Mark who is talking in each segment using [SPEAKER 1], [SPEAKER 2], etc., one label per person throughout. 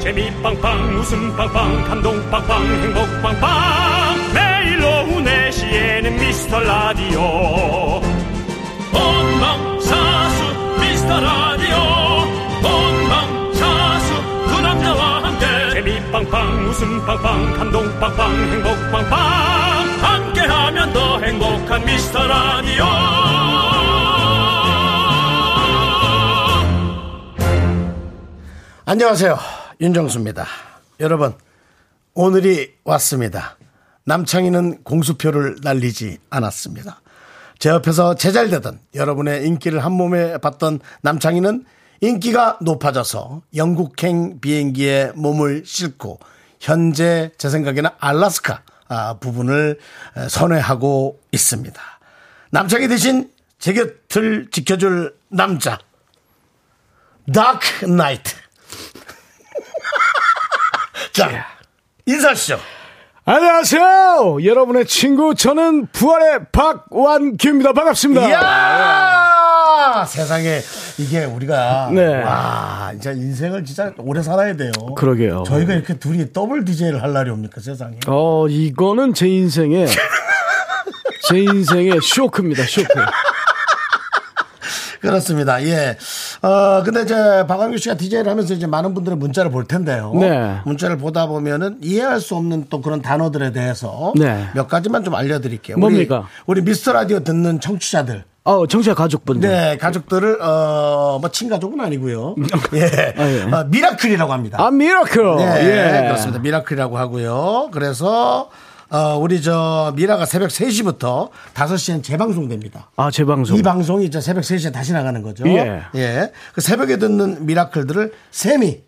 [SPEAKER 1] 재미 빵빵 웃음 빵빵 감동 빵빵 행복 빵빵 매일 오후 4시에는 미스터 라디오 본방사수 미스터 라디오 본방사수 그 남자와 함께 재미 빵빵 웃음 빵빵 감동 빵빵 행복 빵빵 함께하면 더 행복한 미스터 라디오
[SPEAKER 2] 안녕하세요. 윤정수입니다. 여러분, 오늘이 왔습니다. 남창희는 공수표를 날리지 않았습니다. 제 옆에서 제잘되던 여러분의 인기를 한 몸에 받던 남창희는 인기가 높아져서 영국행 비행기에 몸을 싣고 현재 제 생각에는 알라스카 아, 부분을 에, 선회하고 있습니다. 남창희 대신 제 곁을 지켜줄 남자. 다크 나이트. 자, 인사하시죠.
[SPEAKER 3] 안녕하세요. 여러분의 친구 저는 부활의 박완규입니다. 반갑습니다.
[SPEAKER 2] 이야! 세상에, 이게 우리가,
[SPEAKER 3] 네.
[SPEAKER 2] 와, 진짜 인생을 진짜 오래 살아야 돼요.
[SPEAKER 3] 그러게요.
[SPEAKER 2] 저희가 이렇게 둘이 더블 DJ를 할 날이 옵니까, 세상에.
[SPEAKER 3] 어 이거는 제 인생의 제 인생의 쇼크입니다. 쇼크.
[SPEAKER 2] 그렇습니다. 예. 어, 근데 이제 박광규 씨가 DJ를 하면서 이제 많은 분들의 문자를 볼 텐데요.
[SPEAKER 3] 네.
[SPEAKER 2] 문자를 보다 보면은 이해할 수 없는 또 그런 단어들에 대해서
[SPEAKER 3] 네.
[SPEAKER 2] 몇 가지만 좀 알려드릴게요.
[SPEAKER 3] 뭡니까?
[SPEAKER 2] 우리, 우리 미스터 라디오 듣는 청취자들.
[SPEAKER 3] 어 정치자 가족분들.
[SPEAKER 2] 네, 가족들을 어뭐 친가족은 아니고요. 예,
[SPEAKER 3] 아, 예.
[SPEAKER 2] 어, 미라클이라고 합니다.
[SPEAKER 3] 아 미라클.
[SPEAKER 2] 네,
[SPEAKER 3] 예.
[SPEAKER 2] 그렇습니다. 미라클이라고 하고요. 그래서 어, 우리 저 미라가 새벽 3시부터 5시엔 재방송됩니다.
[SPEAKER 3] 아 재방송.
[SPEAKER 2] 이 방송이 이제 새벽 3시에 다시 나가는 거죠.
[SPEAKER 3] 예.
[SPEAKER 2] 그 새벽에 듣는 미라클들을 세미.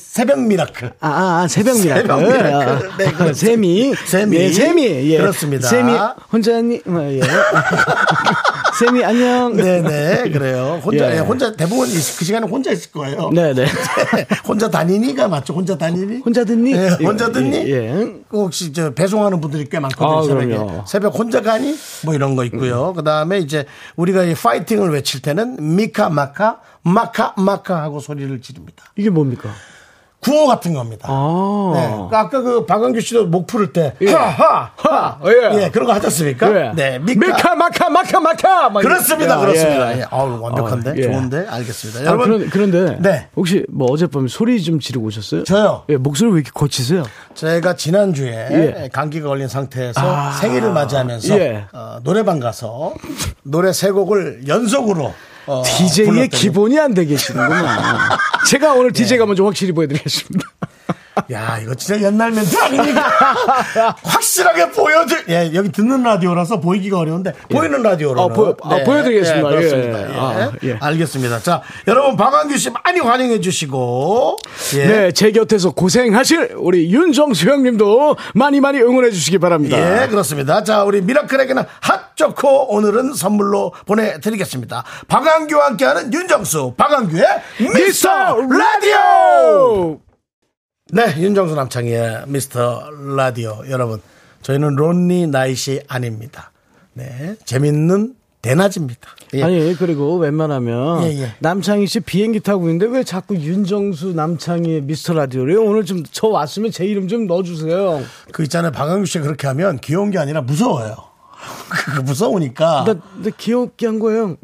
[SPEAKER 2] 새벽 미라클.
[SPEAKER 3] 아, 아, 아, 새벽 미라클.
[SPEAKER 2] 새벽 미라클. 네,
[SPEAKER 3] 아,
[SPEAKER 2] 그렇습니다.
[SPEAKER 3] 세미.
[SPEAKER 2] 세미.
[SPEAKER 3] 예, 세미. 예.
[SPEAKER 2] 그렇습니다.
[SPEAKER 3] 세미, 혼자니, 어, 예. 세미, 안녕.
[SPEAKER 2] 네네, 그래요. 혼자,
[SPEAKER 3] 예.
[SPEAKER 2] 예, 혼자, 대부분 이- 그 시간에 혼자 있을 거예요.
[SPEAKER 3] 네네.
[SPEAKER 2] 혼자 다니니가 맞죠? 혼자 다니니?
[SPEAKER 3] 혼자 듣니?
[SPEAKER 2] 예,
[SPEAKER 3] 예,
[SPEAKER 2] 혼자 듣니?
[SPEAKER 3] 예, 예.
[SPEAKER 2] 그 혹시 저 배송하는 분들이 꽤 많거든요.
[SPEAKER 3] 아,
[SPEAKER 2] 새벽에.
[SPEAKER 3] 그럼요.
[SPEAKER 2] 새벽 혼자 가니? 뭐 이런 거 있고요. 그 다음에 이제 우리가 이 파이팅을 외칠 때는 미카 마카 마카 마카 하고 소리를 지릅니다.
[SPEAKER 3] 이게 뭡니까?
[SPEAKER 2] 구호 같은 겁니다.
[SPEAKER 3] 아.
[SPEAKER 2] 네. 그러니까 아까 그 박은규 씨도 목 풀을 때 하하
[SPEAKER 3] 하,
[SPEAKER 2] 예. 그런 거 하셨습니까?
[SPEAKER 3] 어, 예.
[SPEAKER 2] 네, 미카.
[SPEAKER 3] 미카, 마카, 마카, 마카. 막
[SPEAKER 2] 아, 그렇습니다,
[SPEAKER 3] 이렇게.
[SPEAKER 2] 그렇습니다.
[SPEAKER 3] 예.
[SPEAKER 2] 예. 아우 완벽한데,
[SPEAKER 3] 아, 예.
[SPEAKER 2] 좋은데, 알겠습니다.
[SPEAKER 3] 아,
[SPEAKER 2] 여러분,
[SPEAKER 3] 그런, 그런데
[SPEAKER 2] 네.
[SPEAKER 3] 혹시 뭐 어젯밤 소리 좀 지르고 오셨어요?
[SPEAKER 2] 저요?
[SPEAKER 3] 예, 목소리 왜 이렇게 고치세요?
[SPEAKER 2] 제가 지난주에
[SPEAKER 3] 예. 아.
[SPEAKER 2] 감기가 걸린 상태에서 생일을 맞이하면서
[SPEAKER 3] 예.
[SPEAKER 2] 어, 노래방 가서 노래 세 곡을 연속으로 어,
[SPEAKER 3] DJ의
[SPEAKER 2] 불렀더니
[SPEAKER 3] 기본이 안 되겠시는구나. 제가 오늘
[SPEAKER 2] 네.
[SPEAKER 3] DJ가 먼저 확실히 보여드리겠습니다.
[SPEAKER 2] 야 이거 진짜 옛날 멘트 아닙니까? 확실하게 보여줘. 예 여기 듣는 라디오라서 보이기가 어려운데 보이는 라디오로
[SPEAKER 3] 아, 보여- 아, 보여드리겠습니다.
[SPEAKER 2] 그렇습니다.
[SPEAKER 3] 예,
[SPEAKER 2] 예.
[SPEAKER 3] 예. 아, 예.
[SPEAKER 2] 알겠습니다. 자 여러분 박완규 씨 많이 환영해 주시고 예.
[SPEAKER 3] 네, 제 곁에서 고생하실 우리 윤정수 형님도 많이 많이 응원해 주시기 바랍니다.
[SPEAKER 2] 예, 그렇습니다. 자, 우리 미라클에게는 핫초코 오늘은 선물로 보내드리겠습니다. 박완규와 함께하는 윤정수, 박완규의 미스터 라디오! 네, 윤정수 남창희의 미스터 라디오. 여러분, 저희는 론리 나이시 아닙니다. 네, 재밌는 대낮입니다. 예.
[SPEAKER 3] 아니 그리고 웬만하면
[SPEAKER 2] 예, 예.
[SPEAKER 3] 남창희 씨 비행기 타고 있는데 왜 자꾸 윤정수 남창희의 미스터 라디오를 해요? 오늘 좀 저 왔으면 제 이름 좀 넣어주세요.
[SPEAKER 2] 그 있잖아요. 박완규 씨가 그렇게 하면 귀여운 게 아니라 무서워요. 그 무서우니까.
[SPEAKER 3] 나, 나 귀엽게 한 거예요.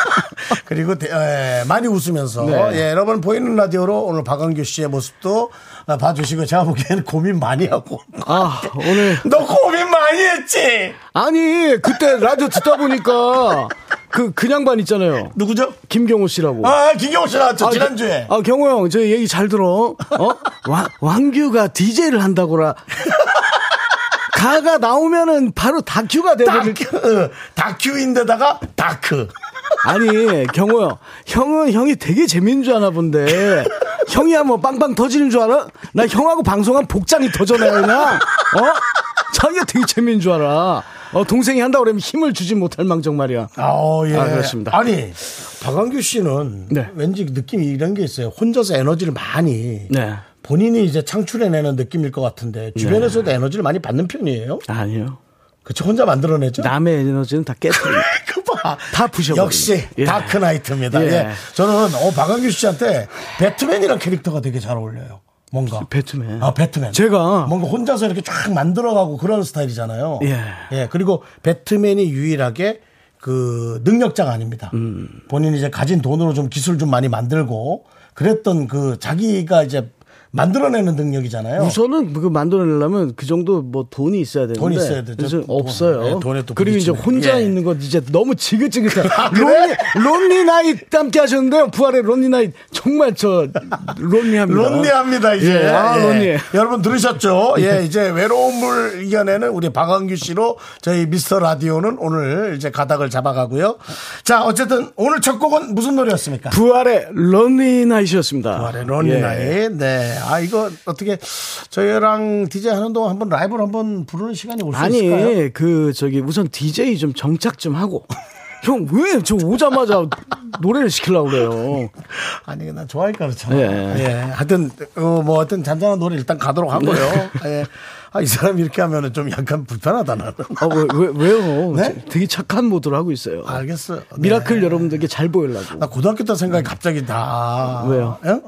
[SPEAKER 2] 그리고 대- 예, 많이 웃으면서
[SPEAKER 3] 네.
[SPEAKER 2] 예, 여러분 보이는 라디오로 오늘 박완규 씨의 모습도 아, 봐주시고 제가 보기에는 고민 많이 하고
[SPEAKER 3] 아 오늘
[SPEAKER 2] 너 고민 많이 했지
[SPEAKER 3] 아니 그때 라디오 듣다 보니까 그 그냥반 있잖아요.
[SPEAKER 2] 누구죠?
[SPEAKER 3] 김경호 씨라고.
[SPEAKER 2] 아 김경호 씨 나왔죠
[SPEAKER 3] 아,
[SPEAKER 2] 지난주에
[SPEAKER 3] 아, 경호 형, 저 얘기 잘 들어. 어? 왕, 왕규가 DJ를 한다고라. 가가 나오면은 바로 다큐가 되버릴
[SPEAKER 2] 어, 다큐 다큐인데다가 다크
[SPEAKER 3] 아니, 경호 형. 형은 형이 되게 재밌는 줄 아나 본데. 형이 한번 빵빵 터지는 줄 알아? 나 형하고 방송한 복장이 터져나요, 그냥? 어? 자기가 되게 재밌는 줄 알아. 어, 동생이 한다고 그러면 힘을 주지 못할 망정 말이야.
[SPEAKER 2] 아, 예.
[SPEAKER 3] 아, 그렇습니다.
[SPEAKER 2] 아니 박완규 씨는
[SPEAKER 3] 네.
[SPEAKER 2] 왠지 느낌이 이런 게 있어요 혼자서 에너지를 많이
[SPEAKER 3] 네. 네.
[SPEAKER 2] 본인이 이제 창출해내는 느낌일 것 같은데 주변에서도 에너지를 많이 받는 편이에요?
[SPEAKER 3] 아니요.
[SPEAKER 2] 그쵸 혼자 만들어내죠.
[SPEAKER 3] 남의 에너지는 다 깨트려.
[SPEAKER 2] 그 봐.
[SPEAKER 3] 예. 다 부셔버리네.
[SPEAKER 2] 역시
[SPEAKER 3] 예.
[SPEAKER 2] 다크나이트입니다.
[SPEAKER 3] 예.
[SPEAKER 2] 예. 저는 어, 박완규 씨한테 배트맨이란 캐릭터가 되게 잘 어울려요. 뭔가.
[SPEAKER 3] 배트맨.
[SPEAKER 2] 아, 배트맨.
[SPEAKER 3] 제가.
[SPEAKER 2] 뭔가 혼자서 이렇게 쫙 만들어가고 그런 스타일이잖아요.
[SPEAKER 3] 예.
[SPEAKER 2] 그리고 배트맨이 유일하게 그 능력자가 아닙니다.
[SPEAKER 3] 음.
[SPEAKER 2] 본인이 이제 가진 돈으로 좀 기술 좀 많이 만들고 그랬던 그 자기가 이제 만들어내는 능력이잖아요.
[SPEAKER 3] 우선은 그 만들어내려면 그 정도 뭐 돈이 있어야 되는데
[SPEAKER 2] 돈이 있어야 되죠.
[SPEAKER 3] 요즘
[SPEAKER 2] 돈.
[SPEAKER 3] 없어요.
[SPEAKER 2] 예, 돈에 또
[SPEAKER 3] 그리고 이제
[SPEAKER 2] 부딪히네.
[SPEAKER 3] 혼자
[SPEAKER 2] 예. 아,
[SPEAKER 3] 있는 것 이제 너무 지긋지긋해.
[SPEAKER 2] 그래?
[SPEAKER 3] 론리 론리 나잇 함께 하셨는데요. 부활의 론리 나잇 정말 저 론리합니다.
[SPEAKER 2] 론리합니다 이제.
[SPEAKER 3] 예, 아,
[SPEAKER 2] 예.
[SPEAKER 3] 론리해.
[SPEAKER 2] 여러분 들으셨죠? 예, 이제 외로움을 이겨내는 우리 박광규 씨로 저희 미스터 라디오는 오늘 이제 가닥을 잡아가고요. 자, 어쨌든 오늘 첫 곡은 무슨 노래였습니까?
[SPEAKER 3] 부활의 론리 나잇이었습니다. 예.
[SPEAKER 2] 부활의 론리나이. 네. 아, 이거 어떻게 저희랑 DJ 하는 동안 한번 라이브를 한번 부르는 시간이 올 수 있을까요?
[SPEAKER 3] 아니 그 저기 우선 DJ 좀 정착 좀 하고 형 왜 저 오자마자 노래를 시키려고 그래요.
[SPEAKER 2] 아니, 나 좋아하니까 그렇잖아.
[SPEAKER 3] 예.
[SPEAKER 2] 예. 하여튼, 어, 뭐, 하여튼 잔잔한 노래 일단 가도록 하고요.
[SPEAKER 3] 네.
[SPEAKER 2] 예. 아, 이 사람 이렇게 하면은 좀 약간 불편하다, 나는.
[SPEAKER 3] 아, 왜, 왜, 왜요?
[SPEAKER 2] 네?
[SPEAKER 3] 저 되게 착한 모드로 하고 있어요.
[SPEAKER 2] 알겠어요. 네.
[SPEAKER 3] 미라클 여러분들에게 잘 보이려고.
[SPEAKER 2] 나 고등학교 때 생각이 갑자기 다.
[SPEAKER 3] 네. 왜요?
[SPEAKER 2] 예?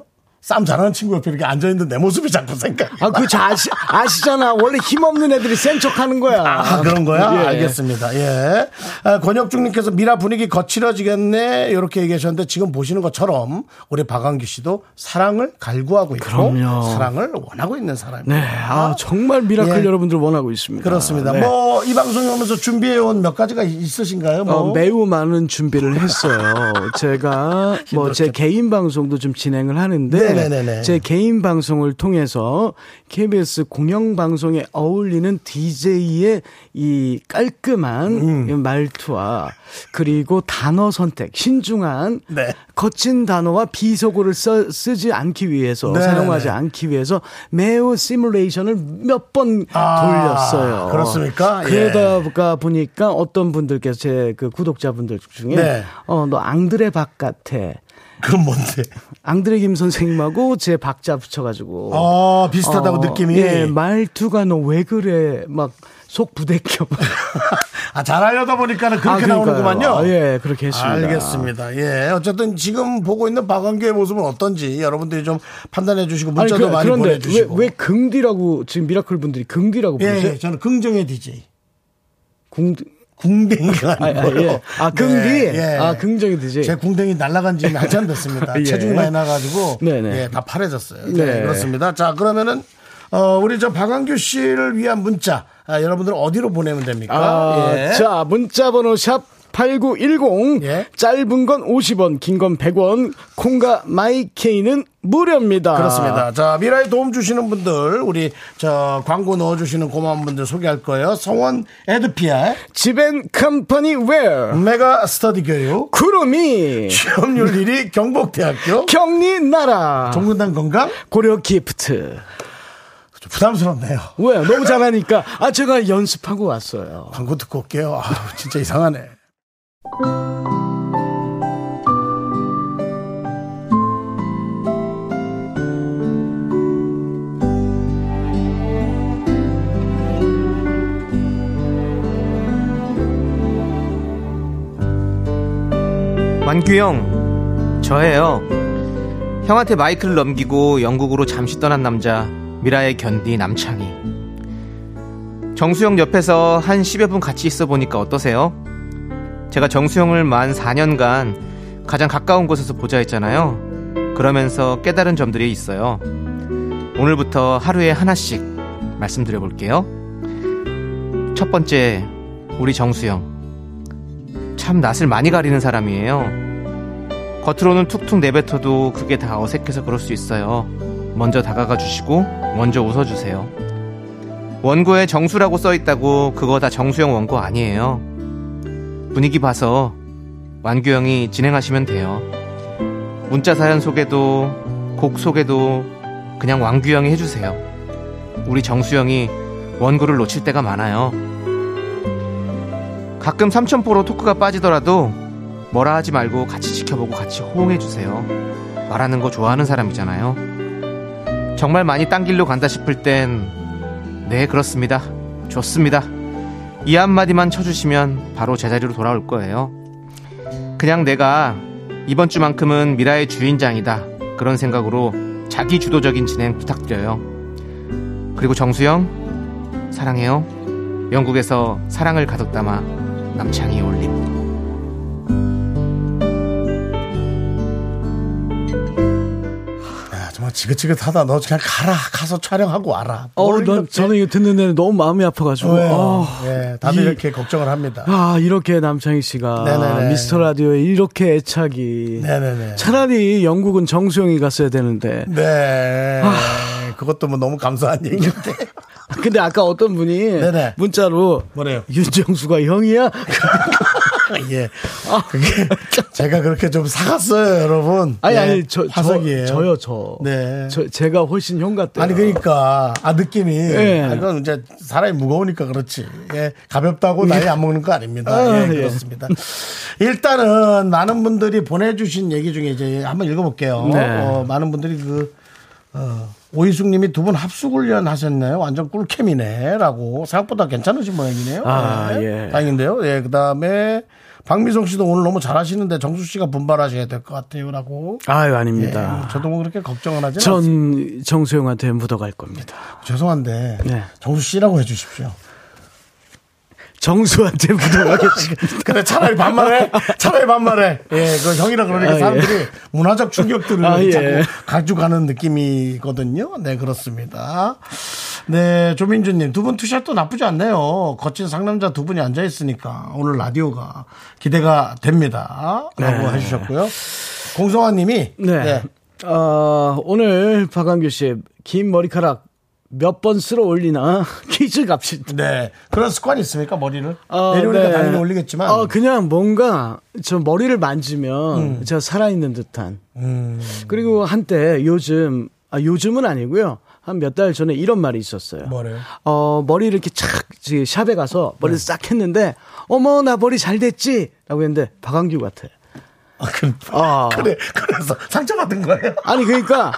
[SPEAKER 2] 싸움 잘하는 친구 옆에 이렇게 앉아있는 내 모습이 자꾸 생각.
[SPEAKER 3] 아, 그거 잘 아시, 아시잖아. 원래 힘없는 애들이 센 척 하는 거야.
[SPEAKER 2] 아, 그런 거야?
[SPEAKER 3] 예.
[SPEAKER 2] 알겠습니다. 예. 아, 권혁중님께서 미라 분위기 거칠어지겠네. 이렇게 얘기하셨는데 지금 보시는 것처럼 우리 박한규 씨도 사랑을 갈구하고 있고
[SPEAKER 3] 그럼요.
[SPEAKER 2] 사랑을 원하고 있는 사람입니다.
[SPEAKER 3] 네. 아, 정말 미라클
[SPEAKER 2] 예.
[SPEAKER 3] 여러분들 원하고 있습니다.
[SPEAKER 2] 그렇습니다.
[SPEAKER 3] 네.
[SPEAKER 2] 뭐 이 방송에 오면서 준비해온 몇 가지가 있으신가요? 뭐.
[SPEAKER 3] 어, 매우 많은
[SPEAKER 2] 아.
[SPEAKER 3] 준비를 했어요. 제가 뭐 제 개인 방송도 좀 진행을 하는데
[SPEAKER 2] 네네네네.
[SPEAKER 3] 제 개인 방송을 통해서 KBS 공영 방송에 어울리는 DJ의 이 깔끔한
[SPEAKER 2] 음.
[SPEAKER 3] 말투와 그리고 단어 선택 신중한
[SPEAKER 2] 네.
[SPEAKER 3] 거친 단어와 비속어를 써- 쓰지 않기 위해서
[SPEAKER 2] 네네네.
[SPEAKER 3] 사용하지 않기 위해서 매우 시뮬레이션을 몇 번
[SPEAKER 2] 아,
[SPEAKER 3] 돌렸어요.
[SPEAKER 2] 그렇습니까? 예.
[SPEAKER 3] 그러다 보니까 보니까 어떤 분들께서 제 그 구독자분들 중에
[SPEAKER 2] 네.
[SPEAKER 3] 어 너 앙드레 바깥에
[SPEAKER 2] 그건 뭔데?
[SPEAKER 3] 앙드레 김 선생님하고 제 박자 붙여가지고
[SPEAKER 2] 어, 비슷하다고 느낌이.
[SPEAKER 3] 예, 말투가 너 왜 그래 막 속 부대껴
[SPEAKER 2] 아, 잘하려다 보니까는 그렇게
[SPEAKER 3] 아, 그러니까요.
[SPEAKER 2] 나오는구만요.
[SPEAKER 3] 아, 예 그렇게 했습니다
[SPEAKER 2] 알겠습니다. 예. 어쨌든 지금 보고 있는 박완규의 모습은 어떤지 여러분들이 좀 판단해 주시고
[SPEAKER 3] 아니
[SPEAKER 2] 문자도
[SPEAKER 3] 그,
[SPEAKER 2] 많이
[SPEAKER 3] 그런데 왜,
[SPEAKER 2] 보내주시고.
[SPEAKER 3] 왜 긍디라고 지금 미라클 분들이 긍디라고
[SPEAKER 2] 예,
[SPEAKER 3] 부르세요?
[SPEAKER 2] 예, 저는 긍정의 DJ.
[SPEAKER 3] 궁
[SPEAKER 2] 궁뎅이가
[SPEAKER 3] 아, 아,
[SPEAKER 2] 아니고요.
[SPEAKER 3] 예. 아, 긍디? 아, 긍정이 DJ.
[SPEAKER 2] 네. 예. 제 궁뎅이 날아간 지 한참 됐습니다.
[SPEAKER 3] 예.
[SPEAKER 2] 체중이 많이 나가지고
[SPEAKER 3] 네네.
[SPEAKER 2] 예, 다 파래졌어요.
[SPEAKER 3] 네.
[SPEAKER 2] 네, 그렇습니다. 자, 그러면은 어, 우리 저 박완규 씨를 위한 문자 아, 여러분들 어디로 보내면 됩니까?
[SPEAKER 3] 아,
[SPEAKER 2] 예.
[SPEAKER 3] 자, 문자 번호 샵 8910.
[SPEAKER 2] 예.
[SPEAKER 3] 짧은 건 50원, 긴 건 100원. 콩과 마이케이는 무료입니다.
[SPEAKER 2] 그렇습니다. 자, 미라에 도움 주시는 분들, 우리, 저, 광고 넣어주시는 고마운 분들 소개할 거예요. 성원 에드피아,
[SPEAKER 3] 지벤 컴퍼니 웨어.
[SPEAKER 2] 메가 스터디 교육,
[SPEAKER 3] 구름이.
[SPEAKER 2] 취업률 1위 경북대학교,
[SPEAKER 3] 경리 나라.
[SPEAKER 2] 종근당 건강,
[SPEAKER 3] 고려 기프트.
[SPEAKER 2] 좀 부담스럽네요.
[SPEAKER 3] 왜? 너무 잘하니까. 아, 제가 연습하고 왔어요.
[SPEAKER 2] 광고 듣고 올게요. 아 진짜 이상하네.
[SPEAKER 4] 완규 형, 저예요. 형한테 마이크를 넘기고 영국으로 잠시 떠난 남자, 미라의 견디 남창희. 정수영 옆에서 한 10여 분 같이 있어 보니까 어떠세요? 제가 정수영을 만 4년간 가장 가까운 곳에서 보자 했잖아요. 그러면서 깨달은 점들이 있어요. 오늘부터 하루에 하나씩 말씀드려 볼게요. 첫 번째, 우리 정수영. 참 낯을 많이 가리는 사람이에요. 겉으로는 툭툭 내뱉어도 그게 다 어색해서 그럴 수 있어요. 먼저 다가가 주시고 먼저 웃어 주세요. 원고에 정수라고 써 있다고 그거 다 정수형 원고 아니에요. 분위기 봐서 완규형이 진행하시면 돼요. 문자 사연 소개도 곡 소개도 그냥 완규형이 해주세요. 우리 정수형이 원고를 놓칠 때가 많아요. 가끔 삼천포로 토크가 빠지더라도 뭐라 하지 말고 같이 지켜보고 같이 호응해주세요. 말하는 거 좋아하는 사람이잖아요. 정말 많이 딴 길로 간다 싶을 땐, 네, 그렇습니다. 좋습니다. 이 한마디만 쳐주시면 바로 제자리로 돌아올 거예요. 그냥 내가 이번 주만큼은 미라의 주인장이다. 그런 생각으로 자기 주도적인 진행 부탁드려요. 그리고 정수영, 사랑해요. 영국에서 사랑을 가득 담아 남창이 올림.
[SPEAKER 2] 야, 정말 지긋지긋하다. 너 그냥 가라. 가서 촬영하고 와라.
[SPEAKER 3] 어,
[SPEAKER 2] 뭘
[SPEAKER 3] 난,
[SPEAKER 2] 이렇게-
[SPEAKER 3] 저는 이거 듣는 내내 너무 마음이 아파가지고.
[SPEAKER 2] 네.
[SPEAKER 3] 어,
[SPEAKER 2] 예, 다들
[SPEAKER 3] 이-
[SPEAKER 2] 이렇게 걱정을 합니다.
[SPEAKER 3] 아, 이렇게 남창희 씨가
[SPEAKER 2] 네네네.
[SPEAKER 3] 미스터 라디오에 이렇게 애착이.
[SPEAKER 2] 네네네.
[SPEAKER 3] 차라리 영국은 정수영이 갔어야 되는데.
[SPEAKER 2] 네.
[SPEAKER 3] 아.
[SPEAKER 2] 그것도 뭐 너무 감사한 얘기인데.
[SPEAKER 3] 근데 아까 어떤 분이
[SPEAKER 2] 네네.
[SPEAKER 3] 문자로
[SPEAKER 2] 뭐래요?
[SPEAKER 3] 윤정수가 형이야?
[SPEAKER 2] 예.
[SPEAKER 3] 아,
[SPEAKER 2] 그게 제가 그렇게 좀 사갔어요, 여러분.
[SPEAKER 3] 아니
[SPEAKER 2] 예,
[SPEAKER 3] 아니 저,
[SPEAKER 2] 화석이에요.
[SPEAKER 3] 저 저요 저.
[SPEAKER 2] 네.
[SPEAKER 3] 저 제가 훨씬 형 같대요.
[SPEAKER 2] 아니 그러니까 아 느낌이
[SPEAKER 3] 예.
[SPEAKER 2] 아, 그건 이제 사람이 무거우니까 그렇지 예 가볍다고 나이 안 먹는 거 아닙니다
[SPEAKER 3] 아,
[SPEAKER 2] 예
[SPEAKER 3] 예.
[SPEAKER 2] 그렇습니다 일단은 많은 분들이 보내주신 얘기 중에 이제 한번 읽어볼게요
[SPEAKER 3] 네.
[SPEAKER 2] 어, 많은 분들이 그 어, 오희숙님이 두 분 합숙훈련 하셨네요 완전 꿀캠이네라고 생각보다 괜찮으신 모양이네요
[SPEAKER 3] 아, 예.
[SPEAKER 2] 다행인데요 예 그다음에 박미성 씨도 오늘 너무 잘하시는데 정수 씨가 분발하셔야 될 것 같아요라고
[SPEAKER 3] 아유
[SPEAKER 2] 예,
[SPEAKER 3] 아닙니다.
[SPEAKER 2] 저도 뭐 그렇게 걱정은 하지 않습니다.
[SPEAKER 3] 전 정수영한테 묻어갈 겁니다.
[SPEAKER 2] 죄송한데
[SPEAKER 3] 네.
[SPEAKER 2] 정수 씨라고 해주십시오.
[SPEAKER 3] 정수한테 묻어가겠습니다.
[SPEAKER 2] 그래 차라리 반말해. 차라리 반말해. 예, 그 형이라 그러니까
[SPEAKER 3] 아,
[SPEAKER 2] 사람들이 문화적 충격들을
[SPEAKER 3] 아, 예.
[SPEAKER 2] 자꾸 가져가는 느낌이거든요. 네 그렇습니다. 네 조민주님 두 분 투샷도 나쁘지 않네요. 거친 상남자 두 분이 앉아 있으니까 오늘 라디오가 기대가 됩니다.라고
[SPEAKER 3] 네.
[SPEAKER 2] 해주셨고요. 공성환님이
[SPEAKER 3] 네.
[SPEAKER 2] 네.
[SPEAKER 3] 어, 오늘 박완규 씨의 긴 머리카락 몇 번 쓸어 올리나 퀴즈 갑시다.
[SPEAKER 2] 네. 그런 습관이 있습니까 머리를
[SPEAKER 3] 어,
[SPEAKER 2] 내려오니까
[SPEAKER 3] 네.
[SPEAKER 2] 당연히 올리겠지만
[SPEAKER 3] 어, 그냥 뭔가 저 머리를 만지면
[SPEAKER 2] 음.
[SPEAKER 3] 제가 살아있는 듯한 그리고 한때 요즘 아 요즘은 아니고요 한 몇 달 전에 이런 말이 있었어요
[SPEAKER 2] 뭐래요?
[SPEAKER 3] 어 머리를 이렇게 착 이제 샵에 가서 머리를
[SPEAKER 2] 네.
[SPEAKER 3] 싹 했는데 어머 나 머리 잘 됐지라고 했는데 박완규 같아
[SPEAKER 2] 아, 그,
[SPEAKER 3] 아.
[SPEAKER 2] 그래, 그래서 상처받은 거예요.
[SPEAKER 3] 아니 그러니까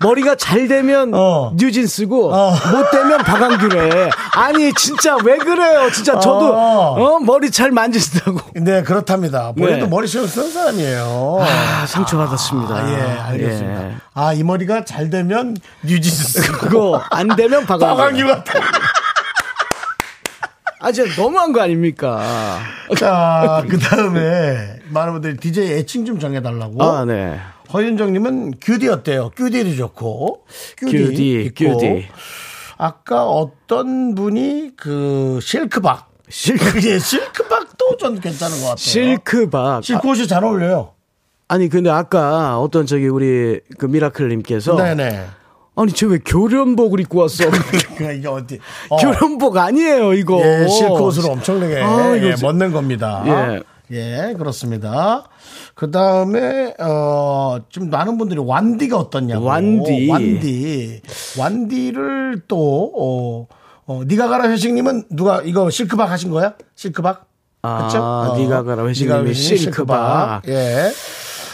[SPEAKER 3] 머리가 잘 되면
[SPEAKER 2] 어.
[SPEAKER 3] 뉴진 쓰고
[SPEAKER 2] 어.
[SPEAKER 3] 못 되면 박완규래 아니 진짜 왜 그래요 진짜 저도
[SPEAKER 2] 어.
[SPEAKER 3] 어, 머리 잘 만지신다고
[SPEAKER 2] 네, 그렇답니다. 본인도
[SPEAKER 3] 네.
[SPEAKER 2] 머리 씌워 쓰는 사람이에요. 아,
[SPEAKER 3] 아, 상처받았습니다.
[SPEAKER 2] 예, 알겠습니다.
[SPEAKER 3] 예.
[SPEAKER 2] 아, 이 머리가 잘 되면 뉴진스.
[SPEAKER 3] 그거 안 되면 박완
[SPEAKER 2] 박완규
[SPEAKER 3] 규
[SPEAKER 2] 같아.
[SPEAKER 3] 아, 진짜 너무한 거 아닙니까?
[SPEAKER 2] 자, 그 다음에 많은 분들이 DJ 애칭 좀 정해달라고.
[SPEAKER 3] 아, 네.
[SPEAKER 2] 허윤정님은 규디 어때요? 규디도 좋고.
[SPEAKER 3] 규디,
[SPEAKER 2] 있고.
[SPEAKER 3] 규디.
[SPEAKER 2] 아까 어떤 분이 그 실크박.
[SPEAKER 3] 실크,
[SPEAKER 2] 예, 실크박도 전 괜찮은 것 같아요.
[SPEAKER 3] 실크박. 아,
[SPEAKER 2] 실크옷이 잘 어울려요.
[SPEAKER 3] 아니, 근데 아까 어떤 저기 우리 그 미라클님께서.
[SPEAKER 2] 네네.
[SPEAKER 3] 아니, 쟤 왜 교련복을 입고 왔어?
[SPEAKER 2] 그러니까 이게 어디. 어.
[SPEAKER 3] 교련복 아니에요, 이거.
[SPEAKER 2] 예, 실컷으로 엄청나게
[SPEAKER 3] 아, 이거
[SPEAKER 2] 예,
[SPEAKER 3] 진-
[SPEAKER 2] 멋낸 겁니다.
[SPEAKER 3] 예.
[SPEAKER 2] 예, 그렇습니다. 그 다음에, 어, 좀 많은 분들이 완디가 어떻냐고.
[SPEAKER 3] 완디.
[SPEAKER 2] 완디. 완디를 또, 어, 어, 니가 가라 회식님은 누가 이거 실크박 하신 거야? 실크박?
[SPEAKER 3] 아,
[SPEAKER 2] 그쵸? 어,
[SPEAKER 3] 니가 가라 회식님이
[SPEAKER 2] 니가 가라 회식님
[SPEAKER 3] 실크박.
[SPEAKER 2] 예.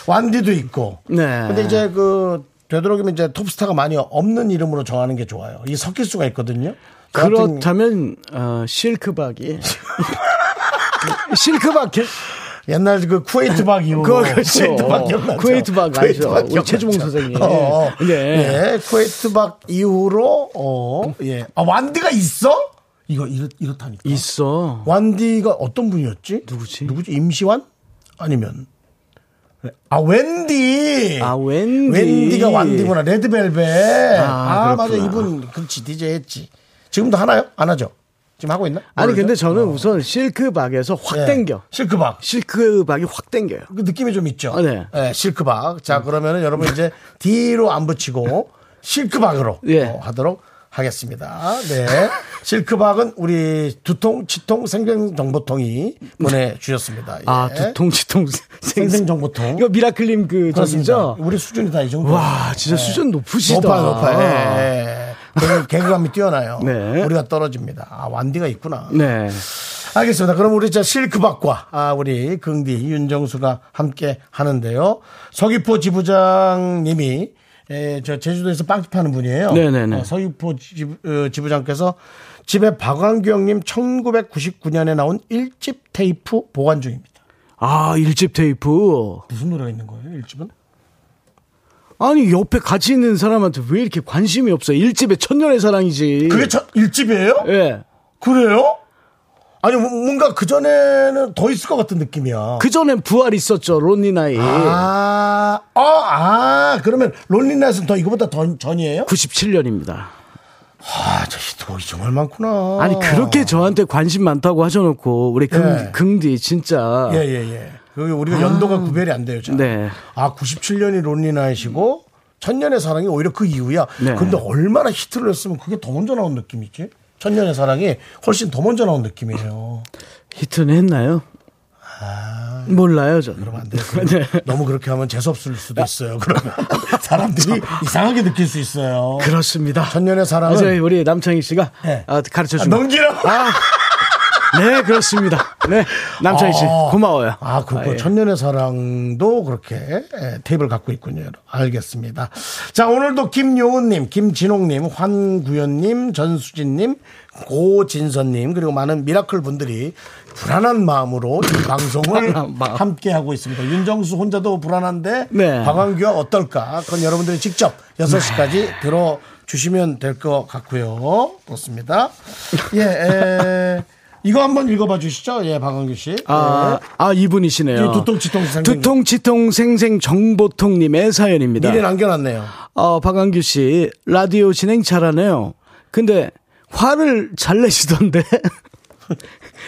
[SPEAKER 2] 완디도 있고.
[SPEAKER 3] 네.
[SPEAKER 2] 근데 이제 그, 되도록이면 이제 톱스타가 많이 없는 이름으로 정하는 게 좋아요. 이 섞일 수가 있거든요. 저 같은
[SPEAKER 3] 그렇죠. 그렇다면, 어, 실크박이. 실크박, 개-
[SPEAKER 2] 옛날 그 쿠웨이트 박 이후로 어.
[SPEAKER 3] 그거 그렇죠.
[SPEAKER 2] 쿠웨이트 박 기억나죠?
[SPEAKER 3] 쿠웨이트 박 알죠.
[SPEAKER 2] 쿠웨이트 박
[SPEAKER 3] 우리
[SPEAKER 2] 기억나죠?
[SPEAKER 3] 최주봉 선생님.
[SPEAKER 2] 어, 어.
[SPEAKER 3] 네.
[SPEAKER 2] 예, 쿠웨이트 박 이후로 어, 예. 아, 완디가 있어? 이거 이렇, 이렇다니까.
[SPEAKER 3] 있어.
[SPEAKER 2] 완디가 어떤 분이었지?
[SPEAKER 3] 누구지?
[SPEAKER 2] 누구지? 임시완? 아니면 아 웬디.
[SPEAKER 3] 아, 웬디.
[SPEAKER 2] 가 완디구나. 레드벨벳. 아,
[SPEAKER 3] 아,
[SPEAKER 2] 맞아.
[SPEAKER 3] 그렇구나.
[SPEAKER 2] 이분 그렇지 DJ 했지. 지금도 하나요? 안 하죠. 지금 하고 있나?
[SPEAKER 3] 아니,
[SPEAKER 2] 모르죠? 어.
[SPEAKER 3] 근데 저는 우선 실크박에서 확
[SPEAKER 2] 예.
[SPEAKER 3] 땡겨.
[SPEAKER 2] 실크박.
[SPEAKER 3] 실크박이 확 땡겨요.
[SPEAKER 2] 그 느낌이 좀 있죠.
[SPEAKER 3] 아, 네.
[SPEAKER 2] 예, 실크박. 자, 그러면은 여러분 이제 D로 안 붙이고 실크박으로
[SPEAKER 3] 예.
[SPEAKER 2] 어, 하도록 하겠습니다. 네. 실크박은 우리 두통, 치통, 생생정보통이 보내주셨습니다. 예.
[SPEAKER 3] 네. 아, 두통, 치통, 생-
[SPEAKER 2] 생생정보통.
[SPEAKER 3] 이거 미라클님 그,
[SPEAKER 2] 그렇습니다.
[SPEAKER 3] 저기죠?
[SPEAKER 2] 우리 수준이 다 이 정도. 네.
[SPEAKER 3] 와, 진짜 수준 높으시다.
[SPEAKER 2] 높아요, 높아요. 예, 예. 개그- 개그감이 뛰어나요.
[SPEAKER 3] 네.
[SPEAKER 2] 우리가 떨어집니다. 아, 완디가 있구나.
[SPEAKER 3] 네.
[SPEAKER 2] 알겠습니다. 그럼 우리 저 실크박과 아, 우리 긍디 윤정수가 함께 하는데요. 서귀포 지부장님이 에, 저 제주도에서 빵집 하는 분이에요.
[SPEAKER 3] 네네네.
[SPEAKER 2] 어, 서귀포 지, 어, 지부장께서 집에 박완규형님 1999년에 나온 1집 테이프 보관 중입니다.
[SPEAKER 3] 아, 일집 테이프.
[SPEAKER 2] 무슨 노래가 있는 거예요, 1집은?
[SPEAKER 3] 아니, 옆에 같이 있는 사람한테 왜 이렇게 관심이 없어? 일집에 천년의 사랑이지.
[SPEAKER 2] 그게 저, 1집이에요?
[SPEAKER 3] 예.
[SPEAKER 2] 그래요? 아니, 뭐- 뭔가 그전에는 더 있을 것 같은 느낌이야.
[SPEAKER 3] 그전엔 부활 있었죠, 론니나이.
[SPEAKER 2] 아, 어, 아, 그러면 롤린나스는 더 이거보다 더 전이에요?
[SPEAKER 3] 97년입니다.
[SPEAKER 2] 아, 저씨 돈이 정말 많구나.
[SPEAKER 3] 아니, 그렇게 저한테 관심 많다고 하셔놓고, 우리 긍,
[SPEAKER 2] 예.
[SPEAKER 3] 긍디, 진짜.
[SPEAKER 2] 예, 예, 예. 여기 우리가 연도가 구별이 안 돼요, 잘.
[SPEAKER 3] 아. 네.
[SPEAKER 2] 아, 97년이 론리나이시고, 천년의 사랑이 오히려 그 이후야.
[SPEAKER 3] 네.
[SPEAKER 2] 근데 얼마나 히트를 했으면 그게 더 먼저 나온 느낌이지? 천년의 사랑이 훨씬 더 먼저 나온 느낌이에요.
[SPEAKER 3] 히트는 했나요? 아. 몰라요, 저는.
[SPEAKER 2] 그러면 안 돼요.
[SPEAKER 3] 네.
[SPEAKER 2] 너무 그렇게 하면 재수없을 수도 있어요. 그러면 사람들이 이상하게 느낄 수 있어요.
[SPEAKER 3] 그렇습니다.
[SPEAKER 2] 천년의 사랑은-
[SPEAKER 3] 어제 우리 남창희 씨가
[SPEAKER 2] 예.
[SPEAKER 3] 가르쳐
[SPEAKER 2] 아,
[SPEAKER 3] 준 거.
[SPEAKER 2] 넘기라고!
[SPEAKER 3] 네, 그렇습니다. 네. 남창희 씨,
[SPEAKER 2] 아.
[SPEAKER 3] 고마워요.
[SPEAKER 2] 아, 그렇
[SPEAKER 3] 아, 예.
[SPEAKER 2] 천년의 사랑도 그렇게 예, 테이블 갖고 있군요. 여러분. 알겠습니다. 자, 오늘도 김용은님, 김진홍님, 환구현님, 전수진님, 고진선님, 그리고 많은 미라클 분들이 불안한 마음으로 이 방송을
[SPEAKER 3] 불안한 마음.
[SPEAKER 2] 함께 하고 있습니다. 윤정수 혼자도 불안한데,
[SPEAKER 3] 네.
[SPEAKER 2] 박완규와 어떨까? 그건 여러분들이 직접 6시까지
[SPEAKER 3] 네.
[SPEAKER 2] 들어 주시면 될 것 같고요. 그렇습니다. 예, 에, 이거 한번 읽어봐 주시죠. 예, 박완규 씨. 예.
[SPEAKER 3] 아, 아, 이분이시네요.
[SPEAKER 2] 네. 이 두통치통생생.
[SPEAKER 3] 두통치통생생 정보통님의 사연입니다.
[SPEAKER 2] 미리 남겨놨네요.
[SPEAKER 3] 어, 박광규 씨, 라디오 진행 잘하네요. 근데, 화를 잘 내시던데.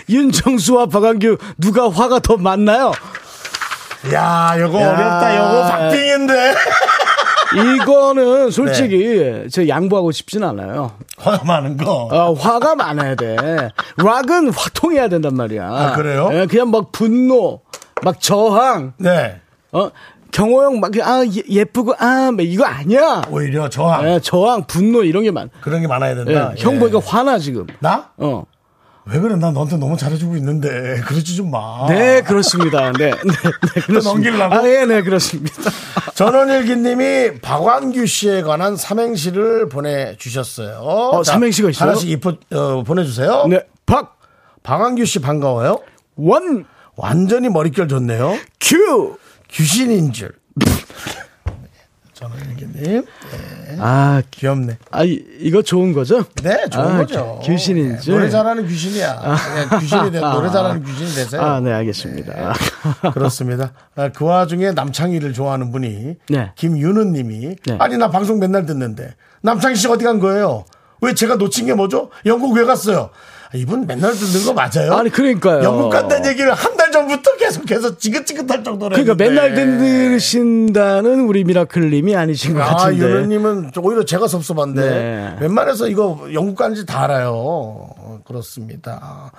[SPEAKER 3] 윤정수와 박광규, 누가 화가 더 많나요?
[SPEAKER 2] 야, 요거
[SPEAKER 3] 야. 어.
[SPEAKER 2] 어렵다. 요거 박빙인데.
[SPEAKER 3] 이거는 솔직히,
[SPEAKER 2] 네.
[SPEAKER 3] 저 양보하고 싶진 않아요.
[SPEAKER 2] 화가 많은 거.
[SPEAKER 3] 어, 화가 많아야 돼. 락은 화통해야 된단 말이야.
[SPEAKER 2] 아, 그래요?
[SPEAKER 3] 예, 그냥 막 분노, 막 저항,
[SPEAKER 2] 네.
[SPEAKER 3] 어, 경호형 막, 아, 예- 예쁘고, 아, 막 이거 아니야.
[SPEAKER 2] 오히려 저항.
[SPEAKER 3] 예, 저항, 분노 이런 게 많아.
[SPEAKER 2] 그런 게 많아야
[SPEAKER 3] 예,
[SPEAKER 2] 된다.
[SPEAKER 3] 형
[SPEAKER 2] 예.
[SPEAKER 3] 보니까 화나, 지금.
[SPEAKER 2] 나?
[SPEAKER 3] 어.
[SPEAKER 2] 왜 그래? 난 너한테 너무 잘해주고 있는데. 그러지 좀 마.
[SPEAKER 3] 네, 그렇습니다. 네, 네, 네 그렇습니다.
[SPEAKER 2] 아. 넘기려고?
[SPEAKER 3] 아, 예, 네, 그렇습니다.
[SPEAKER 2] 전원일기님이 박완규 씨에 관한 삼행시를 보내주셨어요.
[SPEAKER 3] 어,
[SPEAKER 2] 자,
[SPEAKER 3] 삼행시가 있어요?
[SPEAKER 2] 하나씩 입어, 어, 보내주세요.
[SPEAKER 3] 네, 박,
[SPEAKER 2] 박완규 씨 반가워요.
[SPEAKER 3] 원,
[SPEAKER 2] 완전히 머릿결 좋네요.
[SPEAKER 3] 큐!
[SPEAKER 2] 귀신인 줄. 전원일기님.
[SPEAKER 3] 아,
[SPEAKER 2] 귀엽네.
[SPEAKER 3] 아, 이- 이거 좋은 거죠?
[SPEAKER 2] 네, 좋은
[SPEAKER 3] 아,
[SPEAKER 2] 거죠.
[SPEAKER 3] 귀- 귀신인
[SPEAKER 2] 네,
[SPEAKER 3] 줄.
[SPEAKER 2] 노래 잘하는 귀신이야. 네, 귀신이 돼, 노래 잘하는 귀신이 되세요.
[SPEAKER 3] 아, 네, 알겠습니다.
[SPEAKER 2] 그렇습니다. 아, 그 와중에 남창희를 좋아하는 분이
[SPEAKER 3] 네.
[SPEAKER 2] 김윤은 님이
[SPEAKER 3] 네.
[SPEAKER 2] 아니, 나 방송 맨날 듣는데 남창희 씨 어디 간 거예요? 왜 제가 놓친 게 뭐죠? 영국 왜 갔어요? 아, 이분 맨날 듣는 거 맞아요?
[SPEAKER 3] 아니, 그러니까요.
[SPEAKER 2] 영국 간다는 얘기를 한 달 전부터 계속해서 지긋지긋할 정도로.
[SPEAKER 3] 그러니까
[SPEAKER 2] 했는데.
[SPEAKER 3] 맨날 듣는신다는 우리 미라클님이 아니신 것
[SPEAKER 2] 아,
[SPEAKER 3] 같은데.
[SPEAKER 2] 유느님은 오히려 제가 섭섭한데
[SPEAKER 3] 네.
[SPEAKER 2] 웬만해서 이거 영국 간지 다 알아요. 어, 그렇습니다.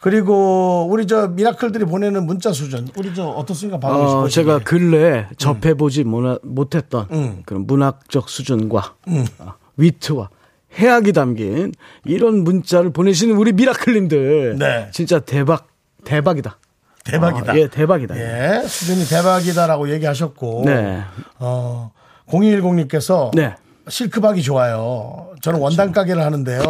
[SPEAKER 2] 그리고 우리 저 미라클들이 보내는 문자 수준 우리 저 어떻습니까? 방금
[SPEAKER 3] 어, 제가 근래
[SPEAKER 2] 음.
[SPEAKER 3] 접해보지 못하- 못했던 그런 문학적 수준과
[SPEAKER 2] 음,
[SPEAKER 3] 어, 위트와 해악이 담긴 이런 문자를 보내시는 우리 미라클님들
[SPEAKER 2] 네.
[SPEAKER 3] 진짜 대박 대박이다.
[SPEAKER 2] 대박이다.
[SPEAKER 3] 어, 예, 대박이다.
[SPEAKER 2] 예, 수준이 대박이다라고 얘기하셨고
[SPEAKER 3] 네.
[SPEAKER 2] 어, 0210님께서
[SPEAKER 3] 네. 그렇죠.
[SPEAKER 2] 실크박이 좋아요. 저는 원단 가게를 하는데요.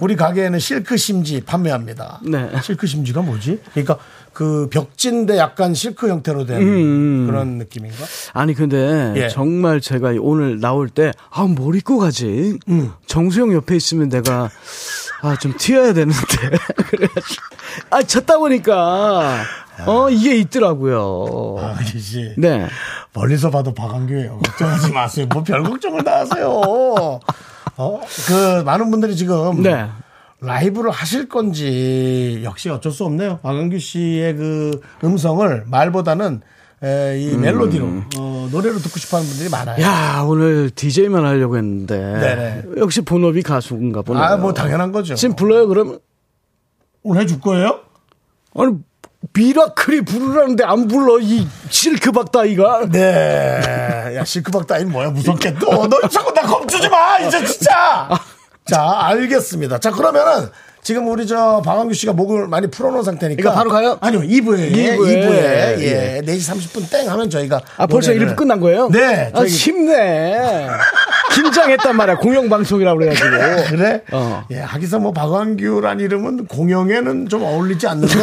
[SPEAKER 2] 우리 가게에는 실크 심지 판매합니다.
[SPEAKER 3] 네.
[SPEAKER 2] 실크 심지가 뭐지? 그러니까 그 벽지인데 약간 실크 형태로
[SPEAKER 3] 음,
[SPEAKER 2] 된 그런 느낌인가?
[SPEAKER 3] 아니 근데
[SPEAKER 2] 예.
[SPEAKER 3] 정말 제가 오늘 나올 때아뭘 입고 가지?
[SPEAKER 2] 음.
[SPEAKER 3] 정수영 옆에 있으면 내가 아 좀 튀어야 되는데 그래가지고 아 찾다 보니까 어 이게 있더라고요.
[SPEAKER 2] 박은희 씨.
[SPEAKER 3] 네.
[SPEAKER 2] 멀리서 봐도 박한규예요. 걱정하지 마세요. 뭐 별 걱정을 다 하세요. 어? 그 많은 분들이 지금
[SPEAKER 3] 네.
[SPEAKER 2] 라이브를 하실 건지 역시 어쩔 수 없네요. 박은규 씨의 그 음성을 말보다는 에, 이 멜로디로 어, 노래로 듣고 싶어하는 분들이 많아요.
[SPEAKER 3] 음. 야 오늘 DJ만 하려고 했는데
[SPEAKER 2] 네네.
[SPEAKER 3] 역시 본업이 가수인가 보네요.
[SPEAKER 2] 아, 뭐 당연한 거죠.
[SPEAKER 3] 지금 불러요 그러면
[SPEAKER 2] 오늘 해줄 거예요?
[SPEAKER 3] 아니 미라클이 부르라는데 안 불러 이 실크박다 이가
[SPEAKER 2] 네. 야, 실크박 따윈 뭐야? 무섭게 또. 너 자꾸 나 겁주지 마! 이제 진짜! 자, 알겠습니다. 자, 그러면은 지금 우리 저 방황규 씨가 목을 많이 풀어놓은 상태니까.
[SPEAKER 3] 이거 바로 가요?
[SPEAKER 2] 아니요, 2부에.
[SPEAKER 3] 이부에.
[SPEAKER 2] 2부에. 예. 4시 30분 땡 하면 저희가. 네,
[SPEAKER 3] 아 벌써
[SPEAKER 2] 노래를-
[SPEAKER 3] 일부 끝난 거예요?
[SPEAKER 2] 네,
[SPEAKER 3] 아
[SPEAKER 2] 저희-
[SPEAKER 3] 힘내 긴장했단 말이야. 공영방송이라고 그래가지고.
[SPEAKER 2] 아, 그래?
[SPEAKER 3] 어.
[SPEAKER 2] 예, 하기서 뭐 박완규란 이름은 공영에는 좀 어울리지 않는데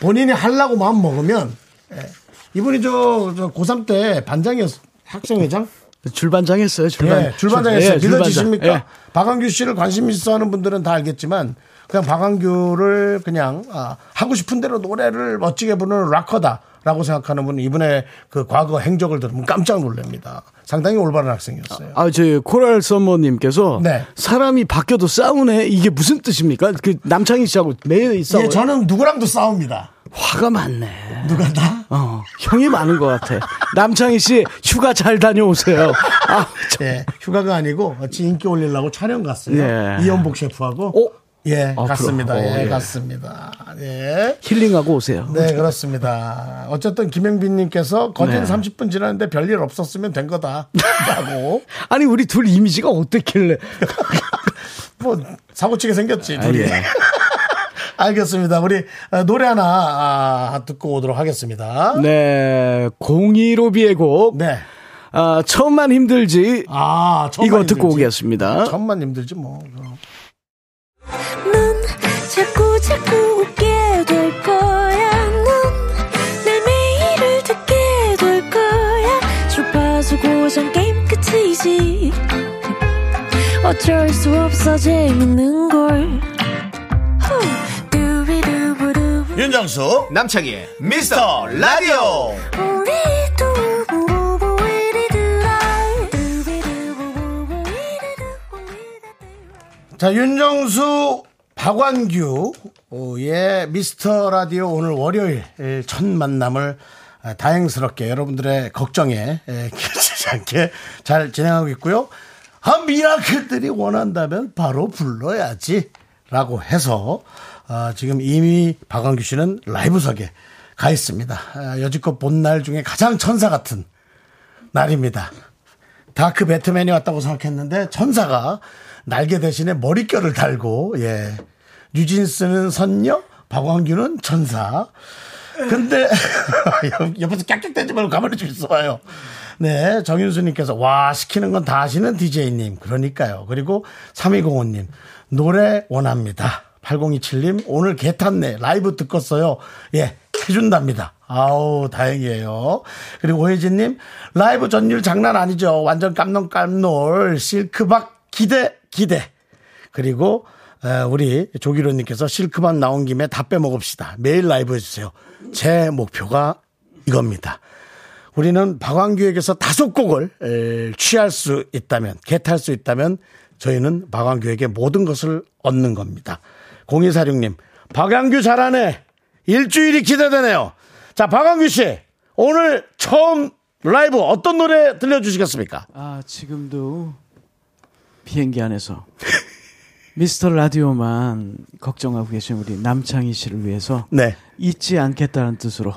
[SPEAKER 2] 본인이 하려고 마음 먹으면 예. 이분이 저, 저 고3 때 반장이었 학생회장?
[SPEAKER 3] 줄반장 했어요, 줄반.
[SPEAKER 2] 예, 줄반장에서
[SPEAKER 3] 예, 줄반장.
[SPEAKER 2] 믿어지십니까?
[SPEAKER 3] 예.
[SPEAKER 2] 박완규 씨를 관심 있어 하는 분들은 다 알겠지만 그냥 박완규를 그냥 아, 하고 싶은 대로 노래를 멋지게 부르는 락커다라고 생각하는 분은 이분의 그 과거 행적을 들으면 깜짝 놀랍니다. 상당히 올바른 학생이었어요.
[SPEAKER 3] 아, 저희 코랄 서머님께서
[SPEAKER 2] 네.
[SPEAKER 3] 사람이 바뀌어도 싸우네 이게 무슨 뜻입니까? 그 남창희 씨하고 매일 싸워.
[SPEAKER 2] 예, 저는 누구랑도 싸웁니다.
[SPEAKER 3] 화가 많네.
[SPEAKER 2] 누가 나?
[SPEAKER 3] 어, 형이 많은 것 같아. 남창희 씨 휴가 잘 다녀오세요. 아, 참.
[SPEAKER 2] 예, 휴가가 아니고 어찌 인기 올리려고 촬영 갔어요.
[SPEAKER 3] 예.
[SPEAKER 2] 이연복 셰프하고.
[SPEAKER 3] 어?
[SPEAKER 2] 예,
[SPEAKER 3] 아,
[SPEAKER 2] 갔습니다.
[SPEAKER 3] 그럼. 어,
[SPEAKER 2] 예,
[SPEAKER 3] 예.
[SPEAKER 2] 갔습니다. 예.
[SPEAKER 3] 힐링하고 오세요.
[SPEAKER 2] 네, 그렇습니다. 어쨌든 김영빈님께서 거진
[SPEAKER 3] 네.
[SPEAKER 2] 30분 지났는데 별일 없었으면 된 거다. 라고.
[SPEAKER 3] 아니 우리 둘 이미지가 어떻길래?
[SPEAKER 2] 뭐, 사고치게 생겼지,
[SPEAKER 3] 아,
[SPEAKER 2] 둘이.
[SPEAKER 3] 예.
[SPEAKER 2] 알겠습니다. 우리 어, 노래 하나 아, 듣고 오도록 하겠습니다.
[SPEAKER 3] 네, 015비의 곡.
[SPEAKER 2] 네.
[SPEAKER 3] 아, 처음만 힘들지.
[SPEAKER 2] 아, 천만
[SPEAKER 3] 이거
[SPEAKER 2] 힘들지.
[SPEAKER 3] 듣고 오겠습니다.
[SPEAKER 2] 천만 힘들지, 뭐. 그럼.
[SPEAKER 5] 넌 자꾸 자꾸 웃게 될 거야. 넌내 매일을 듣게 될 거야. 주파수 고정 게임 끝이지. 어쩔 수 없어 재밌는 걸. 후. 두비두부두.
[SPEAKER 2] 윤정수,
[SPEAKER 4] 남창희의 미스터 라디오
[SPEAKER 5] 우리 두부부부 우리들아. 두비두부부부 우리들아. 우리들아.
[SPEAKER 2] 자, 윤정수, 박완규의 미스터 라디오 오늘 월요일 에, 첫 만남을 아, 다행스럽게 여러분들의 걱정에 에, 끼치지 않게 잘 진행하고 있고요. 아, 미라클들이 원한다면 바로 불러야지. 라고 해서 아, 지금 이미 박완규 씨는 라이브석에 가 있습니다. 아, 여지껏 본 날 중에 가장 천사 같은 날입니다. 다크 그 배트맨이 왔다고 생각했는데 천사가 날개 대신에 머릿결을 달고 예 뉴진스는 선녀 박광규는 천사 근데 옆- 옆에서 깍깍대지 말고 가만히 좀 있어봐요 네 정윤수님께서 와 시키는 건 다 하시는 DJ님 그러니까요 그리고 3205님 노래 원합니다 8027님 오늘 개 탔네 라이브 듣겠어요 예 해준답니다. 아우 다행이에요. 그리고 오혜진님 라이브 전율 장난 아니죠. 완전 깜놀깜놀 실크박 기대 기대. 그리고 에, 우리 조기로님께서 실크박 나온 김에 다 빼먹읍시다. 매일 라이브 해주세요. 제 목표가 이겁니다. 우리는 박완규에게서 다섯 곡을 에, 취할 수 있다면, 개탈 수 있다면 저희는 박완규에게 모든 것을 얻는 겁니다. 0246님, 박완규 잘하네. 일주일이 기대되네요. 자, 박완규 씨, 오늘 처음 라이브 어떤 노래 들려주시겠습니까?
[SPEAKER 3] 아, 지금도 비행기 안에서 미스터 라디오만 걱정하고 계신 우리 남창희 씨를 위해서
[SPEAKER 2] 네.
[SPEAKER 3] 잊지 않겠다는 뜻으로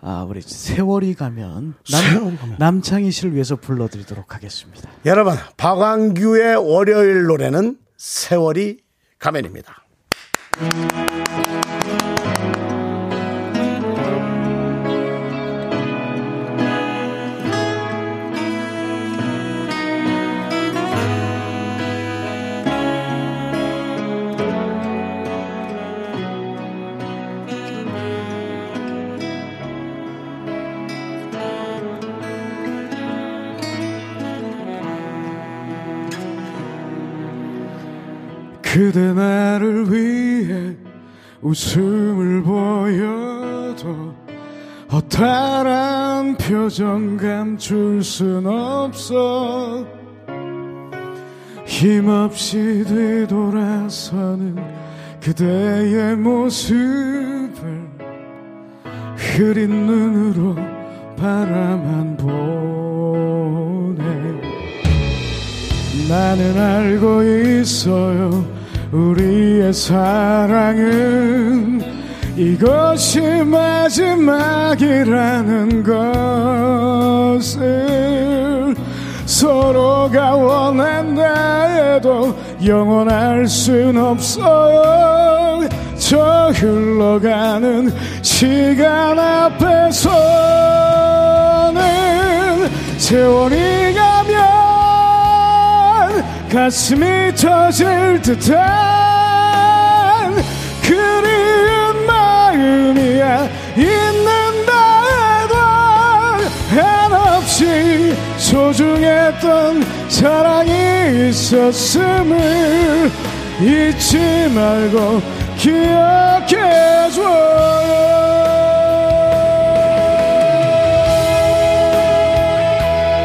[SPEAKER 3] 아, 우리 세월이 가면, 남,
[SPEAKER 2] 세월이 가면.
[SPEAKER 3] 남창희 씨를 위해서 불러드리도록 하겠습니다.
[SPEAKER 2] 여러분, 박완규의 월요일 노래는 세월이 가면입니다.
[SPEAKER 3] 그대 나를 위해 웃음을 보여도 허탈한 표정 감출 순 없어 힘없이 뒤돌아서는 그대의 모습을 흐린 눈으로 바라만 보네 나는 알고 있어요 우리의 사랑은 이것이 마지막이라는 것을 서로가 원한다 해도 영원할 순 없어요 저 흘러가는 시간 앞에서는 세월이 가면
[SPEAKER 6] 가슴이 터질 듯한 그리운 마음이야 있는다 해도 한없이 소중했던 사랑이 있었음을 잊지 말고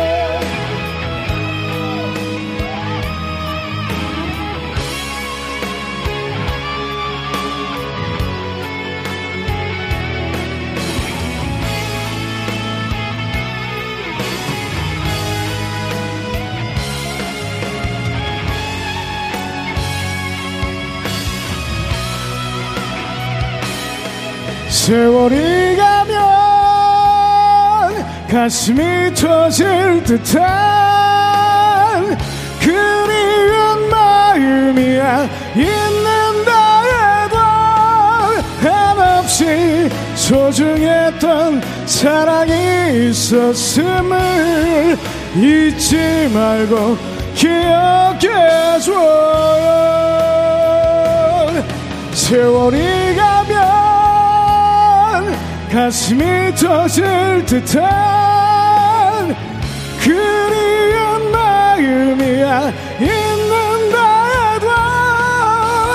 [SPEAKER 6] 기억해줘요 세월이 가면 가슴이 터질 듯한 그 그리운 마음이야 있는다 해도 한없이 소중했던 사랑이 있었음을 잊지 말고 기억해줘요 세월이 가면 가슴이 터질 듯한 그리운 마음이야 있는다 해도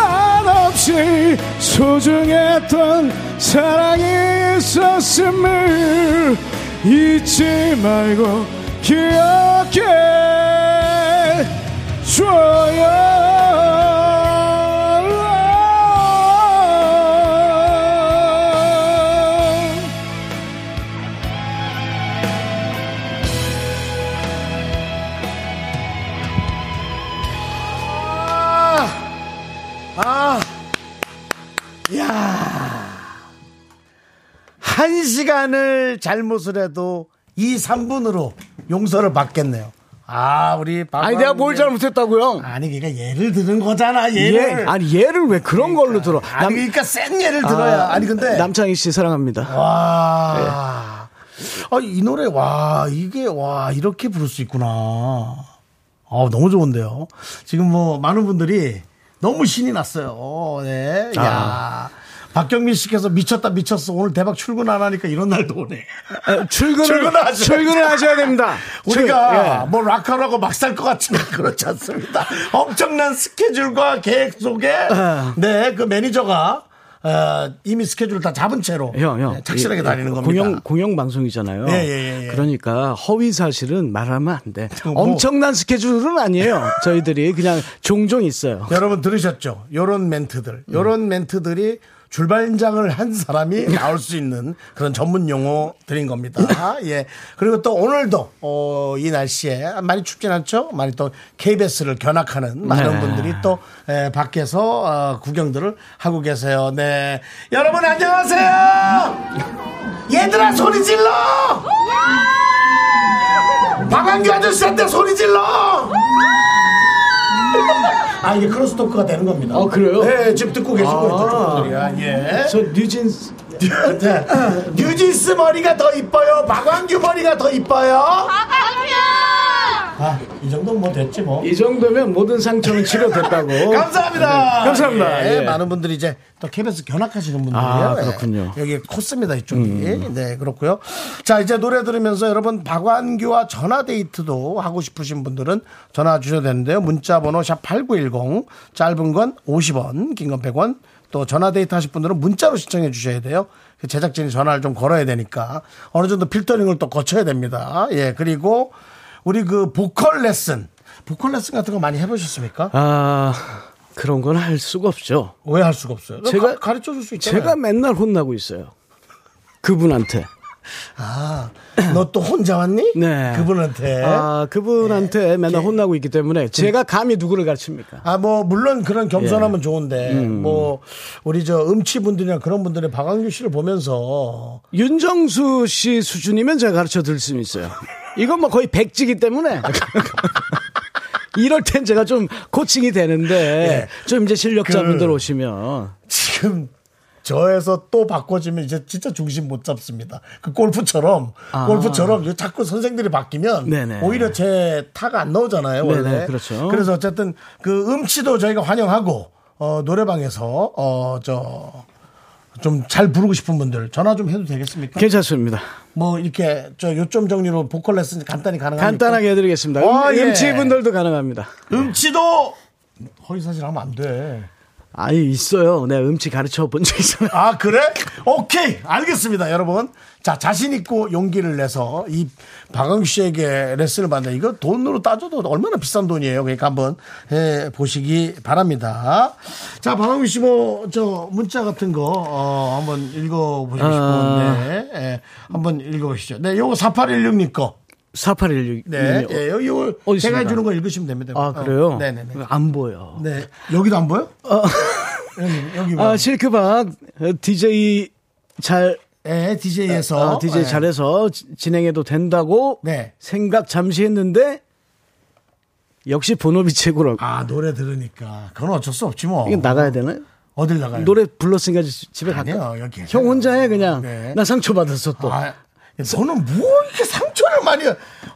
[SPEAKER 6] 한없이 소중했던 사랑이 있었음을 잊지 말고 기억해
[SPEAKER 2] 아,
[SPEAKER 6] 줘요
[SPEAKER 2] 아, 한 시간을 잘못을 해도 이 3분으로 용서를 받겠네요. 아, 우리 박
[SPEAKER 6] 아니 내가 뭘 잘못했다고요?
[SPEAKER 2] 아니, 그러니까 예를 드는 거잖아,
[SPEAKER 6] 얘,
[SPEAKER 2] 예를. 아니,
[SPEAKER 6] 아니 얘를 왜 그런 걸로 들어? 남-
[SPEAKER 2] 그러니까 센 예를 들어야.
[SPEAKER 6] 아,
[SPEAKER 2] 아, 니 근데.
[SPEAKER 6] 남창희 씨 사랑합니다.
[SPEAKER 2] 와. 아, 이 노래, 와, 이게, 와, 이렇게 부를 수 있구나. 아, 너무 좋은데요. 지금 뭐, 많은 분들이 너무 신이 났어요. 네. 야 박경민 씨께서 미쳤다, 미쳤어. 오늘 대박 출근 안 하니까 이런 날도 오네.
[SPEAKER 6] 에, 출근을
[SPEAKER 2] 아, 출근을 하셔야
[SPEAKER 6] 출근을 하셔야 됩니다.
[SPEAKER 2] 우리가
[SPEAKER 6] 출-
[SPEAKER 2] 뭐 락카라고 막 살 것 같지는 그렇지 않습니다. 엄청난 스케줄과 계획 속에
[SPEAKER 6] 어.
[SPEAKER 2] 네 그 매니저가 어, 이미 스케줄을 다 잡은 채로
[SPEAKER 6] 예. 형, 형.
[SPEAKER 2] 네, 착실하게
[SPEAKER 6] 예,
[SPEAKER 2] 다니는 겁니다.
[SPEAKER 6] 공영, 공영방송이잖아요.
[SPEAKER 2] 예, 예, 예, 예.
[SPEAKER 6] 그러니까 허위 사실은 말하면 안 돼.
[SPEAKER 2] 뭐.
[SPEAKER 6] 엄청난 스케줄은 아니에요. 저희들이 그냥 종종 있어요.
[SPEAKER 2] 여러분 들으셨죠? 요런 멘트들, 요런 멘트들이 줄발장을 한 사람이 나올 수 있는 그런 전문 용어들인 겁니다. 예. 그리고 또 오늘도 어, 이 날씨에 많이 춥진 않죠? 많이 또 KBS를 견학하는 많은
[SPEAKER 6] 네.
[SPEAKER 2] 분들이 또 예, 밖에서 어, 구경들을 하고 계세요. 네. 여러분 안녕하세요. 얘들아 소리 질러! 박한규 아저씨한테 소리 질러! 아 이게 크로스토크가 되는 겁니다.
[SPEAKER 6] 아, 그래요?
[SPEAKER 2] 네 지금 듣고 계신 거예요 청취자들이야. 예.
[SPEAKER 6] 저 뉴진스
[SPEAKER 2] 네. 뉴진스 머리가 더 이뻐요. 박완규 머리가 더 이뻐요. 박완규. 아이 정도면 뭐 됐지 뭐.
[SPEAKER 6] 이 정도면 모든 상처는 치료됐다고.
[SPEAKER 2] 네, 감사합니다.
[SPEAKER 6] 감사합니다.
[SPEAKER 2] 예,
[SPEAKER 6] 예.
[SPEAKER 2] 많은 분들이 이제 또 KBS 견학하시는 분들이에요.
[SPEAKER 6] 아,
[SPEAKER 2] 예.
[SPEAKER 6] 그렇군요.
[SPEAKER 2] 여기 컸습니다 이쪽이. 네 그렇고요. 자 이제 노래 들으면서 여러분 박완규와 전화 데이트도 하고 싶으신 분들은 전화 주셔도 되는데요. 문자번호 샵 #8910 짧은 건 50원, 긴 건 100원. 또 전화 데이트 하실 분들은 문자로 신청해 주셔야 돼요. 그 제작진이 전화를 좀 걸어야 되니까 어느 정도 필터링을 또 거쳐야 됩니다. 예 그리고 우리 그 보컬 레슨. 보컬 레슨 같은 거 많이 해보셨습니까?
[SPEAKER 6] 아, 그런 건 할 수가 없죠.
[SPEAKER 2] 왜 할 수가 없어요?
[SPEAKER 6] 제가-
[SPEAKER 2] 제가 가르쳐 줄 수 있잖아요.
[SPEAKER 6] 제가 맨날 혼나고 있어요. 그분한테.
[SPEAKER 2] 아, 너 또 혼자 왔니?
[SPEAKER 6] 네.
[SPEAKER 2] 그분한테. 아,
[SPEAKER 6] 아, 그분한테
[SPEAKER 2] 네.
[SPEAKER 6] 맨날 혼나고 있기 때문에 제가 감히 누구를 가르칩니까?
[SPEAKER 2] 뭐, 물론 그런
[SPEAKER 6] 예.
[SPEAKER 2] 겸손함은 좋은데,
[SPEAKER 6] 음.
[SPEAKER 2] 뭐, 우리 저 음치분들이나 그런 분들이 박광규 씨를 보면서,
[SPEAKER 6] 윤정수 씨 수준이면 제가 가르쳐 드릴 수 있어요. 이건 뭐 거의 백지기 때문에. 이럴 땐 제가 좀 코칭이 되는데 좀 이제 실력자분들
[SPEAKER 2] 네. 그-
[SPEAKER 6] 오시면
[SPEAKER 2] 지금 저에서 또 바꿔지면 이제 진짜 중심 못 잡습니다. 그 골프처럼 골프처럼 이제 자꾸 선생들이 바뀌면
[SPEAKER 3] 아. 네네.
[SPEAKER 2] 오히려 제 타가 안 나오잖아요. 원래.
[SPEAKER 3] 네네, 그렇죠.
[SPEAKER 2] 래서 어쨌든 그 음치도 저희가 환영하고 어, 노래방에서 어 저 좀 잘 부르고 싶은 분들 전화 좀 해도 되겠습니까?
[SPEAKER 3] 괜찮습니다.
[SPEAKER 2] 뭐 이렇게 저 요점 정리로 보컬 레슨 간단히 가능합니까?
[SPEAKER 3] 간단하게 해드리겠습니다.
[SPEAKER 2] 어,
[SPEAKER 3] 음,
[SPEAKER 2] 예.
[SPEAKER 3] 음치분들도 가능합니다.
[SPEAKER 2] 음치도 허위 사실 하면 안 돼.
[SPEAKER 3] 아니 있어요. 내가 음치 가르쳐 본 적 있어요.
[SPEAKER 2] 아 그래? 오케이 알겠습니다 여러분 자 자신 있고 용기를 내서 이 박영 씨에게 레슨을 받는 이거 돈으로 따져도 얼마나 비싼 돈이에요 그러니까 한번 해 보시기 바랍니다 자 박영 씨뭐 저 문자 같은 거 어, 한번 읽어보시고
[SPEAKER 3] 아.
[SPEAKER 2] 싶은데 예, 한번 읽어보시죠 네 요거 4816님 거
[SPEAKER 3] 4816.
[SPEAKER 2] 네, 예, 요, 요,
[SPEAKER 3] 어디
[SPEAKER 2] 제가
[SPEAKER 3] 있습니까?
[SPEAKER 2] 해주는 거 읽으시면 됩니다.
[SPEAKER 3] 아 그래요?
[SPEAKER 2] 어, 네네네.
[SPEAKER 3] 안 보여.
[SPEAKER 2] 네, 여기도 안 보여? 여기, 여기 봐.
[SPEAKER 3] 아 실크박 어, DJ 잘
[SPEAKER 2] 예, DJ에서.
[SPEAKER 3] 아, DJ 잘해서 지- 진행해도 된다고
[SPEAKER 2] 네.
[SPEAKER 3] 생각 잠시 했는데 역시 본업이 최고라고.
[SPEAKER 2] 아 노래 들으니까 그건 어쩔 수 없지 뭐.
[SPEAKER 3] 이건 나가야 되나요?
[SPEAKER 2] 어딜 나가요?
[SPEAKER 3] 노래 불렀으니까 지- 집에 갈까?
[SPEAKER 2] 아니요, 여기
[SPEAKER 3] 형 혼자 해 그냥.
[SPEAKER 2] 네.
[SPEAKER 3] 나 상처 받았어 또.
[SPEAKER 2] 아, 너는 뭐 이렇게 상처를 많이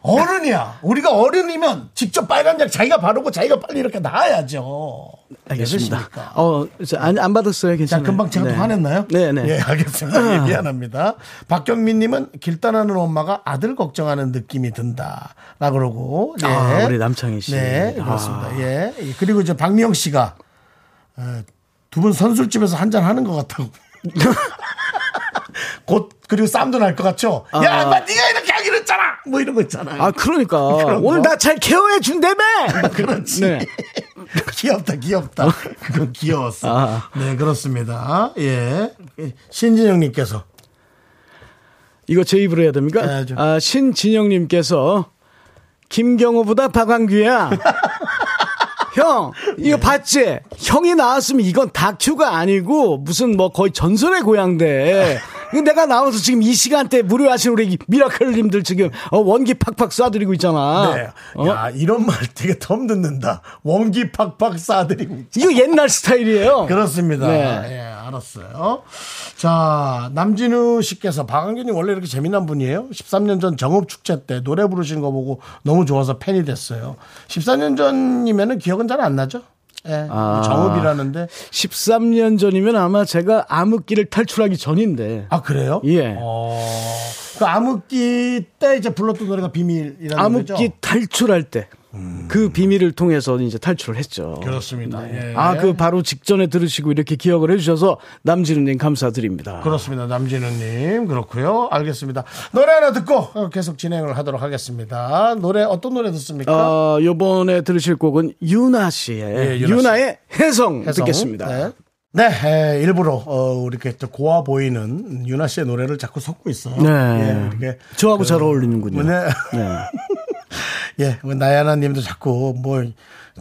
[SPEAKER 2] 어른이야. 우리가 어른이면 직접 빨간 약 자기가 바르고 자기가 빨리 이렇게 나아야죠.
[SPEAKER 3] 알겠습니다.
[SPEAKER 2] 되십니까?
[SPEAKER 3] 어, 저 안, 안 받았어요.
[SPEAKER 2] 자,
[SPEAKER 3] 괜찮아요.
[SPEAKER 2] 금방 제가
[SPEAKER 3] 네.
[SPEAKER 2] 또 화냈나요?
[SPEAKER 3] 네, 네.
[SPEAKER 2] 예, 알겠습니다. 예, 미안합니다. 박경민님은 길단하는 엄마가 아들 걱정하는 느낌이 든다. 라 그러고. 예.
[SPEAKER 3] 아, 우리 남창희 씨.
[SPEAKER 2] 네,
[SPEAKER 3] 아.
[SPEAKER 2] 그렇습니다. 예. 그리고 이제 박미영 씨가 어, 두 분 선술집에서 한잔 하는 것 같다고. 곧, 그리고 쌈도 날 것 같죠? 야, 마, 니가 이렇게 하기로 했잖아! 뭐 이런 거 있잖아요.
[SPEAKER 3] 아, 그러니까.
[SPEAKER 2] 그런 거?
[SPEAKER 3] 오늘 나 잘 케어해 준다며!
[SPEAKER 2] 그렇지.
[SPEAKER 3] 네. 어?
[SPEAKER 2] 귀엽다, 귀엽다. 그건 귀여웠어.
[SPEAKER 3] 아.
[SPEAKER 2] 네, 그렇습니다. 예. 신진영님께서.
[SPEAKER 3] 이거 제 입으로 해야 됩니까?
[SPEAKER 2] 네, 좀.
[SPEAKER 3] 아, 신진영님께서 김경호보다 박완규야. 형, 이거 봤지? 형이 나왔으면 이건 다큐가 아니고 무슨 뭐 거의 전설의 고향대. 이거 내가 나와서 지금 이 시간대 무료하신 우리 미라클님들 지금 어, 원기 팍팍 쏴드리고 있잖아.
[SPEAKER 2] 네.
[SPEAKER 3] 어?
[SPEAKER 2] 야, 이런 말 되게 덤 듣는다. 원기 팍팍 쏴드리고.
[SPEAKER 3] 이거 옛날 스타일이에요.
[SPEAKER 2] 그렇습니다.
[SPEAKER 3] 네.
[SPEAKER 2] 예, 알았어요. 자, 남진우 씨께서 박한균이 원래 이렇게 재미난 분이에요? 13년 전 정읍축제 때 노래 부르시는 거 보고 너무 좋아서 팬이 됐어요. 14년 전이면은 기억은 잘 안 나죠? 예.
[SPEAKER 3] 아.
[SPEAKER 2] 정읍이라는데.
[SPEAKER 3] 13년 전이면 아마 제가 암흑기를 탈출하기 전인데.
[SPEAKER 2] 아, 그래요?
[SPEAKER 3] 예.
[SPEAKER 2] 어, 그 암흑기 때 이제 불렀던 노래가 비밀이라는 노래죠?
[SPEAKER 3] 암흑기 탈출할 때. 그 비밀을 통해서 이제 탈출을 했죠.
[SPEAKER 2] 그렇습니다. 예.
[SPEAKER 3] 아, 그 바로 직전에 들으시고 이렇게 기억을 해주셔서 남지훈님 감사드립니다.
[SPEAKER 2] 그렇습니다. 남진우님 그렇고요. 알겠습니다. 노래 하나 듣고 어, 계속 진행을 하도록 하겠습니다. 노래 어떤 노래 듣습니까?
[SPEAKER 3] 어, 요번에 들으실 곡은 유나 씨의,
[SPEAKER 2] 예, 유나
[SPEAKER 3] 유나 의 해성,
[SPEAKER 2] 해성.
[SPEAKER 3] 듣겠습니다.
[SPEAKER 2] 네. 네, 에, 일부러 어, 이렇게 또 고와 보이는 유나 씨의 노래를 자꾸 섞고 있어요.
[SPEAKER 3] 네.
[SPEAKER 2] 예, 이렇게
[SPEAKER 3] 저하고
[SPEAKER 2] 그,
[SPEAKER 3] 잘 어울리는군요.
[SPEAKER 2] 네. 예, 뭐 나야나님도 자꾸 뭐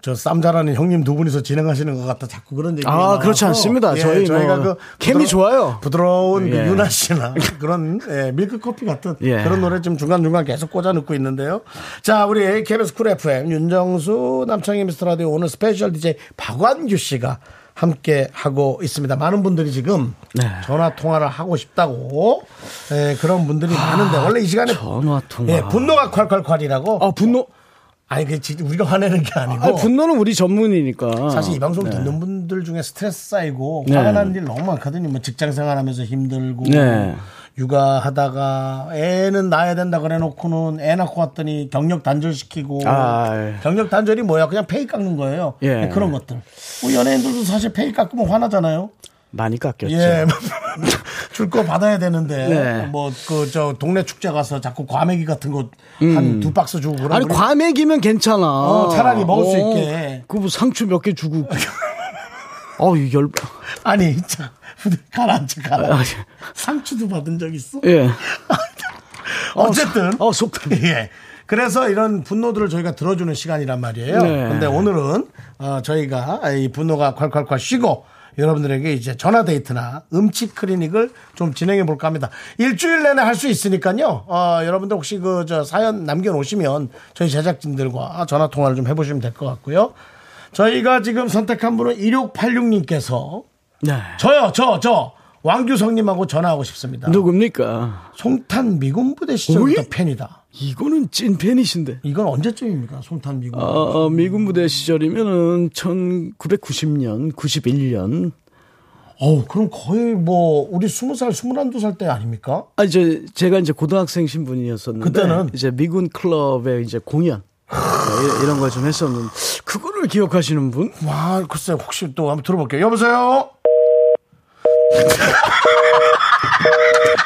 [SPEAKER 2] 저 쌈자라는 형님 두 분이서 진행하시는 것 같다. 자꾸 그런 얘기. 예,
[SPEAKER 3] 아, 그렇지 않습니다. 저희
[SPEAKER 2] 가그
[SPEAKER 3] 뭐 캠이 좋아요.
[SPEAKER 2] 부드러운 그
[SPEAKER 3] 예.
[SPEAKER 2] 유나 씨나 그런 예, 밀크 커피 같은
[SPEAKER 3] 예.
[SPEAKER 2] 그런 노래 좀 중간 중간 계속 꽂아 넣고 있는데요. 자, 우리 KBS 쿨 FM 윤정수 남창희 미스터 라디오 오늘 스페셜 DJ 박완규 씨가 함께 하고 있습니다. 많은 분들이 지금
[SPEAKER 3] 네.
[SPEAKER 2] 전화 통화를 하고 싶다고 예, 그런 분들이 많은데
[SPEAKER 3] 아,
[SPEAKER 2] 원래 이 시간에
[SPEAKER 3] 전화 통화.
[SPEAKER 2] 예, 분노가 콸콸콸이라고.
[SPEAKER 3] 아, 분노.
[SPEAKER 2] 아니 그 지- 우리가 화내는 게 어. 아니고
[SPEAKER 3] 아, 분노는 우리 전문이니까.
[SPEAKER 2] 뭐. 사실 이 방송 듣는 분들 중에 스트레스 쌓이고
[SPEAKER 3] 어. 네.
[SPEAKER 2] 화가 나는 일 너무 많거든요. 뭐 직장 생활하면서 힘들고
[SPEAKER 3] 네.
[SPEAKER 2] 육아하다가 애는 낳아야 된다 그래놓고는 애 낳고 왔더니 경력 단절시키고
[SPEAKER 3] 아, 예.
[SPEAKER 2] 경력 단절이 뭐야? 그냥 페이 깎는 거예요. 네,
[SPEAKER 3] 예.
[SPEAKER 2] 그런 것들. 뭐 연예인들도 사실 페이 깎으면 화나잖아요.
[SPEAKER 3] 많이 깎였죠.
[SPEAKER 2] 예. 줄 거 받아야 되는데
[SPEAKER 3] 그렇죠. 네.
[SPEAKER 2] 뭐 그 저 동네 축제 가서 자꾸 과메기 같은 거 한 두 박스 주고 그러면
[SPEAKER 3] 음. 아니
[SPEAKER 2] 우리
[SPEAKER 3] 과메기면 괜찮아.
[SPEAKER 2] 어, 차라리 먹을 수 있게.
[SPEAKER 3] 그뭐 상추 몇 개 주고. 어우 이 열.
[SPEAKER 2] 아니, 자, 가라앉혀, 가라.
[SPEAKER 3] 아,
[SPEAKER 2] 상추도 받은 적 있어?
[SPEAKER 3] 예.
[SPEAKER 2] 어쨌든.
[SPEAKER 3] 어 속.
[SPEAKER 2] 예. 그래서 이런 분노들을 저희가 들어주는 시간이란 말이에요.
[SPEAKER 3] 네.
[SPEAKER 2] 근데 오늘은, 어, 저희가 이 분노가 콸콸콸 쉬고, 여러분들에게 이제 전화 데이트나 음치 클리닉을 좀 진행해 볼까 합니다. 일주일 내내 할 수 있으니까요. 어, 여러분들 혹시 그 저 사연 남겨 놓으시면 저희 제작진들과 전화 통화를 좀 해보시면 될 것 같고요. 저희가 지금 선택한 분은 2686님께서
[SPEAKER 3] 네.
[SPEAKER 2] 저요, 저, 저. 왕규성님하고 전화하고 싶습니다.
[SPEAKER 3] 누굽니까?
[SPEAKER 2] 송탄 미군 부대 시절부터 팬이다.
[SPEAKER 3] 이거는 찐팬이신데.
[SPEAKER 2] 이건 언제쯤입니까? 송탄 미군.
[SPEAKER 3] 어, 어, 미군 부대 시절이면은 1990년, 91년.
[SPEAKER 2] 어우, 그럼 거의 뭐 우리 스무 살, 스물한 두 살 때 아닙니까?
[SPEAKER 3] 아, 이제 제가 이제 고등학생 신분이었었는데
[SPEAKER 2] 그때는?
[SPEAKER 3] 이제 미군 클럽에 이제 공연 네, 이- 이런 걸 좀 했었는데 그거를 기억하시는 분?
[SPEAKER 2] 와, 글쎄 혹시 또 한번 들어볼게요. 여보세요.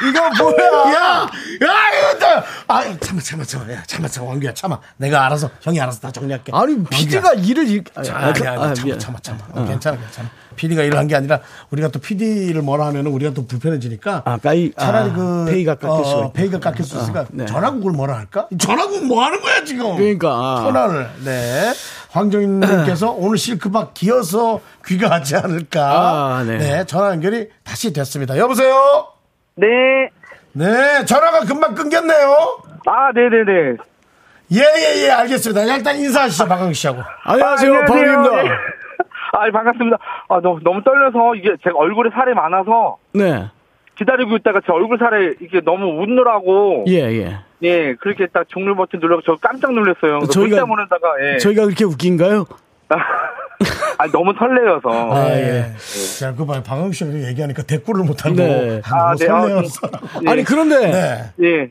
[SPEAKER 2] 이거 뭐야? 야, 야, 이거 다. 아, 참아, 참아, 참아, 야, 참아, 참아, 왕규야, 참아. 내가 알아서, 형이 알아서 다 정리할게.
[SPEAKER 3] 아니
[SPEAKER 2] 왕규야.
[SPEAKER 3] PD가 일을 이 아,
[SPEAKER 2] 자,
[SPEAKER 3] 아,
[SPEAKER 2] 아니, 아니,
[SPEAKER 3] 아,
[SPEAKER 2] 참아,
[SPEAKER 3] 미안.
[SPEAKER 2] 참아, 참아. 어, 괜찮아, 괜찮아. PD가 일을 한 게 아니라 우리가 또 PD를 뭐라 하면 은 우리가 또 불편해지니까
[SPEAKER 3] 아, 까이-
[SPEAKER 2] 차라리
[SPEAKER 3] 아,
[SPEAKER 2] 그
[SPEAKER 3] 페이가 깎일 수가 있다.
[SPEAKER 2] 페이가 깎일 수 있으니까
[SPEAKER 3] 네.
[SPEAKER 2] 전화국을 뭐라 할까? 이 전화국 뭐 하는 거야 지금?
[SPEAKER 3] 그러니까, 아.
[SPEAKER 2] 전화를 네 황정인님께서 오늘 실크박 기어서 귀가하지 않을까?
[SPEAKER 3] 아,
[SPEAKER 2] 네.
[SPEAKER 3] 네.
[SPEAKER 2] 전화 연결이 다시 됐습니다. 여보세요.
[SPEAKER 7] 네.
[SPEAKER 2] 네 전화가 금방 끊겼네요.
[SPEAKER 7] 아, 네네네. 아.
[SPEAKER 2] 예예예 알겠습니다. 일단 인사하시죠 박영기 씨하고.
[SPEAKER 7] 안녕하세요.
[SPEAKER 3] 안녕하세요,
[SPEAKER 7] 네.
[SPEAKER 3] 박입니다.
[SPEAKER 7] 아, 반갑습니다. 아, 너무, 너무 떨려서 이게 제가 얼굴에 살이 많아서
[SPEAKER 3] 네,
[SPEAKER 7] 기다리고 있다가 제 얼굴 살에 이게 너무 웃느라고
[SPEAKER 3] 예, 예.
[SPEAKER 7] 예, 그렇게 딱 종료 버튼 눌러서 저 깜짝 놀랐어요. 그래서
[SPEAKER 3] 저희가-
[SPEAKER 7] 문자 보내다가
[SPEAKER 2] 네.
[SPEAKER 7] 예.
[SPEAKER 3] 저희가 그렇게 웃긴가요?
[SPEAKER 7] 아, 너무 설레여서.
[SPEAKER 2] 아, 예. 자, 그 봐요. 방영 씨가 얘기하니까 대꾸를 못하고.
[SPEAKER 3] 네.
[SPEAKER 2] 아,
[SPEAKER 7] 네. 아,
[SPEAKER 2] 너무 설레어서.
[SPEAKER 7] 예.
[SPEAKER 3] 아니 그런데
[SPEAKER 2] 네.
[SPEAKER 7] 예.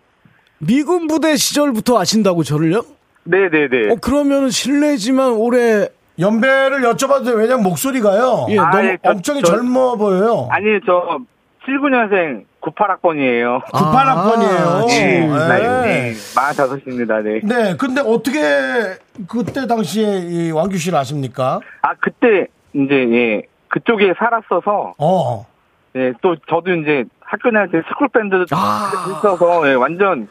[SPEAKER 3] 미군 부대 시절부터 아신다고 저를요?
[SPEAKER 7] 네, 네, 네.
[SPEAKER 2] 예.
[SPEAKER 3] 어 그러면은 실례지만 올해
[SPEAKER 2] 연배를 여쭤봐도 돼요. 왜냐면 목소리가요.
[SPEAKER 3] 예,
[SPEAKER 7] 아,
[SPEAKER 3] 너무
[SPEAKER 7] 예, 저-
[SPEAKER 2] 엄청
[SPEAKER 7] 저-
[SPEAKER 2] 젊어 보여요.
[SPEAKER 7] 아니, 저 79년생 98학번이에요.
[SPEAKER 3] 아,
[SPEAKER 2] 98학번이에요.
[SPEAKER 3] 예.
[SPEAKER 7] 네, 나이,
[SPEAKER 2] 네.
[SPEAKER 7] 네. 45입니다. 네.
[SPEAKER 2] 네, 근데 어떻게 그때 당시에 이 왕규 씨를 아십니까?
[SPEAKER 7] 아, 그때 이제 예. 그쪽에 살았어서
[SPEAKER 2] 어.
[SPEAKER 7] 예, 또 저도 이제 학교 다닐 때 스쿨 밴드
[SPEAKER 3] 아.
[SPEAKER 7] 있어서 예, 완전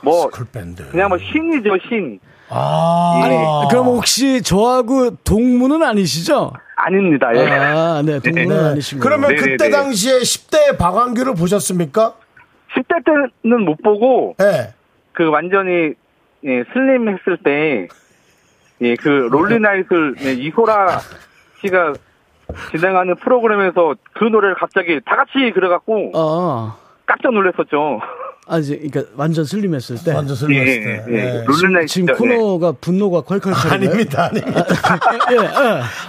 [SPEAKER 7] 뭐
[SPEAKER 2] 쿨밴드.
[SPEAKER 7] 그냥 뭐 신이죠, 신.
[SPEAKER 2] 아.
[SPEAKER 7] 아니,
[SPEAKER 3] 그럼 뭐 혹시 저하고 동무는 아니시죠?
[SPEAKER 7] 아닙니다. 예.
[SPEAKER 3] 아, 네, 동무는
[SPEAKER 2] 네.
[SPEAKER 3] 아니시고.
[SPEAKER 2] 그러면
[SPEAKER 7] 네네네.
[SPEAKER 2] 그때 당시에 10대 박왕규를 보셨습니까?
[SPEAKER 7] 10대 때는 못 보고
[SPEAKER 2] 예.
[SPEAKER 7] 그 완전히 예, 슬림 했을 때 예, 그 롤리나잇을 예, 이소라 씨가 진행하는 프로그램에서 그 노래를 갑자기 다 같이 그래갖고
[SPEAKER 3] 아,
[SPEAKER 7] 깜짝 놀랐었죠.
[SPEAKER 3] 아직 그러니까 완전 슬림했을 때.
[SPEAKER 2] 완전
[SPEAKER 7] 예,
[SPEAKER 2] 슬렸을
[SPEAKER 7] 예,
[SPEAKER 2] 때.
[SPEAKER 7] 예.
[SPEAKER 2] 예.
[SPEAKER 7] 롤리나잇
[SPEAKER 3] 지금
[SPEAKER 7] 진짜, 예.
[SPEAKER 3] 코너가 분노가 콸콸콸.
[SPEAKER 2] 아닙니다, 아닙니다.
[SPEAKER 3] 예, 예.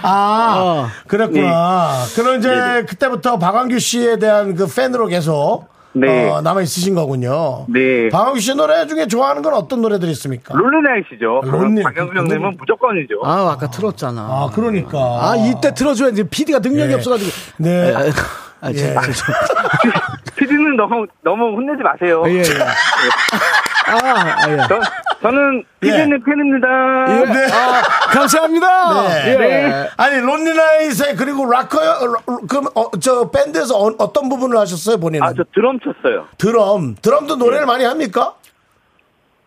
[SPEAKER 2] 아,
[SPEAKER 3] 어.
[SPEAKER 2] 그랬구나.
[SPEAKER 7] 예.
[SPEAKER 2] 그럼 이제 그때부터 박완규 씨에 대한 그 팬으로 계속
[SPEAKER 7] 네.
[SPEAKER 2] 어, 남아 있으신 거군요.
[SPEAKER 7] 네.
[SPEAKER 2] 박완규 씨 노래 중에 좋아하는 건 어떤 노래들이 있습니까?
[SPEAKER 7] 예. 롤리나잇이죠.
[SPEAKER 2] 롤리-
[SPEAKER 7] 박영수 형님은 무조건이죠.
[SPEAKER 3] 아, 아까 틀었잖아.
[SPEAKER 2] 아,
[SPEAKER 3] 아,
[SPEAKER 2] 그러니까.
[SPEAKER 3] 이때 틀어줘야지. PD가 능력이
[SPEAKER 2] 예.
[SPEAKER 3] 없어가지고.
[SPEAKER 2] 네.
[SPEAKER 3] 아, 아, 죄-
[SPEAKER 2] 예.
[SPEAKER 3] 죄송합니다.
[SPEAKER 7] 피디는 너무 너무 혼내지 마세요.
[SPEAKER 3] 예, 예. 아, 아, 예.
[SPEAKER 7] 저, 저는
[SPEAKER 2] 예.
[SPEAKER 7] 피디님 팬입니다.
[SPEAKER 3] 예. 아, 감사합니다.
[SPEAKER 2] 네.
[SPEAKER 3] 예.
[SPEAKER 2] 아니 론리나잇에 그리고 락커 그저 밴드에서 어, 떤 부분을 하셨어요 본인은?
[SPEAKER 7] 아, 저 예. 드럼 쳤어요.
[SPEAKER 2] 드럼 드럼도 노래를 많이 합니까?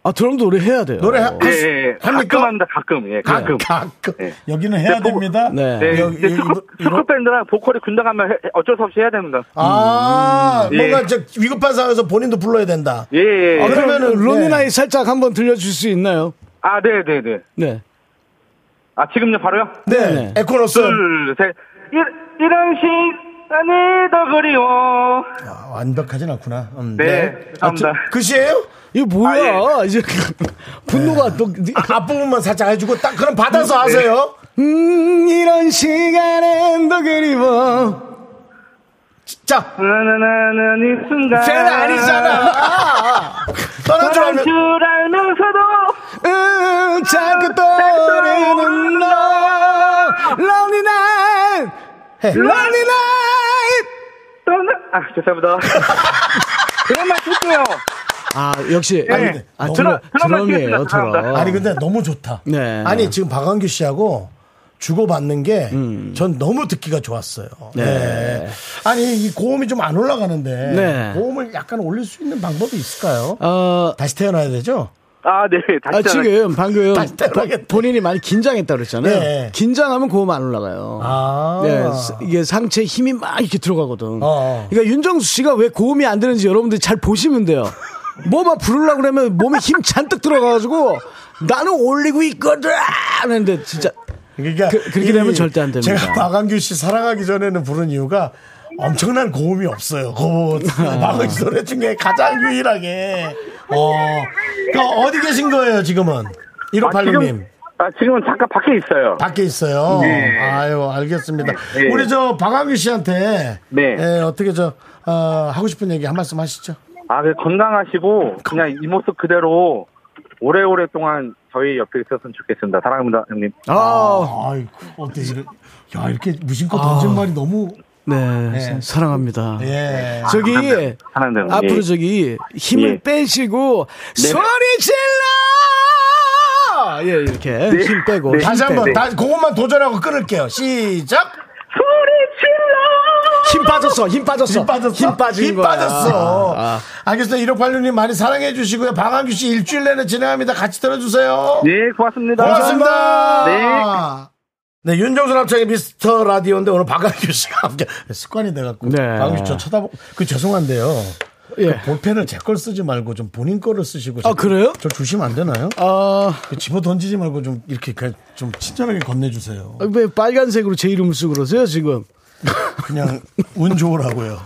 [SPEAKER 3] 아, 드럼도 노래 해야 돼요.
[SPEAKER 2] 노래
[SPEAKER 7] 예,
[SPEAKER 2] 하-
[SPEAKER 7] 예, 예.
[SPEAKER 2] 아, 합니까?
[SPEAKER 7] 가끔 합니다. 가끔. 예, 가끔.
[SPEAKER 2] 가끔
[SPEAKER 7] 예.
[SPEAKER 2] 여기는 해야 됩니다.
[SPEAKER 3] 네.
[SPEAKER 7] 네,
[SPEAKER 2] 여기-
[SPEAKER 7] 이제
[SPEAKER 2] 이-
[SPEAKER 7] 스쿠,
[SPEAKER 2] 이런-
[SPEAKER 7] 스쿠 밴드랑 보컬이 군대 가면 해- 어쩔 수 없이 해야 됩니다.
[SPEAKER 2] 아
[SPEAKER 7] 음.
[SPEAKER 2] 뭔가
[SPEAKER 7] 예.
[SPEAKER 2] 이제 위급한 상황에서 본인도 불러야 된다.
[SPEAKER 7] 예, 예.
[SPEAKER 3] 아,
[SPEAKER 7] 예.
[SPEAKER 3] 그러면은
[SPEAKER 2] 네.
[SPEAKER 3] 론이나이 살짝 한번 들려줄 수 있나요?
[SPEAKER 7] 아, 네, 네, 네.
[SPEAKER 3] 네.
[SPEAKER 7] 아, 지금요, 바로요?
[SPEAKER 2] 네,
[SPEAKER 3] 네.
[SPEAKER 2] 에코노스
[SPEAKER 7] 둘, 셋. 이, 이런 시간이 더 그리워.
[SPEAKER 2] 아, 완벽하진 않구나. 음,
[SPEAKER 7] 네, 감사합니다.
[SPEAKER 2] 그시에요?
[SPEAKER 3] 이게 뭐야? 이제 분노가 또
[SPEAKER 2] 앞부분만 살짝 해주고 딱 그럼 받아서
[SPEAKER 7] 네.
[SPEAKER 2] 하세요.
[SPEAKER 3] 음, 이런 시간엔 더 그리워.
[SPEAKER 2] 자,
[SPEAKER 7] 나나나는 이 순간.
[SPEAKER 2] 쟤는 아니잖아. 떠난 줄
[SPEAKER 7] 그런
[SPEAKER 2] 알면
[SPEAKER 7] 줄 알면서도.
[SPEAKER 3] 음, 자꾸 떠오르는 너. Lonely night. Lonely night.
[SPEAKER 7] 떠나... 아, 죄송합니다. 그런 말 했고요.
[SPEAKER 3] 아, 역시.
[SPEAKER 7] 예.
[SPEAKER 3] 아니, 아,
[SPEAKER 7] 너무-
[SPEAKER 3] 드럼,
[SPEAKER 7] 드럼만
[SPEAKER 3] 드럼이에요,
[SPEAKER 7] 끼우지
[SPEAKER 3] 드럼.
[SPEAKER 7] 않습니다.
[SPEAKER 2] 아니 근데 너무 좋다.
[SPEAKER 3] 네.
[SPEAKER 2] 아니 지금 박완규 씨하고 주고받는 게 전
[SPEAKER 3] 음.
[SPEAKER 2] 너무 듣기가 좋았어요. 네. 아니 이 고음이 좀 안 올라가는데
[SPEAKER 3] 네.
[SPEAKER 2] 고음을 약간 올릴 수 있는 방법이 있을까요?
[SPEAKER 3] 어,
[SPEAKER 2] 다시 태어나야 되죠?
[SPEAKER 7] 아, 네. 다시
[SPEAKER 3] 아, 지금 방금
[SPEAKER 2] 다시 때려야겠다.
[SPEAKER 3] 보- 본인이 많이 긴장했다 그랬잖아요.
[SPEAKER 2] 네.
[SPEAKER 3] 긴장하면 고음 안 올라가요.
[SPEAKER 2] 아.
[SPEAKER 3] 네, 스- 이게 상체 힘이 막 이렇게 들어가거든.
[SPEAKER 2] 어.
[SPEAKER 3] 그러니까 윤정수 씨가 왜 고음이 안 되는지 여러분들이 잘 보시면 돼요. 뭐만 부르려고 그러면 몸에 힘 잔뜩 들어가가지고 나는 올리고 있거든! 하는데 진짜.
[SPEAKER 2] 그러니까
[SPEAKER 3] 그- 그렇게 되면 절대 안 됩니다.
[SPEAKER 2] 제가 박완규 씨 사랑하기 전에는 부른 이유가 엄청난 고음이 없어요. 그 막은 노래 중에 가장 유일하게. 어, 그러니까 어디 계신 거예요 지금은? 1586님.
[SPEAKER 7] 지금, 아, 지금은 잠깐 밖에 있어요.
[SPEAKER 3] 아.
[SPEAKER 2] 밖에 있어요.
[SPEAKER 7] 네.
[SPEAKER 2] 아유, 알겠습니다.
[SPEAKER 7] 네.
[SPEAKER 2] 우리 저 박광규 씨한테
[SPEAKER 7] 네.
[SPEAKER 2] 예, 어떻게 저 어, 하고 싶은 얘기 한 말씀 하시죠.
[SPEAKER 7] 아, 그 건강하시고 그냥 이 모습 그대로 오래오래 동안 저희 옆에 있었으면 좋겠습니다. 사랑합니다, 형님.
[SPEAKER 3] 아,
[SPEAKER 2] 아이고, 어때 이야 이렇게 무심코 던진말이 너무
[SPEAKER 3] 네,
[SPEAKER 2] 네.
[SPEAKER 3] 사랑합니다.
[SPEAKER 2] 예.
[SPEAKER 3] 저기
[SPEAKER 7] 사랑합니다.
[SPEAKER 3] 앞으로
[SPEAKER 7] 예.
[SPEAKER 3] 저기 힘을
[SPEAKER 7] 예.
[SPEAKER 3] 빼시고 소리 질러! 예, 이렇게 힘 빼고
[SPEAKER 7] 네.
[SPEAKER 3] 힘
[SPEAKER 2] 다시
[SPEAKER 3] 빼고.
[SPEAKER 2] 한번 다시 그것만 도전하고 끊을게요. 시작.
[SPEAKER 3] 힘 빠졌어, 힘 빠졌어,
[SPEAKER 2] 힘 빠졌어.
[SPEAKER 3] 힘 빠진
[SPEAKER 2] 힘
[SPEAKER 3] 거야.
[SPEAKER 2] 빠졌어.
[SPEAKER 3] 아,
[SPEAKER 2] 알겠습니다. 1586님 많이 사랑해 주시고요. 방한규 씨 일주일 내내 진행합니다. 같이 들어주세요.
[SPEAKER 7] 네, 고맙습니다.
[SPEAKER 2] 고맙습니다.
[SPEAKER 7] 네.
[SPEAKER 2] 네, 윤정수 남창의 미스터 라디오인데 오늘 박한규 씨가 함께 습관이 돼갖고
[SPEAKER 3] 네.
[SPEAKER 2] 박한규 씨 저 쳐다보. 그 죄송한데요.
[SPEAKER 3] 예.
[SPEAKER 2] 볼펜을 제 걸 쓰지 말고 좀 본인 거를 쓰시고.
[SPEAKER 3] 아, 그래요?
[SPEAKER 2] 저 주시면 안 되나요?
[SPEAKER 3] 아,
[SPEAKER 2] 그 집어 던지지 말고 좀 이렇게 그냥 좀 친절하게 건네주세요.
[SPEAKER 3] 왜 빨간색으로 제 이름 쓰고 그러세요 지금?
[SPEAKER 2] 그냥 운 좋으라고요.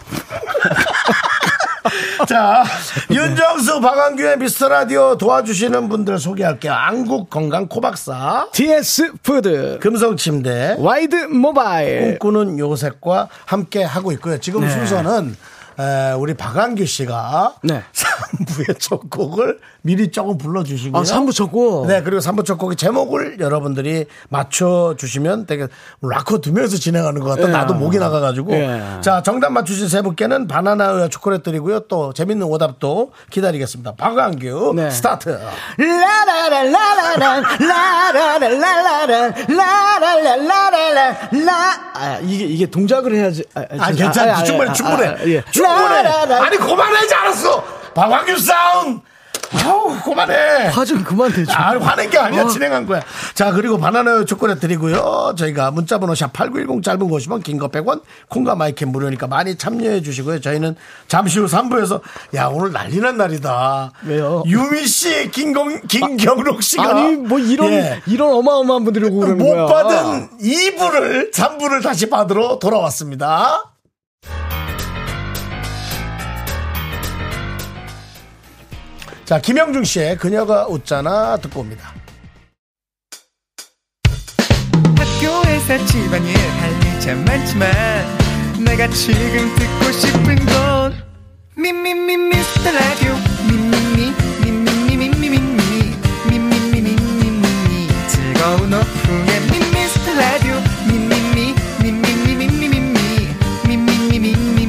[SPEAKER 2] 자, 윤정수, 박한규의 미스터 라디오 도와주시는 분들 소개할게요. 안국 건강 코박사,
[SPEAKER 3] TS 푸드,
[SPEAKER 2] 금성 침대,
[SPEAKER 3] 와이드 모바일,
[SPEAKER 2] 꿈꾸는 요셉과 함께 하고 있고요. 지금
[SPEAKER 3] 네.
[SPEAKER 2] 순서는 에, 우리 박한규 씨가
[SPEAKER 3] 네.
[SPEAKER 2] 3부의 첫 곡을 미리 조금 불러주시고요.
[SPEAKER 3] 아, 3부 쳤고.
[SPEAKER 2] 네, 그리고 3부 첫 곡의 제목을 여러분들이 맞춰주시면 되게 락커 두 명에서 진행하는 것 같다.
[SPEAKER 3] 예.
[SPEAKER 2] 나도 목이 나가가지고.
[SPEAKER 3] 예.
[SPEAKER 2] 자, 정답 맞추신 세 분께는 바나나우유 초콜릿 드리고요. 또 재밌는 오답도 기다리겠습니다. 박한규
[SPEAKER 3] 네.
[SPEAKER 2] 스타트. 아,
[SPEAKER 3] 라라라라라란, 라라라라라란, 라라라라라라, 라. 아, 이게, 이게 동작을 해야지. 아,
[SPEAKER 2] 아,
[SPEAKER 3] 죄송-
[SPEAKER 2] 괜찮아.
[SPEAKER 3] 아, 아,
[SPEAKER 2] 충분해,
[SPEAKER 3] 아, 아,
[SPEAKER 2] 충분해.
[SPEAKER 3] 아, 예.
[SPEAKER 2] 충분해.
[SPEAKER 3] 라라라.
[SPEAKER 2] 아니, 그만하지 않았어. 박완규 사운. 아우, 그만해.
[SPEAKER 3] 화 좀 그만 대줘.
[SPEAKER 2] 아, 화낸 게
[SPEAKER 3] 어.
[SPEAKER 2] 아니야. 진행한 거야. 자, 그리고 바나나 초콜릿 드리고요. 저희가 문자번호 샵8910 짧은 거 50원, 긴 거 100원, 콩과 마이크 무료니까 많이 참여해 주시고요. 저희는 잠시 후 3부에서, 야, 오늘 난리 난 날이다.
[SPEAKER 3] 왜요?
[SPEAKER 2] 유미 씨, 김경, 김경록 씨가.
[SPEAKER 3] 아니, 뭐 이런,
[SPEAKER 2] 예.
[SPEAKER 3] 이런 어마어마한 분들이 오고 그러는
[SPEAKER 2] 못
[SPEAKER 3] 거야.
[SPEAKER 2] 받은 2부를, 3부를 다시 받으러 돌아왔습니다. 자, 김영중 씨의 그녀가 웃잖아 듣고 옵니다.
[SPEAKER 8] 학교에서 집안일 할 일 참 많지만 내가 지금 듣고 싶은 건 미미미 미스터 라디오 미미미 미미미 미미미 미미미 미미미 즐거운 오후에 미스터 라디오 미미미 미미미 미미미 미미미 미미미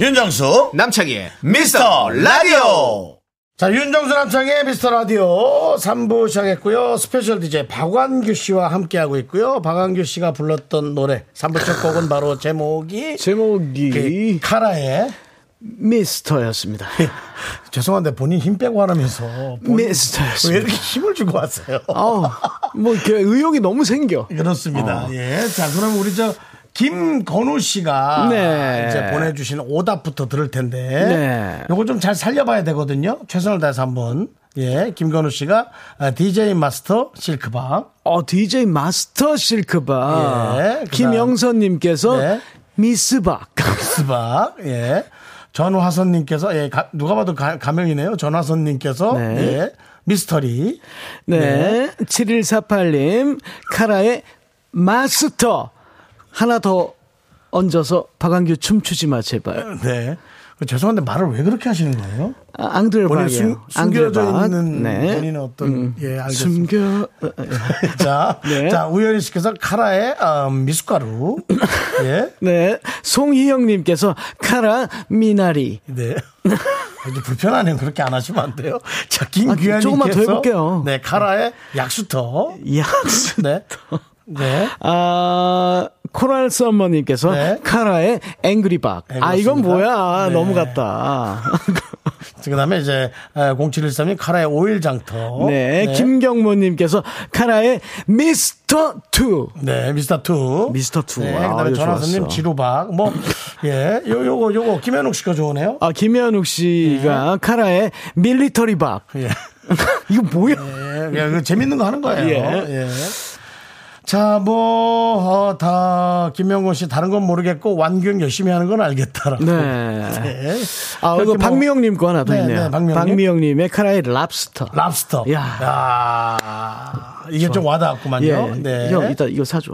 [SPEAKER 2] 윤정수
[SPEAKER 4] 남창희의
[SPEAKER 2] 미스터 라디오 자 윤정수 남창의 미스터 라디오 3부 시작했고요 스페셜 DJ 박완규 씨와 함께하고 있고요 박완규 씨가 불렀던 노래 3부 첫 곡은 바로 제목이 그
[SPEAKER 3] 제목이
[SPEAKER 2] 카라의
[SPEAKER 3] 미스터였습니다.
[SPEAKER 2] 예. 죄송한데 본인 힘 빼고 하라면서 본인 왜
[SPEAKER 3] 미스터였습니다.
[SPEAKER 2] 이렇게 힘을 주고 하세요
[SPEAKER 3] 아우, 뭐, 이렇게 의욕이 너무 생겨.
[SPEAKER 2] 그렇습니다
[SPEAKER 3] 어.
[SPEAKER 2] 예자 그럼 우리 저 김건우 씨가
[SPEAKER 3] 네.
[SPEAKER 2] 이제 보내주신 오답부터 들을 텐데
[SPEAKER 3] 네.
[SPEAKER 2] 요거 좀 잘 살려봐야 되거든요. 최선을 다해서 한번. 예, 김건우 씨가 아, DJ 마스터 실크방.
[SPEAKER 3] 어, DJ 마스터 실크바.
[SPEAKER 2] 예, 그다음-
[SPEAKER 3] 김영선님께서
[SPEAKER 2] 네.
[SPEAKER 3] 미스박.
[SPEAKER 2] 스박. 예. 전화선님께서, 예, 가- 누가 봐도 가, 가명이네요. 전화선님께서,
[SPEAKER 3] 네.
[SPEAKER 2] 예, 미스터리.
[SPEAKER 3] 네. 7148님, 카라의 마스터. 하나 더 얹어서 박완규 춤추지 마, 제발.
[SPEAKER 2] 네. 그 죄송한데 말을 왜 그렇게 하시는 거예요?
[SPEAKER 3] 아, 앙드레박이에요. 네. 음.
[SPEAKER 2] 본인 숨, 숨겨져 있는 본인의 어떤, 예, 알겠습니다.
[SPEAKER 3] 숨겨.
[SPEAKER 2] 자,
[SPEAKER 3] 네.
[SPEAKER 2] 자, 우연히 씨께서 카라의 아, 미숫가루. 예.
[SPEAKER 3] 네. 송희영님께서 카라 미나리.
[SPEAKER 2] 네. 아주 불편하네요. 그렇게 안 하시면 안 돼요. 자, 김규현님께서
[SPEAKER 3] 아, 조금만 더 해볼게요.
[SPEAKER 2] 네, 카라의 약수터.
[SPEAKER 3] 약수.
[SPEAKER 2] 네. 네.
[SPEAKER 3] 아, 코랄 썸머님께서
[SPEAKER 2] 네.
[SPEAKER 3] 카라의 앵그리박.
[SPEAKER 2] 네,
[SPEAKER 3] 아, 이건
[SPEAKER 2] 그렇습니다.
[SPEAKER 3] 뭐야.
[SPEAKER 2] 네.
[SPEAKER 3] 너무 같다.
[SPEAKER 2] 그다음에 이제 0713님 카라의 오일 장터.
[SPEAKER 3] 네, 김경모님께서 카라의 미스터 투.
[SPEAKER 2] 네, 미스터 투.
[SPEAKER 3] 미스터 투.
[SPEAKER 2] 네,
[SPEAKER 3] 아,
[SPEAKER 2] 그다음에
[SPEAKER 3] 이거
[SPEAKER 2] 전화선님
[SPEAKER 3] 좋았어.
[SPEAKER 2] 지루박. 뭐 예, 요 요거 요거 김현욱 씨가 좋으네요.
[SPEAKER 3] 아, 김현욱
[SPEAKER 2] 네.
[SPEAKER 3] 씨가 카라의 밀리터리 밥.
[SPEAKER 2] 예.
[SPEAKER 3] 이거 뭐야?
[SPEAKER 2] 예, 예, 그 재밌는 거 하는 거예요.
[SPEAKER 3] 예.
[SPEAKER 2] 예. 자, 뭐, 어, 다, 김명곤 씨, 다른 건 모르겠고, 완경 열심히 하는 건 알겠다라고.
[SPEAKER 3] 네.
[SPEAKER 2] 예.
[SPEAKER 3] 아,
[SPEAKER 2] 그렇게
[SPEAKER 3] 이거
[SPEAKER 2] 뭐
[SPEAKER 3] 박미영님 거 하나 더
[SPEAKER 2] 네,
[SPEAKER 3] 있네요.
[SPEAKER 2] 네, 박미영님.
[SPEAKER 3] 박미영님의 카라의 랍스터.
[SPEAKER 2] 랍스터.
[SPEAKER 3] 야.
[SPEAKER 2] 야. 이게 좀 와닿았구만요.
[SPEAKER 3] 예.
[SPEAKER 2] 네.
[SPEAKER 3] 형, 이따 음. 이거 사줘.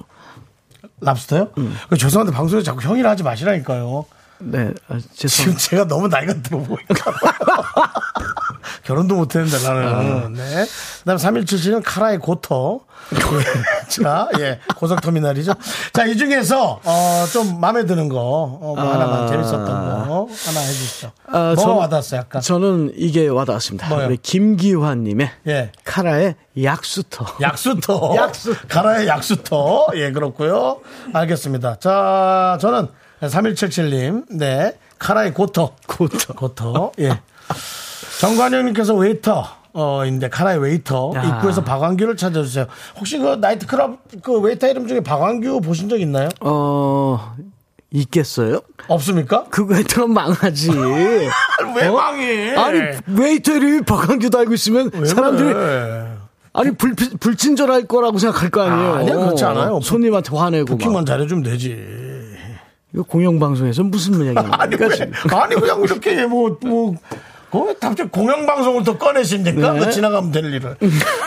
[SPEAKER 2] 랍스터요? 그 죄송한데 방송에 자꾸 형이라 하지 마시라니까요.
[SPEAKER 3] 네, 아,
[SPEAKER 2] 지금
[SPEAKER 3] 죄송합니다.
[SPEAKER 2] 제가 너무 나이가 들어 보니까. 결혼도 못했는데
[SPEAKER 3] 아.
[SPEAKER 2] 나는. 네. 그다음 3177은 카라의 고터. 예. 자, 예, 고속터미널이죠. 자, 이 중에서 어, 좀 마음에 드는 거, 어, 뭐 하나만 재밌었던 거 하나 해주시죠.
[SPEAKER 3] 아,
[SPEAKER 2] 뭐
[SPEAKER 3] 저는-
[SPEAKER 2] 와닿았어요, 약간.
[SPEAKER 3] 저는 이게 와닿았습니다.
[SPEAKER 2] 뭐요?
[SPEAKER 3] 우리 김기환님의
[SPEAKER 2] 예.
[SPEAKER 3] 카라의 약수터.
[SPEAKER 2] 약수터.
[SPEAKER 3] 약수터.
[SPEAKER 2] 가라의 약수터. 예, 그렇고요. 알겠습니다. 자, 저는 3177님. 네. 카라의 고터. 고터. 고터. 예. 정관영님께서 웨이터. 어,인데, 카라의 웨이터.
[SPEAKER 3] 야.
[SPEAKER 2] 입구에서 박완규를 찾아주세요. 혹시 그 나이트클럽 그 웨이터 이름 중에 박완규 보신 적 있나요?
[SPEAKER 3] 어, 있겠어요?
[SPEAKER 2] 없습니까? 어?
[SPEAKER 3] 그거에 들어 망하지.
[SPEAKER 2] 아, 왜 망해?
[SPEAKER 3] 아니, 웨이터 이름이 박한규도 알고 있으면
[SPEAKER 2] 네. 왜
[SPEAKER 3] 사람들이
[SPEAKER 2] 그래?
[SPEAKER 3] 아니 불, 불친절할 거라고 생각할 거 아니에요.
[SPEAKER 2] 아, 아니야, 그렇지 않아요.
[SPEAKER 3] 손님한테 화내고 막.
[SPEAKER 2] 부킹만 잘해주면 되지.
[SPEAKER 3] 이거 공영방송에서 무슨 이야기입니까?
[SPEAKER 2] 아니 그러니까 왜,
[SPEAKER 3] 그러니까
[SPEAKER 2] 아니 그냥 이렇게 뭐 뭐. 그 갑자기 공영방송을 또 꺼내십니까?
[SPEAKER 3] 네.
[SPEAKER 2] 그 지나가면 될 일을.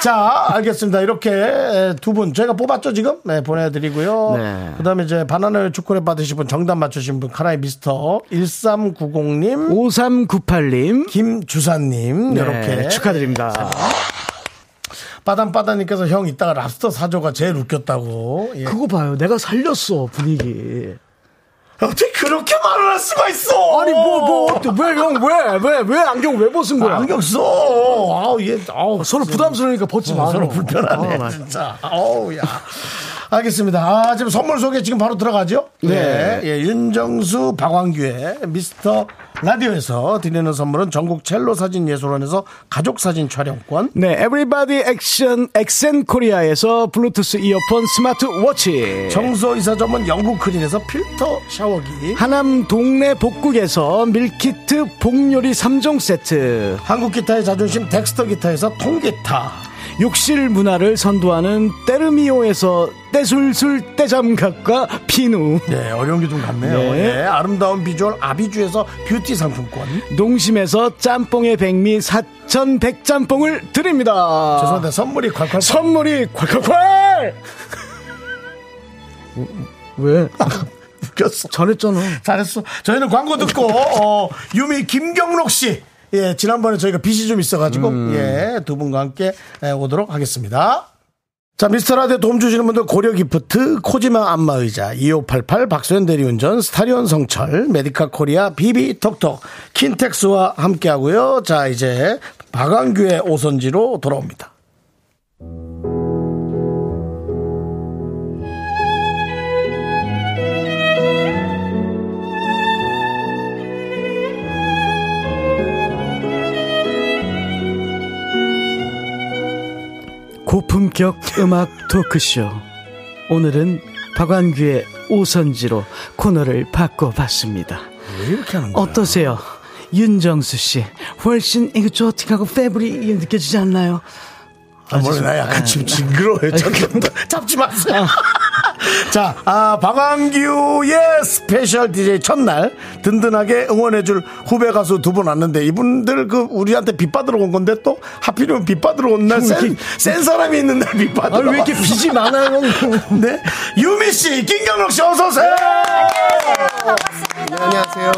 [SPEAKER 2] 자, 알겠습니다. 이렇게 두 분, 저희가 뽑았죠, 지금? 네, 보내드리고요.
[SPEAKER 3] 네.
[SPEAKER 2] 그 다음에 이제 바나나를 축구를 받으신 분, 정답 맞추신 분, 카라이 미스터 1390님,
[SPEAKER 3] 5398님 아,
[SPEAKER 2] 김주사님, 네. 이렇게.
[SPEAKER 3] 네, 축하드립니다.
[SPEAKER 2] 빠단빠단님께서 형 이따가 랍스터 사조가 제일 웃겼다고. 예.
[SPEAKER 3] 그거 봐요. 내가 살렸어 분위기.
[SPEAKER 2] 어떻게 그렇게 말을 할 수가 있어!
[SPEAKER 3] 아니 뭐, 뭐뭐왜형왜왜왜 안경 왜 벗은 거야?
[SPEAKER 2] 아, 안경 써! 아우, 얘, 아우.
[SPEAKER 3] 서로 부담스러우니까 벗지 마.
[SPEAKER 2] 어, 서로 불편하네
[SPEAKER 3] 아,
[SPEAKER 2] 진짜. 어우야. 알겠습니다. 아, 지금 선물 소개 지금 바로 들어가죠?
[SPEAKER 3] 네.
[SPEAKER 2] 예, 예, 윤정수, 박광규의 미스터 라디오에서 드리는 선물은 전국 첼로 사진 예술원에서 가족 사진 촬영권.
[SPEAKER 3] 네, 에브리바디 액션 엑센 코리아에서 블루투스 이어폰 스마트 워치.
[SPEAKER 2] 청소 이사 전문 영국 크린에서 필터 샤워기.
[SPEAKER 3] 하남 동네 복국에서 밀키트 복요리 3종 세트.
[SPEAKER 2] 한국 기타의 자존심 덱스터 기타에서 통기타.
[SPEAKER 3] 욕실 문화를 선도하는 때르미오에서 떼술술 떼장갑과 비누
[SPEAKER 2] 네, 어려운 게 좀 같네요.
[SPEAKER 3] 네.
[SPEAKER 2] 예, 아름다운 비주얼 아비주에서 뷰티 상품권.
[SPEAKER 3] 농심에서 짬뽕의 백미 사천 백짬뽕을 드립니다
[SPEAKER 2] 죄송한데 선물이 콸콸콸.
[SPEAKER 3] 아. 선물이 콸콸콸 왜 아,
[SPEAKER 2] 웃겼어.
[SPEAKER 3] 잘했잖아
[SPEAKER 2] 잘했어. 저희는 광고 듣고 어, 유미 김경록 씨. 예, 지난번에 저희가 빚이 좀 있어가지고 예, 두 분과 함께 예, 오도록 하겠습니다. 자, 미스터라디오 도움 주시는 분들 고려기프트, 코지마 안마의자, 2588 박소현 대리운전, 스타리온 성철, 메디카 코리아, 비비톡톡, 킨텍스와 함께하고요. 자, 이제 박완규의 오선지로 돌아옵니다.
[SPEAKER 3] 고품격 음악 토크쇼 오늘은 박완규의 오선지로 코너를 바꿔봤습니다
[SPEAKER 2] 왜 이렇게 하는 거야?
[SPEAKER 3] 어떠세요? 윤정수 씨 훨씬 이그조틱하고 페브릭이 느껴지지 않나요?
[SPEAKER 2] 아, 몰라, 나 약간 지금
[SPEAKER 3] 네.
[SPEAKER 2] 징그러워요. 잠깐만. 잡지 마세요. 자, 아, 박완규의 스페셜 DJ 첫날 든든하게 응원해줄 후배 가수 두 분 왔는데 이분들 그 우리한테 빚 받으러 온 건데 또 하필이면 빚 받으러 온 날 센 사람이 있는 날 빚 받으러
[SPEAKER 3] 아니, 왜 이렇게
[SPEAKER 2] 왔어.
[SPEAKER 3] 빚이 많아요?
[SPEAKER 2] 네. 유미 씨, 김경록 씨 어서 오세요.
[SPEAKER 4] 안녕하세요.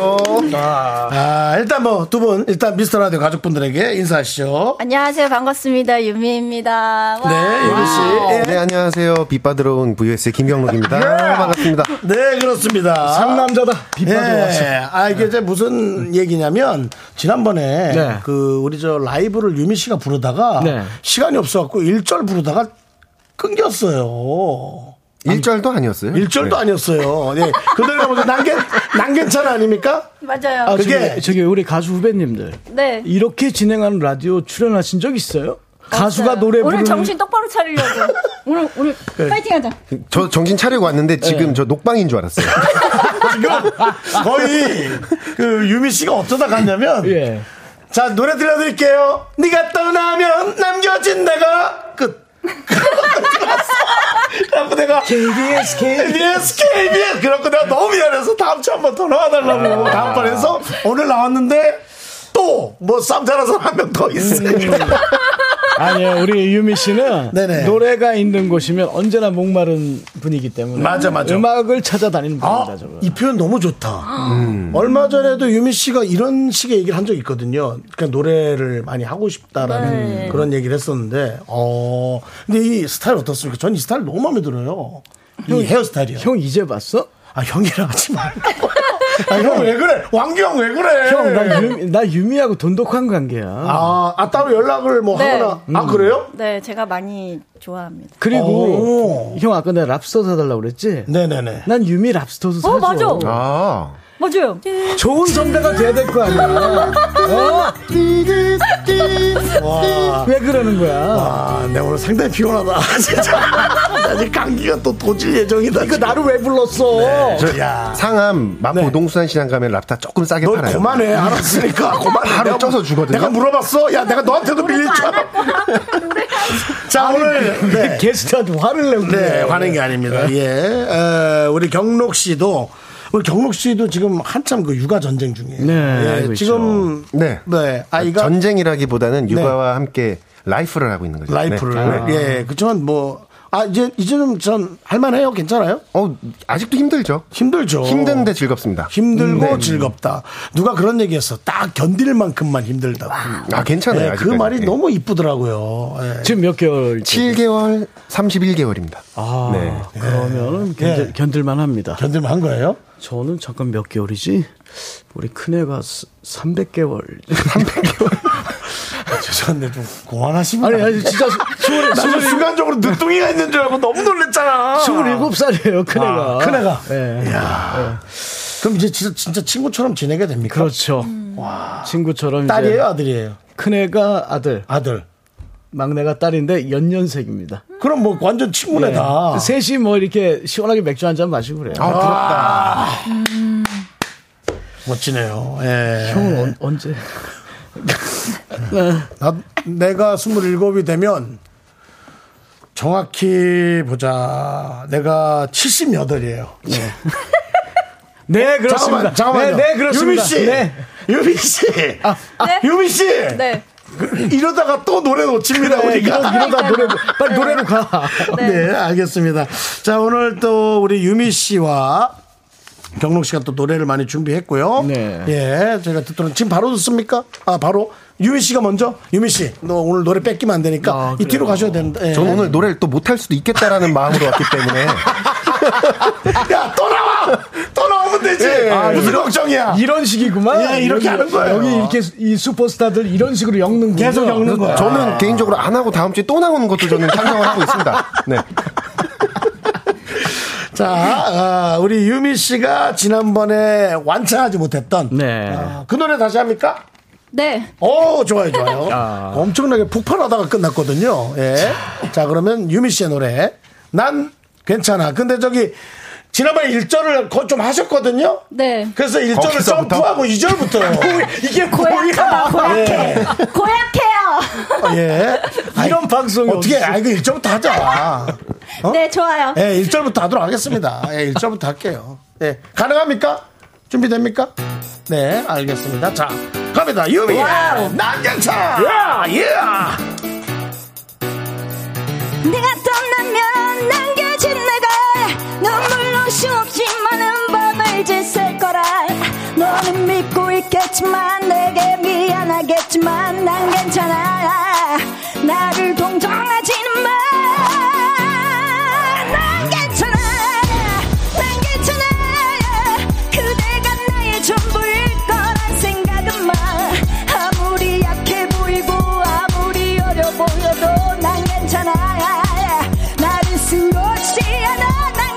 [SPEAKER 2] 아, 일단 뭐 두 분 일단 미스터 라디오 가족분들에게 인사하시죠.
[SPEAKER 9] 안녕하세요. 반갑습니다. 유미입니다. 와.
[SPEAKER 2] 네, 유미 씨. 예.
[SPEAKER 4] 네, 안녕하세요. 빗받으러 온 VS 김경록입니다. 반갑습니다.
[SPEAKER 2] 네, 그렇습니다.
[SPEAKER 3] 상남자다. 빚 받으러 왔어.
[SPEAKER 2] 예. 아, 이게 이제 무슨 얘기냐면, 지난번에,
[SPEAKER 3] 네.
[SPEAKER 2] 그, 우리 저 라이브를 유미 씨가 부르다가,
[SPEAKER 3] 네.
[SPEAKER 2] 시간이 없어갖고, 일절 부르다가 끊겼어요.
[SPEAKER 10] 1절도 아니었어요? 네.
[SPEAKER 2] 일절도
[SPEAKER 3] 네.
[SPEAKER 2] 아니었어요. 예. 그대로 가보죠. 난, 괜, 난 괜찮아 아닙니까?
[SPEAKER 9] 맞아요.
[SPEAKER 3] 아,
[SPEAKER 2] 그게-
[SPEAKER 3] 저기, 저기 우리 가수 후배님들
[SPEAKER 9] 네.
[SPEAKER 3] 이렇게 진행하는 라디오 출연하신 적 있어요? 가수가
[SPEAKER 9] 없어요.
[SPEAKER 3] 노래
[SPEAKER 9] 오늘
[SPEAKER 3] 부르는 네.
[SPEAKER 9] 정신 똑바로 차리려고. 오늘 오늘 파이팅하자.
[SPEAKER 10] 저 정신 차리고 왔는데 지금
[SPEAKER 2] 예.
[SPEAKER 10] 저 녹방인 줄 알았어요.
[SPEAKER 2] 지금 거의 그 유미 씨가 어쩌다 갔냐면
[SPEAKER 3] 예.
[SPEAKER 2] 자 노래 들려드릴게요. 네가 떠나면 남겨진 내가 끝. 그래갖고 내가 KBS KBS KBS 그래갖고 내가 너무 미안해서 다음 주에 한번 더 나와달라고 다음 번에서 오늘 나왔는데 또 뭐 쌈자라서 한 명 더 있어요.
[SPEAKER 3] 아니요 우리 유미 씨는
[SPEAKER 2] 네네.
[SPEAKER 3] 노래가 있는 곳이면 언제나 목마른 분이기 때문에
[SPEAKER 2] 맞아, 맞아.
[SPEAKER 3] 음악을 찾아다니는 분입니다
[SPEAKER 2] 아,
[SPEAKER 3] 저거.
[SPEAKER 2] 이 표현 너무 좋다. 얼마 전에도 유미 씨가 이런 식의 얘기를 한 적이 있거든요. 그러니까 노래를 많이 하고 싶다라는
[SPEAKER 9] 네.
[SPEAKER 2] 그런 얘기를 했었는데, 어, 근데 이 스타일 어떻습니까? 전 이 스타일 너무 마음에 들어요. 이 헤어스타일이요.
[SPEAKER 3] 형 이제 봤어?
[SPEAKER 2] 아, 형이라 하지 말고. 아, 형 왜 그래? 왕규형 왜 그래?
[SPEAKER 3] 형 나 유미, 나 유미하고 돈독한 관계야.
[SPEAKER 2] 아, 아, 따로 연락을 뭐
[SPEAKER 9] 네.
[SPEAKER 2] 하거나. 아, 그래요?
[SPEAKER 9] 네, 제가 많이 좋아합니다.
[SPEAKER 3] 그리고
[SPEAKER 2] 오.
[SPEAKER 3] 형 아까 내가 랍스터 사달라 고 그랬지?
[SPEAKER 2] 네네네.
[SPEAKER 3] 난 유미 랍스터도 사줘.
[SPEAKER 9] 어, 맞아.
[SPEAKER 10] 아,
[SPEAKER 9] 맞아요.
[SPEAKER 3] 좋은 선배가 돼야 될 거 아니야.
[SPEAKER 2] 와.
[SPEAKER 3] 어? 왜 그러는 거야?
[SPEAKER 2] 아, 내가 오늘 상당히 피곤하다. 진짜. 나 지금 감기가 또 도질 예정이다.
[SPEAKER 3] 이거 그 나를 왜 불렀어?
[SPEAKER 10] 저
[SPEAKER 2] 야.
[SPEAKER 10] 상암 마포
[SPEAKER 2] 네.
[SPEAKER 10] 동수산 시장 가면 랍스타 조금 싸게
[SPEAKER 2] 너
[SPEAKER 10] 팔아요.
[SPEAKER 2] 그만해 알았으니까 그만해
[SPEAKER 10] 바로
[SPEAKER 2] 내가
[SPEAKER 10] 쪄서
[SPEAKER 2] 물-
[SPEAKER 10] 주거든요.
[SPEAKER 2] 내가 물어봤어 야 내가 너한테도 빌릴 줄 알아 자 오늘 네,
[SPEAKER 3] 게스트한테 화를 내고.
[SPEAKER 2] 네
[SPEAKER 3] 그래.
[SPEAKER 2] 화낸 게 아닙니다
[SPEAKER 10] 네.
[SPEAKER 2] 예 에, 우리 경록 씨도 우리 경록 씨도 지금 한참 그 육아 전쟁 중이에요
[SPEAKER 3] 네,
[SPEAKER 2] 예,
[SPEAKER 3] 알고 있죠.
[SPEAKER 2] 지금
[SPEAKER 10] 네.
[SPEAKER 2] 네 아이가 네.
[SPEAKER 10] 전쟁이라기보다는 육아와 함께 라이프를 하고 있는 거죠.
[SPEAKER 2] 라이프를
[SPEAKER 10] 네.
[SPEAKER 2] 예 그렇지만 뭐 아 이제 이제는 전 할만해요 괜찮아요
[SPEAKER 10] 어, 아직도 힘들죠.
[SPEAKER 2] 힘들죠
[SPEAKER 10] 힘든데 즐겁습니다.
[SPEAKER 2] 어.
[SPEAKER 10] 음, 네.
[SPEAKER 2] 힘들고 즐겁다. 누가 그런 얘기했어. 딱 견딜 만큼만 힘들다고.
[SPEAKER 10] 아, 괜찮아요,
[SPEAKER 2] 예, 그
[SPEAKER 10] 아직까지.
[SPEAKER 2] 말이
[SPEAKER 10] 예.
[SPEAKER 2] 너무 이쁘더라고요. 예.
[SPEAKER 3] 지금 몇
[SPEAKER 2] 네.
[SPEAKER 3] 개월?
[SPEAKER 10] 7개월, 31개월입니다.
[SPEAKER 3] 아,
[SPEAKER 10] 네.
[SPEAKER 3] 그러면 견딜,
[SPEAKER 2] 네.
[SPEAKER 3] 견딜만 합니다.
[SPEAKER 2] 견딜만 한 거예요?
[SPEAKER 3] 저는 잠깐 몇 개월이지? 우리 큰애가 300개월.
[SPEAKER 2] 죄송한데 좀 고만하시면.
[SPEAKER 3] 아니, 아니, 진짜 스물,
[SPEAKER 2] 나도 순간적으로 늦둥이가 있는 줄 알고 너무 놀랬잖아.
[SPEAKER 3] 27살이에요, 큰애가.
[SPEAKER 2] 큰애가.
[SPEAKER 3] 예.
[SPEAKER 2] 그럼 이제 진짜, 진짜 친구처럼 지내게 됩니까?
[SPEAKER 3] 그렇죠. 친구처럼
[SPEAKER 2] 딸이에요,
[SPEAKER 3] 이제
[SPEAKER 2] 아들이에요?
[SPEAKER 3] 큰애가 아들,
[SPEAKER 2] 아들.
[SPEAKER 3] 막내가 딸인데 연년생입니다.
[SPEAKER 2] 그럼 뭐 완전 친구네 다.
[SPEAKER 3] 그 셋이 뭐 이렇게 시원하게 맥주 한 잔 마시고 그래요.
[SPEAKER 10] 아, 부럽다.
[SPEAKER 2] 멋지네요. 예.
[SPEAKER 3] 형은 언- 언제?
[SPEAKER 2] 나, 내가 27이 되면 정확히 보자. 내가 78이에요.
[SPEAKER 3] 네, 그렇습니다.
[SPEAKER 2] 잠깐만, 잠깐만요.
[SPEAKER 3] 네, 네, 그렇습니다.
[SPEAKER 2] 유미 씨.
[SPEAKER 3] 네. 아,
[SPEAKER 2] 유미 씨.
[SPEAKER 9] 네?
[SPEAKER 2] 유미 씨.
[SPEAKER 9] 네.
[SPEAKER 2] 이러다가 또 노래 놓칩니다,
[SPEAKER 3] 네,
[SPEAKER 2] 우리가.
[SPEAKER 3] 이러- 이러다 노래, 빨리 노래로 가.
[SPEAKER 2] 네. 알겠습니다. 자, 오늘 또 우리 유미 씨와 경록 씨가 또 노래를 많이 준비했고요.
[SPEAKER 3] 네.
[SPEAKER 2] 예, 제가 듣도록 지금 바로 듣습니까? 아, 바로 유미 씨가 먼저 유미 씨, 너 오늘 노래 뺏기면 안 되니까
[SPEAKER 3] 아,
[SPEAKER 2] 이 뒤로 가셔야 된다. 예.
[SPEAKER 10] 전 오늘 노래를 또 못할 수도 있겠다라는 마음으로 왔기 때문에
[SPEAKER 2] 야, 아, 또 나와! 또 나오면 되지!
[SPEAKER 10] 아,
[SPEAKER 2] 무슨 걱정이야!
[SPEAKER 3] 예. 이런 식이구만.
[SPEAKER 2] 예, 이렇게
[SPEAKER 3] 여기-
[SPEAKER 2] 하는 거예요.
[SPEAKER 3] 여기 이렇게 수- 이 슈퍼스타들 이런 식으로 엮는 거.
[SPEAKER 2] 계속 엮는 거야.
[SPEAKER 10] 저는 개인적으로 안 하고 다음 주에 또 나오는 것도 저는 상상을 하고 있습니다. 네.
[SPEAKER 2] 자, 아, 우리 유미 씨가 지난번에 완창하지 못했던
[SPEAKER 3] 네.
[SPEAKER 2] 아, 그 노래 다시 합니까?
[SPEAKER 9] 네.
[SPEAKER 2] 오, 좋아요, 좋아요. 엄청나게 폭발하다가 끝났거든요. 예. 자, 그러면 유미 씨의 노래. 난 괜찮아. 근데 저기, 지난번에 1절을 거 좀 하셨거든요?
[SPEAKER 9] 네.
[SPEAKER 2] 그래서 1절을
[SPEAKER 10] 거기서부터?
[SPEAKER 2] 점프하고 2절부터요.
[SPEAKER 3] 이게
[SPEAKER 9] 아,
[SPEAKER 3] 네.
[SPEAKER 9] 고약하다, 고약해. 고약해요.
[SPEAKER 2] 예. 아이,
[SPEAKER 3] 이런 방송이
[SPEAKER 2] 어떻게,
[SPEAKER 3] 어딨어.
[SPEAKER 2] 아, 이거 1절부터 하자. 어?
[SPEAKER 9] 네, 좋아요.
[SPEAKER 2] 예, 1절부터 하도록 하겠습니다. 예, 1절부터 할게요. 예, 가능합니까? 준비됩니까? 네, 알겠습니다. 자, 갑니다. 유미! 난장차! 예! 예!
[SPEAKER 5] 내가 떠나면 남겨진 내가 눈물로 수없이 많은 밤을 지새 거라 너는 믿고 있겠지만 내게 미안하겠지만 난 괜찮아 나를 동정하지는 마난 괜찮아 난 괜찮아 그대가 나의 전부일 거란 생각은 마 아무리 약해 보이고 아무리 어려 보여도 난 괜찮아 나를 쓰러지 않아 난 아,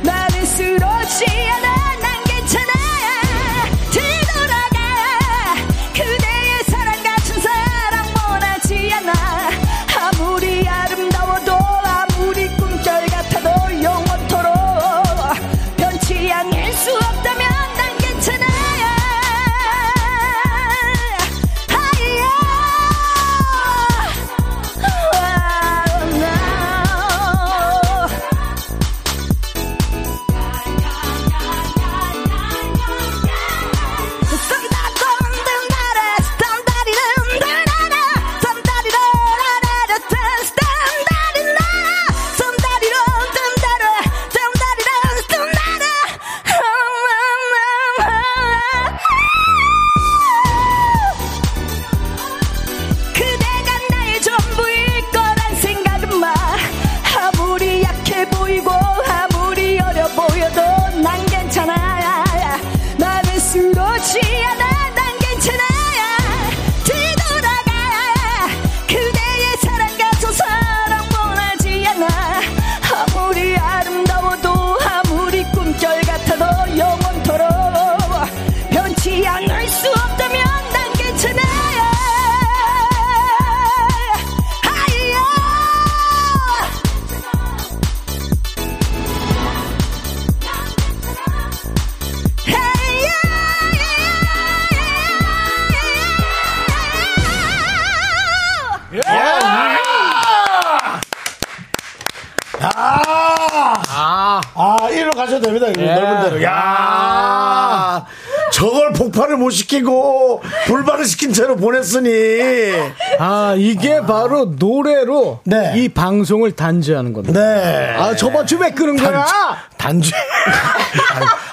[SPEAKER 5] 없이 않아 난 괜찮아 뒤돌아가 그대의 사랑 같은 사랑 원하지 않아 아무리 아름다워도 아무리 꿈결 같아도 영원토록 변치 않을 수 없다면 난 괜찮아 Oh, 하이야 now 그대가 나의 전부일 거란 생각은 마 아무리 약해 보이고 아무리 어려 보여도 난 괜찮아 나는 쓰러지 않아 난 괜찮아 뒤돌아가 그대의 사랑 같은 사랑 원하지 않아 아무리 아름다워도 아무리 꿈결 같아도 영원토록 변치 않을 수 없다면 난 괜찮아요
[SPEAKER 2] 아, 일로 가셔도 됩니다. 이거 넓은 데로. 야 저걸 폭발을 못 시키고 불발을 시킨 채로 보냈으니.
[SPEAKER 3] 아, 이게 바로 노래로
[SPEAKER 2] 네.
[SPEAKER 3] 이 방송을 단죄하는 겁니다.
[SPEAKER 2] 네.
[SPEAKER 3] 아, 저번 주에 끄는 거야?
[SPEAKER 2] 단지.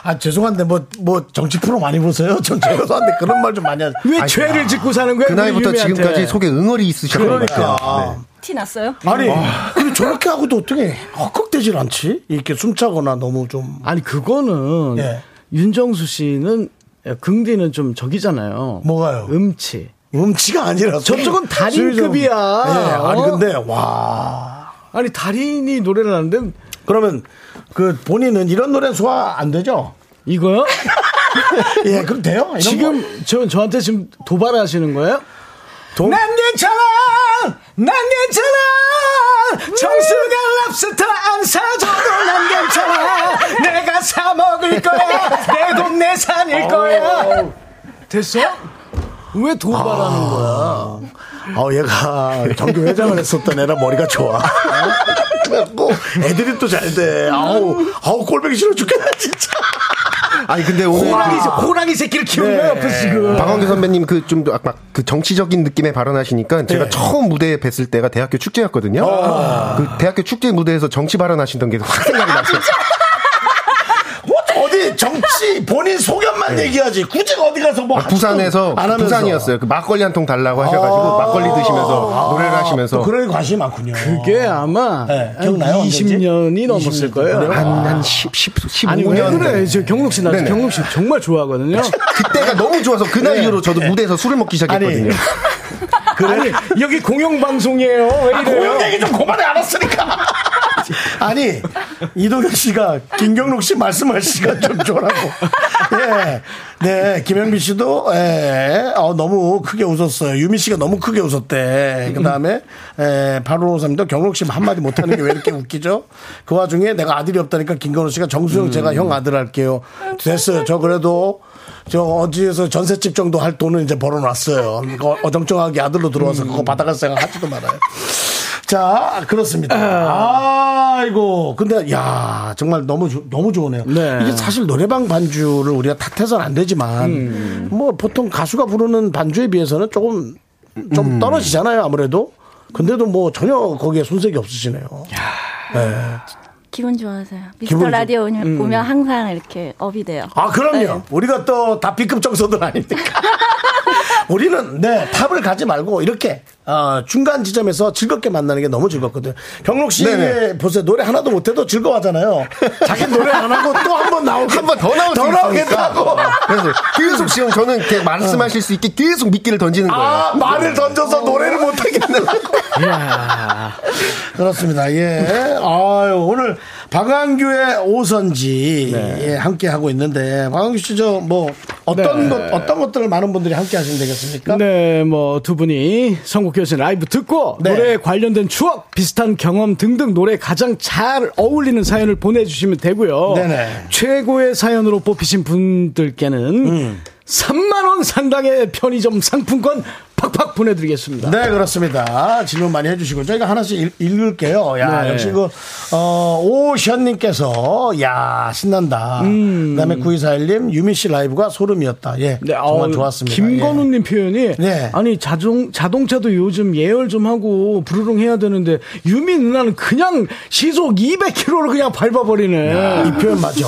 [SPEAKER 2] 아, 죄송한데, 뭐, 뭐, 정치 프로 많이 보세요? 전 죄송한데 그런 말 좀 많이 하죠.
[SPEAKER 3] 어? 왜 죄를 짓고 사는 거야?
[SPEAKER 10] 그 나이부터 지금까지 속에 응어리 있으셨던
[SPEAKER 2] 그러니까.
[SPEAKER 10] 것 같아요. 네.
[SPEAKER 9] 티 났어요?
[SPEAKER 2] 아니, 근데 저렇게 하고도 어떻게 헉헉대질 않지? 이렇게 숨차거나 너무 좀.
[SPEAKER 3] 아니, 그거는
[SPEAKER 2] 예.
[SPEAKER 3] 윤정수 씨는 예, 긍디는 좀 저기잖아요.
[SPEAKER 2] 뭐가요?
[SPEAKER 3] 음치.
[SPEAKER 2] 음치가 아니라.
[SPEAKER 3] 저쪽은 달인급이야.
[SPEAKER 2] 예, 아니,
[SPEAKER 3] 어?
[SPEAKER 2] 근데, 와.
[SPEAKER 3] 아니, 달인이 노래를 하는데
[SPEAKER 2] 그러면 그 본인은 이런 노래 소화 안 되죠?
[SPEAKER 3] 이거요?
[SPEAKER 2] 예, 그럼 돼요? 이런 거?
[SPEAKER 3] 지금 저, 저한테 지금 도발하시는 거예요?
[SPEAKER 2] 도-
[SPEAKER 3] 난 괜찮아 난 괜찮아 정수가 랍스터 안 사줘도 난 괜찮아 내가 사 먹을 거야 내 돈 내 산일 거야 됐어? 왜 도발하는 거야?
[SPEAKER 2] 어, 얘가 전교 회장을 했었던 애라 머리가 좋아. 그래갖고 애들이 또 잘 돼. 아우, 아우, 꼴보기 싫어 죽겠다, 진짜.
[SPEAKER 10] 네. 아니 근데 오늘
[SPEAKER 3] 호랑이,
[SPEAKER 10] 그
[SPEAKER 3] 새- 호랑이 새끼를 키우는 거야 옆에서 지금
[SPEAKER 10] 박원규 선배님 그 좀 아까 그 정치적인 느낌에 발언하시니까 제가
[SPEAKER 2] 네.
[SPEAKER 10] 처음 무대에 뵀을 때가 대학교 축제였거든요.
[SPEAKER 2] 아.
[SPEAKER 10] 그 대학교 축제 무대에서 정치 발언하시던 게 확 생각이 났어요.
[SPEAKER 2] 뭐, 어디 정치 본인 소견만 얘기하지. 굳이 어디 가서 뭐.
[SPEAKER 10] 네. 아, 부산에서
[SPEAKER 2] 안 하면서. 아.
[SPEAKER 10] 부산이었어요. 그 막걸리 한 통 달라고 하셔가지고 막걸리 드시면서 노래를 하시면서
[SPEAKER 2] 또 그런 관심이 많군요.
[SPEAKER 3] 그게 아마
[SPEAKER 2] 네,
[SPEAKER 3] 한
[SPEAKER 2] 기억나요?
[SPEAKER 3] 예, 20년이 넘었을 거예요
[SPEAKER 10] 한한 10, 10,
[SPEAKER 3] 아니 네. 왜
[SPEAKER 10] 15년
[SPEAKER 3] 그래 저 경록 씨나
[SPEAKER 10] 네네.
[SPEAKER 3] 경록 씨 정말 좋아하거든요
[SPEAKER 10] 그때가 너무 좋아서 그날 이후로
[SPEAKER 2] 네.
[SPEAKER 10] 저도 무대에서 술을 먹기 시작했거든요.
[SPEAKER 3] 아니 여기 아, 공영방송이에요 왜 이래요
[SPEAKER 2] 고용 얘기 좀 그만해 알았으니까. 아니 이동현 씨가 김경록 씨 말씀할 시간 좀 줘라고. 예, 네 김영빈 씨도 예, 어, 너무 크게 웃었어요. 유미 씨가 너무 크게 웃었대. 그 다음에 예, 바로 삼도 경록 씨 한마디 못하는 게 왜 이렇게 웃기죠? 그 와중에 내가 아들이 없다니까 김경록 씨가 정수영 제가 형 아들 할게요. 됐어요. 저 그래도 저 어디에서 전셋집 정도 할 돈은 이제 벌어놨어요. 그거 어정쩡하게 아들로 들어와서 그거 받아갈 생각 하지도 말아요. 자, 그렇습니다. 아이고. 근데, 야 정말 너무, 좋- 너무 좋으네요.
[SPEAKER 3] 네.
[SPEAKER 2] 이게 사실 노래방 반주를 우리가 탓해서는 안 되지만, 뭐, 보통 가수가 부르는 반주에 비해서는 조금, 좀 떨어지잖아요, 아무래도. 근데도 뭐, 전혀 거기에 손색이 없으시네요.
[SPEAKER 9] 기분 좋아서요. 미스터
[SPEAKER 2] 기분 좋- 음,
[SPEAKER 9] 라디오 오면, 오면 항상 이렇게 업이 돼요.
[SPEAKER 2] 아, 그럼요.
[SPEAKER 9] 네.
[SPEAKER 2] 우리가 또 다 B급 정서들 아닙니까? 우리는, 네, 탑을 가지 말고, 이렇게, 어, 중간 지점에서 즐겁게 만나는 게 너무 즐겁거든요. 경록 씨,
[SPEAKER 10] 네네.
[SPEAKER 2] 보세요. 노래 하나도 못해도 즐거워하잖아요. 자기 노래 안 하고 또 한 번 나오고,
[SPEAKER 10] 한 번 더 나올 수
[SPEAKER 2] 더
[SPEAKER 10] 있으니까.
[SPEAKER 2] 나오겠다고. 어.
[SPEAKER 10] 그래서 계속 지금 저는 이렇게 말씀하실 수 있게 계속 미끼를 던지는 거예요.
[SPEAKER 2] 아, 말을 던져서 노래를 못하겠네. 그렇습니다. 예. 아유, 오늘 박완규의 오선지
[SPEAKER 3] 네.
[SPEAKER 2] 예, 함께 하고 있는데 박완규 씨 저 뭐 어떤
[SPEAKER 3] 네.
[SPEAKER 2] 것 어떤 것들을 많은 분들이 함께 하시면 되겠습니까?
[SPEAKER 3] 네, 뭐 두 분이 선곡교신 라이브 듣고
[SPEAKER 2] 네.
[SPEAKER 3] 노래에 관련된 추억, 비슷한 경험 등등 노래 가장 잘 어울리는 사연을 보내주시면 되고요.
[SPEAKER 2] 네네.
[SPEAKER 3] 최고의 사연으로 뽑히신 분들께는 3만 원 상당의 편의점 상품권 팍팍 보내드리겠습니다.
[SPEAKER 2] 네, 그렇습니다. 질문 많이 해주시고, 저희가 하나씩 읽, 읽을게요. 야,
[SPEAKER 3] 네.
[SPEAKER 2] 역시 그, 어, 오션님께서, 야, 신난다. 그 다음에 9241님, 유민 씨 라이브가 소름이었다. 예.
[SPEAKER 3] 네,
[SPEAKER 2] 정말
[SPEAKER 3] 아우,
[SPEAKER 2] 좋았습니다. 예.
[SPEAKER 3] 김건우님 표현이
[SPEAKER 2] 네.
[SPEAKER 3] 아니 자동 자동차도 요즘 예열 좀 하고 부르릉 해야 되는데 유미 누나는 그냥 시속 200km로 그냥 밟아버리네.
[SPEAKER 2] 이 표현 맞아.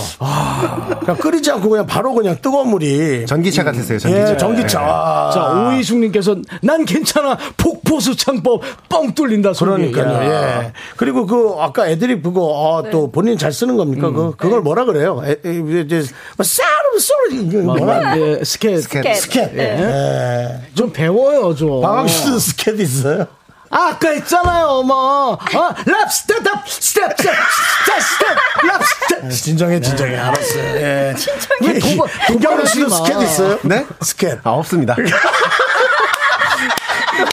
[SPEAKER 2] 그러니까 끓이지 않고 그냥 바로 그냥 뜨거운 물이.
[SPEAKER 10] 전기차 같았어요. 전기차.
[SPEAKER 2] 예, 전기차. 와.
[SPEAKER 3] 자, 오이숙님께서 난 괜찮아. 폭포수 창법 뻥 뚫린다. 소리.
[SPEAKER 2] 그러니까요.
[SPEAKER 3] 야.
[SPEAKER 2] 예. 그리고 그 아까 애들이 그거 아, 또 본인 잘 쓰는 겁니까?
[SPEAKER 3] 음.
[SPEAKER 2] 그 그걸 뭐라 그래요? 에, 에, 이제 싸름 소리 이게 뭐라?
[SPEAKER 3] 예, 스케
[SPEAKER 10] 스캔.
[SPEAKER 2] 네. 스캣.
[SPEAKER 3] 네.
[SPEAKER 2] 예.
[SPEAKER 3] 좀 배워요 좀.
[SPEAKER 2] 방학 씨도 스캣 있어요?
[SPEAKER 3] 어. 아, 아까 있잖아요, 뭐. 어, 랩 스텝 랩 스텝 스텝 스텝 스텝 랩 스텝.
[SPEAKER 2] 예,
[SPEAKER 3] 네.
[SPEAKER 2] 진정해, 진정해. 알았어요. 예.
[SPEAKER 3] 왜 도발-
[SPEAKER 2] 도경훈
[SPEAKER 3] 도발하지
[SPEAKER 2] 씨도
[SPEAKER 3] 마.
[SPEAKER 2] 스캣 있어요?
[SPEAKER 10] 네?
[SPEAKER 2] 스캣.
[SPEAKER 10] 아, 없습니다.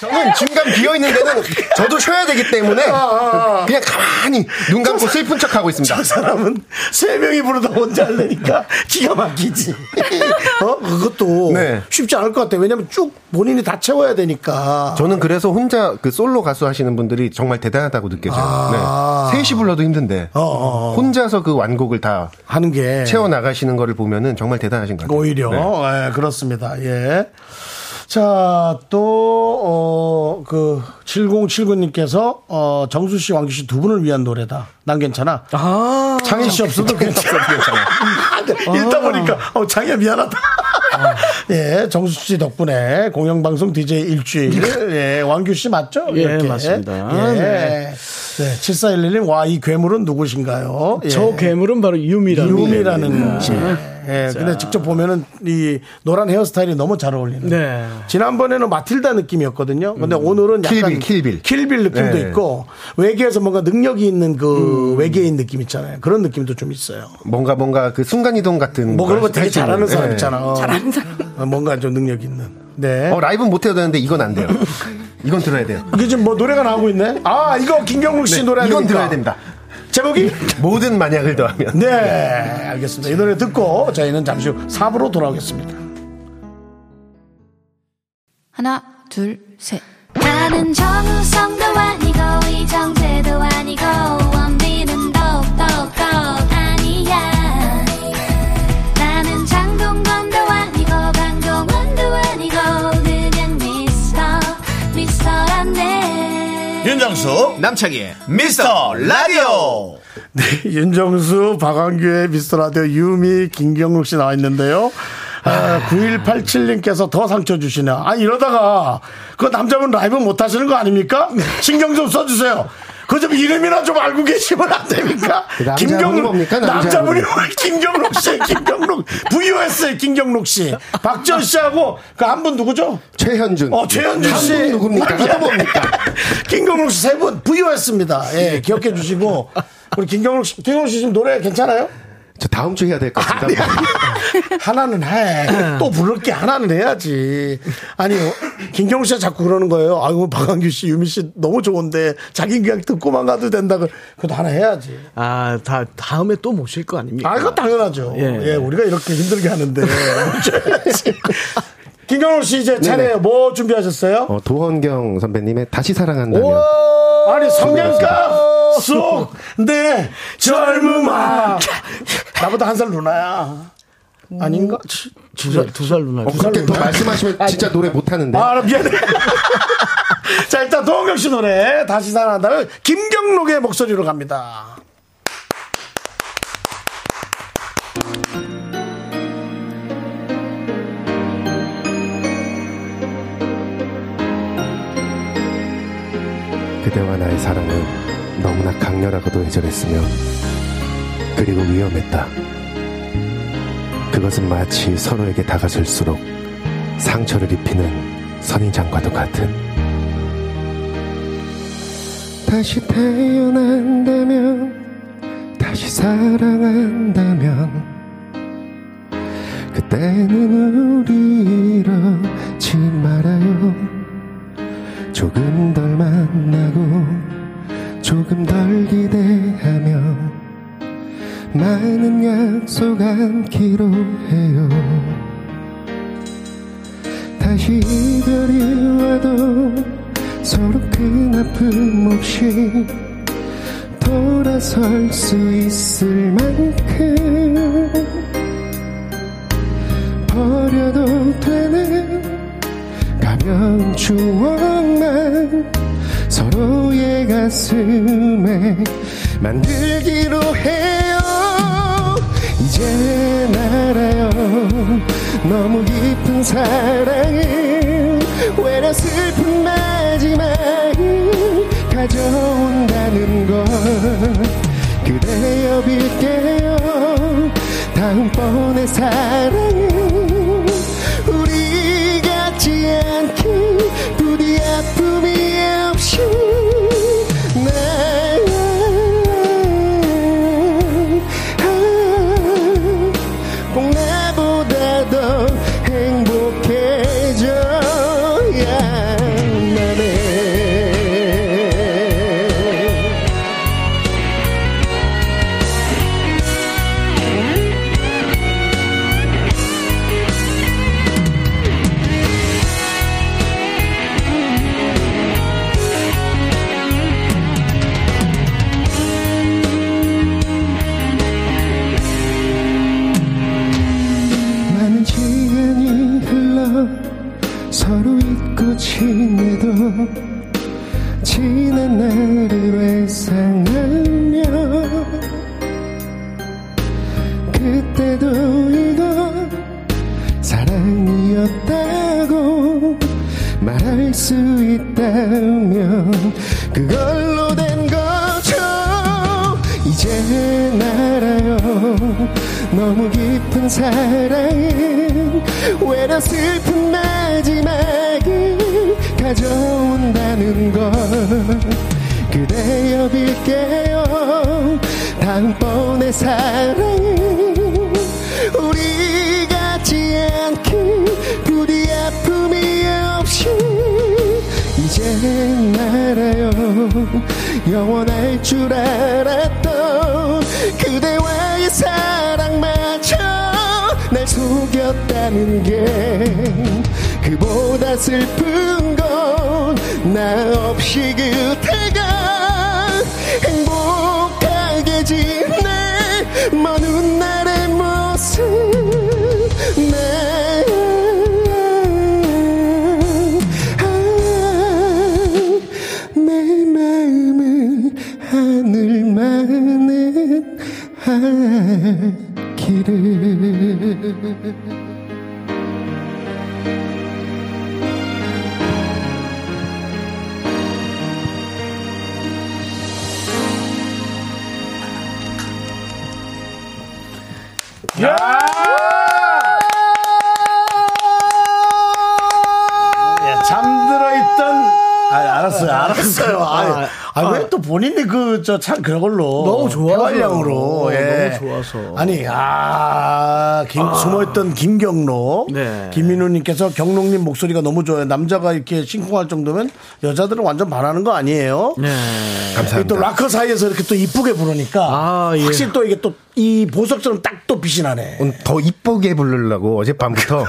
[SPEAKER 10] 저는 중간 비어 있는 데는 저도 쉬어야 되기 때문에
[SPEAKER 2] 아,
[SPEAKER 10] 그냥 가만히 눈 감고 슬픈 척 하고 있습니다.
[SPEAKER 2] 저 사람은 세 명이 부르다 혼자 하려니까 기가 막히지. 어? 그것도
[SPEAKER 10] 네.
[SPEAKER 2] 쉽지 않을 것 같아요. 왜냐면 쭉 본인이 다 채워야 되니까.
[SPEAKER 10] 저는 그래서 혼자 그 솔로 가수 하시는 분들이 정말 대단하다고 느껴져요.
[SPEAKER 2] 아.
[SPEAKER 10] 네. 셋이 불러도 힘든데
[SPEAKER 2] 어, 어, 어.
[SPEAKER 10] 혼자서 그 완곡을 다
[SPEAKER 2] 하는 게.
[SPEAKER 10] 네. 채워 나가시는 거를 보면은 정말 대단하신 것 같아요.
[SPEAKER 2] 오히려
[SPEAKER 10] 네.
[SPEAKER 2] 예, 그렇습니다. 예. 자, 또, 어, 그, 7079님께서, 어, 정수 씨, 왕규 씨 두 분을 위한 노래다. 난 괜찮아.
[SPEAKER 3] 아,
[SPEAKER 2] 장인 씨 없어도 괜찮아. 읽다 보니까, 어, 장이야, 미안하다. 예, 정수 씨 덕분에 공영방송 DJ 일주일. 예, 왕규 씨 맞죠?
[SPEAKER 3] 예, 맞습니다.
[SPEAKER 2] 예.
[SPEAKER 3] 네.
[SPEAKER 2] 네. 7411님, 와, 이 괴물은 누구신가요? 예.
[SPEAKER 3] 저 괴물은 바로 유미라는.
[SPEAKER 2] 유미라는 씨. 예, 근데 직접 보면은 이 노란 헤어스타일이 너무 잘 어울리는.
[SPEAKER 3] 네.
[SPEAKER 2] 지난번에는 마틸다 느낌이었거든요. 근데 오늘은 약간
[SPEAKER 10] 음. 킬빌, 킬빌.
[SPEAKER 2] 킬빌 느낌도
[SPEAKER 10] 네. 음.
[SPEAKER 2] 있고 외계에서 뭔가 능력이 있는 그 외계인 느낌 있잖아요. 그런 느낌도 좀 있어요.
[SPEAKER 10] 뭔가 뭔가 그 순간 이동 같은
[SPEAKER 2] 뭐 그런
[SPEAKER 10] 걸
[SPEAKER 2] 거 되게
[SPEAKER 10] 할수 있는.
[SPEAKER 2] 잘하는 사람
[SPEAKER 10] 네.
[SPEAKER 2] 있잖아. 어. 어, 뭔가 좀 능력 있는. 네.
[SPEAKER 10] 어, 라이브는 못 해도 되는데 이건 안 돼요. 이건 들어야 돼요.
[SPEAKER 2] 이게 지금 뭐 노래가 나오고 있네. 아 이거 김경록 씨
[SPEAKER 10] 네,
[SPEAKER 2] 노래
[SPEAKER 10] 이건
[SPEAKER 2] 아닙니까?
[SPEAKER 10] 들어야 됩니다.
[SPEAKER 2] 제목이
[SPEAKER 10] 모든 만약을 더하면
[SPEAKER 2] 네 알겠습니다. 이 노래 듣고 저희는 잠시 후 4부로 돌아오겠습니다.
[SPEAKER 5] 하나 둘 셋.
[SPEAKER 11] 나는 정우성도 아니고 이정재도 아니고 원빈은 더욱더 아니야 나는 장동건도 아니고 강동원도 아니고 그냥 미스터 미스터란데
[SPEAKER 2] 예.
[SPEAKER 4] 윤정수 남창희의 미스터 라디오
[SPEAKER 2] 네, 윤정수, 박완규의 미스터라디오 유미, 김경록 씨 나와 있는데요. 아, 9187님께서 더 상처 주시네요. 아, 이러다가 그 남자분 라이브 못 하시는 거 아닙니까?
[SPEAKER 10] 네.
[SPEAKER 2] 신경 좀 써주세요. 그 좀 이름이나 좀 알고 계시면 안 됩니까?
[SPEAKER 10] 그 남자분이
[SPEAKER 2] 김경록
[SPEAKER 10] 뭡니까? 남자분이.
[SPEAKER 2] 남자분이 왜 김경록 씨, 김경록 VOS의 김경록 씨, 박지원 씨하고 그 한 분 누구죠?
[SPEAKER 10] 최현준.
[SPEAKER 2] 어, 최현준 씨.
[SPEAKER 10] 네. 한분 누굽니까?
[SPEAKER 2] 아니야.
[SPEAKER 10] 또 뭡니까? 네.
[SPEAKER 2] 김경록 씨 세 분 부여했습니다. 예, 기억해 주시고. 우리 김경록 씨, 김경록 씨 지금 노래 괜찮아요?
[SPEAKER 10] 저 다음 주 해야 될 것
[SPEAKER 2] 아,
[SPEAKER 10] 같습니다.
[SPEAKER 2] 하나는 해. 또 부를 게 하나는 해야지. 아니, 김경록 씨가 자꾸 그러는 거예요. 아이고, 박한규 씨, 유미 씨 너무 좋은데 자기 그냥 듣고만 가도 된다. 그- 그것도 하나 해야지.
[SPEAKER 3] 아, 다, 다음에 또 모실 거 아닙니까?
[SPEAKER 2] 아, 이거 당연하죠. 예.
[SPEAKER 3] 예.
[SPEAKER 2] 우리가 이렇게 힘들게 하는데. 해줘야지. 김경록 씨 이제 차례 뭐 준비하셨어요?
[SPEAKER 10] 어, 도원경 선배님의 다시 사랑한다면
[SPEAKER 2] 아니 성냥가 속내 젊음아 나보다 한 살 누나야 아닌가? 치-
[SPEAKER 3] 두 살, 두살 누나.
[SPEAKER 10] 어, 그렇게 더 말씀하시면 진짜 노래 못하는데
[SPEAKER 2] 아 알아, 미안해 자 일단 도원경 씨 노래 다시 사랑한다면 김경록의 목소리로 갑니다
[SPEAKER 10] 그대와 나의 사랑은 너무나 강렬하고도 예절했으며 그리고 위험했다. 그것은 마치 서로에게 다가설수록 상처를 입히는 선인장과도 같은 다시 태어난다면 다시 사랑한다면 그때는 우리 이러지 말아요 조금 덜 만나고 조금 덜 기대하며 많은 약속 안기로 해요 다시 이별이 와도 서로 큰 아픔 없이 돌아설 수 있을 만큼 버려도 되는 가벼운 추억만 서로의 가슴에 만들기로 해요 이제 알아요 너무 깊은 사랑은 외려 슬픈 마지막이 가져온다는 걸 그대여 빌게요 다음번에 사랑은 우리 같지 않게 부디 아픔이 없이 나랑 아, 꼭 나보다 더 행복해져야 하네 많은 시간이 흘러 서로 잊고 지내도 지난 날을 회상하며 그때도 이건 사랑이었다고 말할 수 있다면 그걸로 된 거죠 이제 알아요 너무 깊은 사랑은 외려 슬픈 마지막을 가져온다는 걸 그대여 빌게요 다음번에 사랑은 우리 같지 않게 부디 아픔이 없이 이젠 알아요 영원할 줄 알았던 그대와의 사랑마저 날 속였다는 게 그보다 슬픈 건 나 없이 그대가 행복하게 지내 먼 훗날의 모습 내 내 마음을 하늘만은 알기를
[SPEAKER 2] 예, 잠들어 있던 아, 알았어요, 알았어요. 아, 왜 또 본인이 그 저 참 그런 걸로
[SPEAKER 3] 너무 좋아서.
[SPEAKER 2] 폐활량으로 예.
[SPEAKER 3] 너무 좋아서.
[SPEAKER 2] 아니 아, 김, 숨어있던 김경로
[SPEAKER 3] 네.
[SPEAKER 2] 김민우님께서 경록님 목소리가 너무 좋아요. 남자가 이렇게 심쿵할 정도면 여자들은 완전 바라는 거 아니에요?
[SPEAKER 3] 네.
[SPEAKER 2] 또 락커 사이에서 이렇게 또 이쁘게 부르니까
[SPEAKER 3] 아, 예. 음.
[SPEAKER 2] 확실히 또 이게 또 이 보석처럼 딱 또 빛이 나네.
[SPEAKER 10] 오늘 더 이쁘게 부르려고 어젯밤부터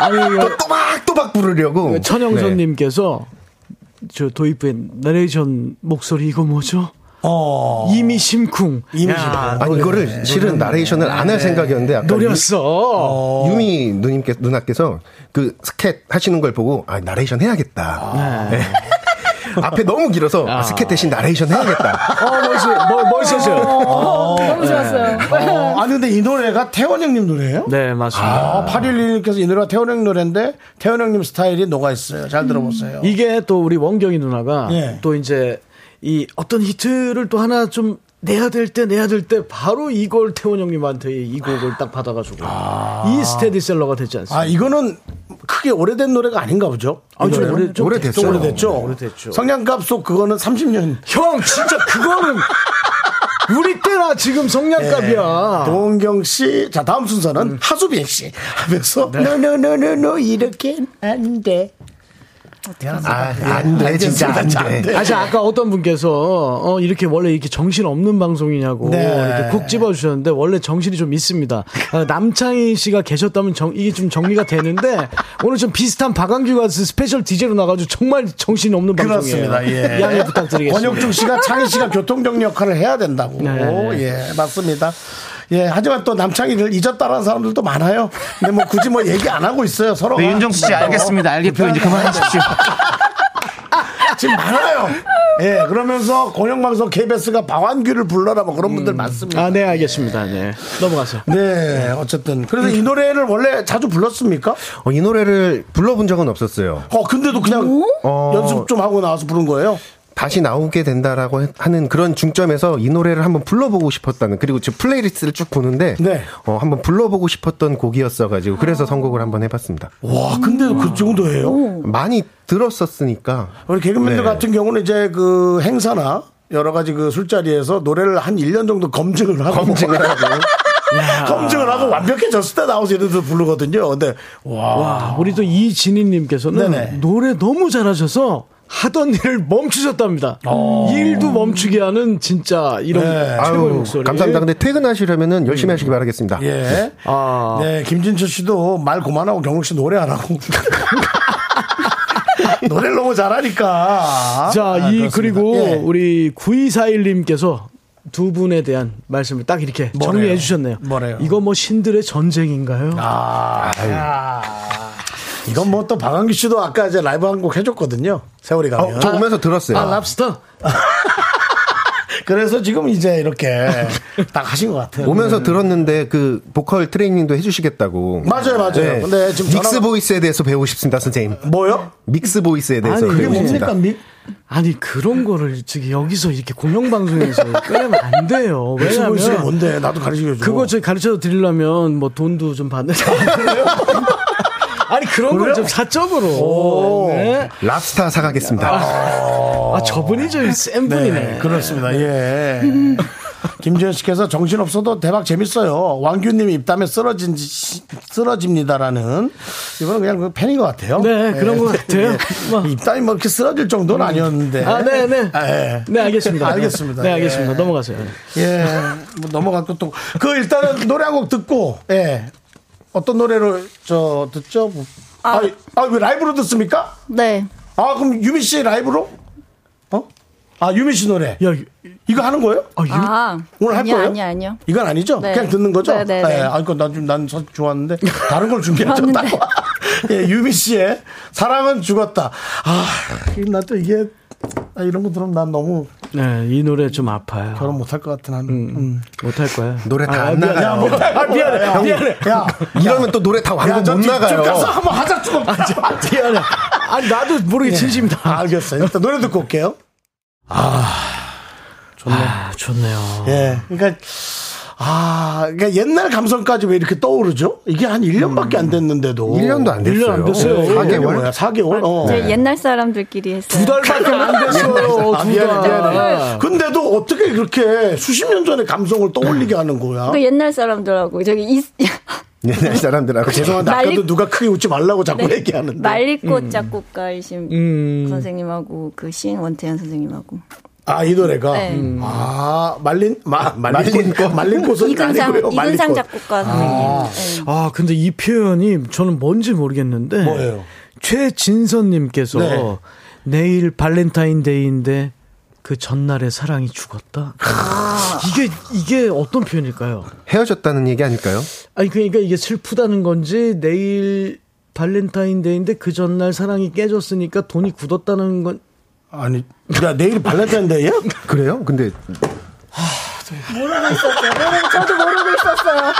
[SPEAKER 3] 아니,
[SPEAKER 10] 또 또박또박
[SPEAKER 2] 어,
[SPEAKER 3] 그
[SPEAKER 10] 부르려고 네.
[SPEAKER 3] 천영선님께서
[SPEAKER 2] 네.
[SPEAKER 3] 저 도입부의 나레이션 목소리 이거 뭐죠?
[SPEAKER 2] 어.
[SPEAKER 3] 이미 심쿵.
[SPEAKER 2] 이미
[SPEAKER 3] 야,
[SPEAKER 10] 아니 이거를 실은 나레이션을 안 할 생각이었는데 아까
[SPEAKER 3] 노렸어.
[SPEAKER 10] 유- 유미 누님께 누나께서 그 스캣 하시는 걸 보고 아 나레이션 해야겠다. 네. 앞에 너무 길어서 아, 스캣 대신 나레이션 해야겠다.
[SPEAKER 3] 어, 멋있,
[SPEAKER 2] 뭐,
[SPEAKER 3] 멋, 멋있었어요.
[SPEAKER 6] 너무
[SPEAKER 2] 네.
[SPEAKER 6] 좋았어요. 네.
[SPEAKER 2] 어, 아니 근데 이 노래가 태원 형님 노래예요?
[SPEAKER 3] 네,
[SPEAKER 2] 아,
[SPEAKER 3] 맞습니다.
[SPEAKER 2] 811님께서 이 노래가 태원 형 노래인데 태원 형님 스타일이 녹아 있어요. 잘 들어보세요.
[SPEAKER 3] 음, 이게 또 우리 원경이 누나가
[SPEAKER 2] 예.
[SPEAKER 3] 또 이제 이 어떤 히트를 또 하나 좀 내야 될 때 내야 될 때 바로 이걸 태원 형님한테 이 곡을 딱 받아가지고 이 스테디셀러가 되지 않습니까?
[SPEAKER 2] 아 이거는 크게 오래된 노래가 아닌가 보죠? 이
[SPEAKER 3] 아니, 좀
[SPEAKER 2] 노래는?
[SPEAKER 3] 오래- 좀
[SPEAKER 10] 오래됐죠.
[SPEAKER 2] 좀 오래됐죠.
[SPEAKER 3] 오래됐죠.
[SPEAKER 2] 성냥갑 속 그거는 30년.
[SPEAKER 3] 형 진짜 그거는 우리 때나 지금 성냥갑이야.
[SPEAKER 2] 예. 동경 씨, 자 다음 순서는 하수빈 씨 하면서 노노노노노 이렇게 안 돼.
[SPEAKER 10] 아, 안 돼, 진짜 안 돼.
[SPEAKER 3] 아, 자, 아까 어떤 분께서, 어, 이렇게 원래 이렇게 정신 없는 방송이냐고,
[SPEAKER 2] 네.
[SPEAKER 3] 이렇게 콕 집어주셨는데, 원래 정신이 좀 있습니다. 아, 남창희 씨가 계셨다면 정, 이게 좀 정리가 되는데, 오늘 좀 비슷한 박완규 가수 스페셜 DJ로 나가지고 정말 정신이 없는 방송이에요.
[SPEAKER 2] 그렇습니다. 예.
[SPEAKER 3] 양해 부탁드리겠습니다.
[SPEAKER 2] 권혁중 씨가 창희 씨가 교통정 역할을 해야 된다고.
[SPEAKER 3] 네.
[SPEAKER 2] 예, 맞습니다. 예, 하지만 또 남창희를 잊었다라는 사람들도 많아요. 근데 뭐 굳이 뭐 얘기 안 하고 있어요. 서로.
[SPEAKER 4] 네, 윤정수 씨 알겠습니다. 알겠고요. 이제 네, 그만하십시오.
[SPEAKER 2] 지금 많아요. 예, 그러면서 공영방송 KBS가 박완규를 불러라 뭐 그런 분들 많습니다.
[SPEAKER 3] 아, 네, 알겠습니다. 네. 넘어가세요.
[SPEAKER 2] 네, 어쨌든. 그래서 이 노래를 원래 자주 불렀습니까?
[SPEAKER 10] 어, 이 노래를 불러본 적은 없었어요.
[SPEAKER 2] 어, 근데도 그냥
[SPEAKER 10] 어?
[SPEAKER 3] 뭐?
[SPEAKER 2] 연습 좀 하고 나와서 부른 거예요.
[SPEAKER 10] 다시 나오게 된다라고 해- 하는 그런 중점에서 이 노래를 한번 불러보고 싶었다는 그리고 지금 플레이리스트를 쭉 보는데
[SPEAKER 2] 네.
[SPEAKER 10] 어, 한번 불러보고 싶었던 곡이었어가지고 그래서 선곡을 한번 해봤습니다.
[SPEAKER 2] 와, 근데도 그 정도예요?
[SPEAKER 10] 많이 들었었으니까
[SPEAKER 2] 우리 개그맨들
[SPEAKER 10] 네.
[SPEAKER 2] 같은 경우는 이제 그 행사나 여러 가지 그 술자리에서 노래를 한 1년 정도 검증을 하고. 검증을 하고. 완벽해졌을 때 나와서 이런 데 부르거든요. 근데, 와.
[SPEAKER 3] 와, 우리 또 이진희님께서는
[SPEAKER 2] 아. 네네.
[SPEAKER 3] 노래 너무 잘하셔서 하던 일을 멈추셨답니다. 일도 멈추게 하는 진짜 어, 이런
[SPEAKER 2] 어. 네.
[SPEAKER 3] 최고의
[SPEAKER 10] 아유,
[SPEAKER 3] 목소리.
[SPEAKER 10] 감사합니다. 근데 퇴근하시려면은 열심히 하시기 바라겠습니다.
[SPEAKER 2] 예.
[SPEAKER 3] 아.
[SPEAKER 2] 네, 김진철 씨도 말 그만하고 경록 씨 노래하라고. 노래를 너무 잘하니까.
[SPEAKER 3] 자,
[SPEAKER 2] 아,
[SPEAKER 3] 이
[SPEAKER 2] 그렇습니다.
[SPEAKER 3] 그리고
[SPEAKER 2] 예.
[SPEAKER 3] 우리 9241님께서 두 분에 대한 말씀을 딱 이렇게
[SPEAKER 2] 뭐래요?
[SPEAKER 3] 정리해 주셨네요.
[SPEAKER 2] 뭐래요?
[SPEAKER 3] 이거 뭐 신들의 전쟁인가요?
[SPEAKER 2] 아, 아. 이건 뭐 또 박완규 씨도 아까 이제 라이브 한 곡 해줬거든요. 세월이 가면.
[SPEAKER 10] 어, 저 오면서 들었어요.
[SPEAKER 3] 아, 랍스터.
[SPEAKER 2] 그래서 지금 이제 이렇게 딱 하신 것 같아요.
[SPEAKER 10] 오면서 들었는데 그 보컬 트레이닝도 해주시겠다고.
[SPEAKER 2] 맞아요, 맞아요. 근데 지금
[SPEAKER 10] 믹스
[SPEAKER 2] 전화-
[SPEAKER 10] 보이스에 대해서 배우고 싶습니다, 선생님.
[SPEAKER 2] 뭐요?
[SPEAKER 10] 믹스 보이스에 대해서
[SPEAKER 12] 네,
[SPEAKER 3] 아니,
[SPEAKER 10] 배우고
[SPEAKER 3] 그게
[SPEAKER 10] 싶습니다.
[SPEAKER 2] 미-
[SPEAKER 3] 아니 그런 거를 지금 여기서 이렇게 공영방송에서 빼면 안 돼요.
[SPEAKER 2] 믹스
[SPEAKER 3] 왜냐면
[SPEAKER 2] 보이스가 뭔데? 나도 가르쳐줘.
[SPEAKER 3] 그거 저희 가르쳐 드리려면 뭐 돈도 좀 받는. 아니 그런 걸 좀 사적으로. 네.
[SPEAKER 10] 랍스타 사가겠습니다. 어,
[SPEAKER 3] 아 저분이 좀 센
[SPEAKER 2] 네,
[SPEAKER 3] 분이네.
[SPEAKER 2] 그렇습니다. 예. 김지현 씨께서 정신 없어도 대박 재밌어요. 왕규님이 입담에 쓰러진 지- 쓰러집니다라는 이거는 그냥 그 팬인 것 같아요.
[SPEAKER 3] 네, 그런 것 같아요. 막.
[SPEAKER 2] 입담이 뭐 이렇게 쓰러질 정도는 아니었는데.
[SPEAKER 3] 아, 네, 네.
[SPEAKER 2] 아, 예.
[SPEAKER 3] 네, 알겠습니다.
[SPEAKER 2] 알겠습니다.
[SPEAKER 3] 네, 알겠습니다.
[SPEAKER 2] 예.
[SPEAKER 3] 넘어가세요.
[SPEAKER 2] 예, 뭐 넘어갔고 또 그 일단은 노래 한 곡 듣고 예 어떤 노래로 저 듣죠? 뭐.
[SPEAKER 9] 아.
[SPEAKER 2] 아왜 라이브로 듣습니까?
[SPEAKER 9] 네.
[SPEAKER 2] 아 그럼 유미 씨 라이브로? 어? 아 유미 씨 노래
[SPEAKER 3] 야, 유-
[SPEAKER 2] 이거 하는 거예요?
[SPEAKER 3] 아, 유-
[SPEAKER 9] 아,
[SPEAKER 2] 오늘 할
[SPEAKER 9] 아니요,
[SPEAKER 2] 거예요?
[SPEAKER 9] 아니요, 아니요.
[SPEAKER 2] 이건 아니죠?
[SPEAKER 9] 네.
[SPEAKER 2] 그냥 듣는 거죠?
[SPEAKER 9] 네, 네, 네.
[SPEAKER 2] 예, 아, 그니까 난 지금 난 사실 좋았는데 다른 걸 준비하셨다고. 예, 유미 씨의 사랑은 죽었다. 아, 나 또 이게 아, 이런 거 들으면 난 너무
[SPEAKER 3] 네, 이 노래 좀 아파요.
[SPEAKER 2] 결혼 못 할 것 같은 한. 음.
[SPEAKER 3] 못할 거예요.
[SPEAKER 10] 노래 다
[SPEAKER 3] 아,
[SPEAKER 10] 안
[SPEAKER 3] 미안.
[SPEAKER 10] 나가요.
[SPEAKER 2] 아, 미안해. 야, 미안해. 야,
[SPEAKER 10] 이러면 또 노래 다
[SPEAKER 2] 야,
[SPEAKER 10] 완곡
[SPEAKER 2] 아, 저
[SPEAKER 10] 못
[SPEAKER 2] 뒤쪽
[SPEAKER 10] 나가요. 아,
[SPEAKER 2] 가서 한번 하자 좀. 아, 예.
[SPEAKER 3] 미안해. 예, 아니 나도 모르게 진심이다.
[SPEAKER 2] 알겠어요. 일단 노래 듣고 올게요.
[SPEAKER 3] 아, 좋네요.
[SPEAKER 10] 어.
[SPEAKER 2] 예. 그러니까 아, 그러니까 옛날 감성까지 왜 이렇게 떠오르죠? 이게 한 1년밖에 안 됐는데도.
[SPEAKER 10] 음. 1년도 안 됐어요.
[SPEAKER 3] 일년 안 됐어요.
[SPEAKER 10] 네, 4개월.
[SPEAKER 9] 아,
[SPEAKER 10] 네.
[SPEAKER 2] 4개월? 예, 어.
[SPEAKER 9] 저희 옛날 사람들끼리 했어요.
[SPEAKER 3] 두 달밖에 안 됐어요.
[SPEAKER 2] 아,
[SPEAKER 3] 두
[SPEAKER 2] 미안해, 미안해.
[SPEAKER 3] 달.
[SPEAKER 2] 근데도 어떻게 그렇게 수십 년 전의 감성을 떠올리게 하는 거야?
[SPEAKER 9] 그 옛날 사람들하고 저기 이,
[SPEAKER 10] 옛날 사람들하고
[SPEAKER 2] 죄송한데 아까도
[SPEAKER 9] 말리- 네.
[SPEAKER 2] 누가 크게 웃지 말라고 자꾸 얘기하는데.
[SPEAKER 9] 말리꽃
[SPEAKER 2] 음.
[SPEAKER 9] 작곡가이신
[SPEAKER 3] 음.
[SPEAKER 9] 선생님하고 그 시인 원태현 선생님하고
[SPEAKER 2] 아, 이 노래가.
[SPEAKER 9] 네. 음.
[SPEAKER 2] 아, 말린, 마, 말린 꽃. 말린 꽃은
[SPEAKER 9] 이근상
[SPEAKER 2] 아니고요. 말린
[SPEAKER 9] 이근상
[SPEAKER 2] 꽃.
[SPEAKER 9] 작곡가 선생님. 네.
[SPEAKER 3] 아, 근데 이 표현이 저는 뭔지 모르겠는데.
[SPEAKER 2] 뭐예요?
[SPEAKER 3] 최진선님께서
[SPEAKER 2] 네.
[SPEAKER 3] 내일 발렌타인데이인데 그 전날에 사랑이 죽었다. 이게 이게 어떤 표현일까요?
[SPEAKER 10] 아. 헤어졌다는 얘기 아닐까요?
[SPEAKER 3] 아니 그러니까 이게 슬프다는 건지 내일 발렌타인데이인데 그 전날 사랑이 깨졌으니까 돈이 굳었다는 건
[SPEAKER 2] 아니, 야, 내일 발렌타인데이야?
[SPEAKER 10] 그래요? 근데
[SPEAKER 9] 저도 모르고 있었어요.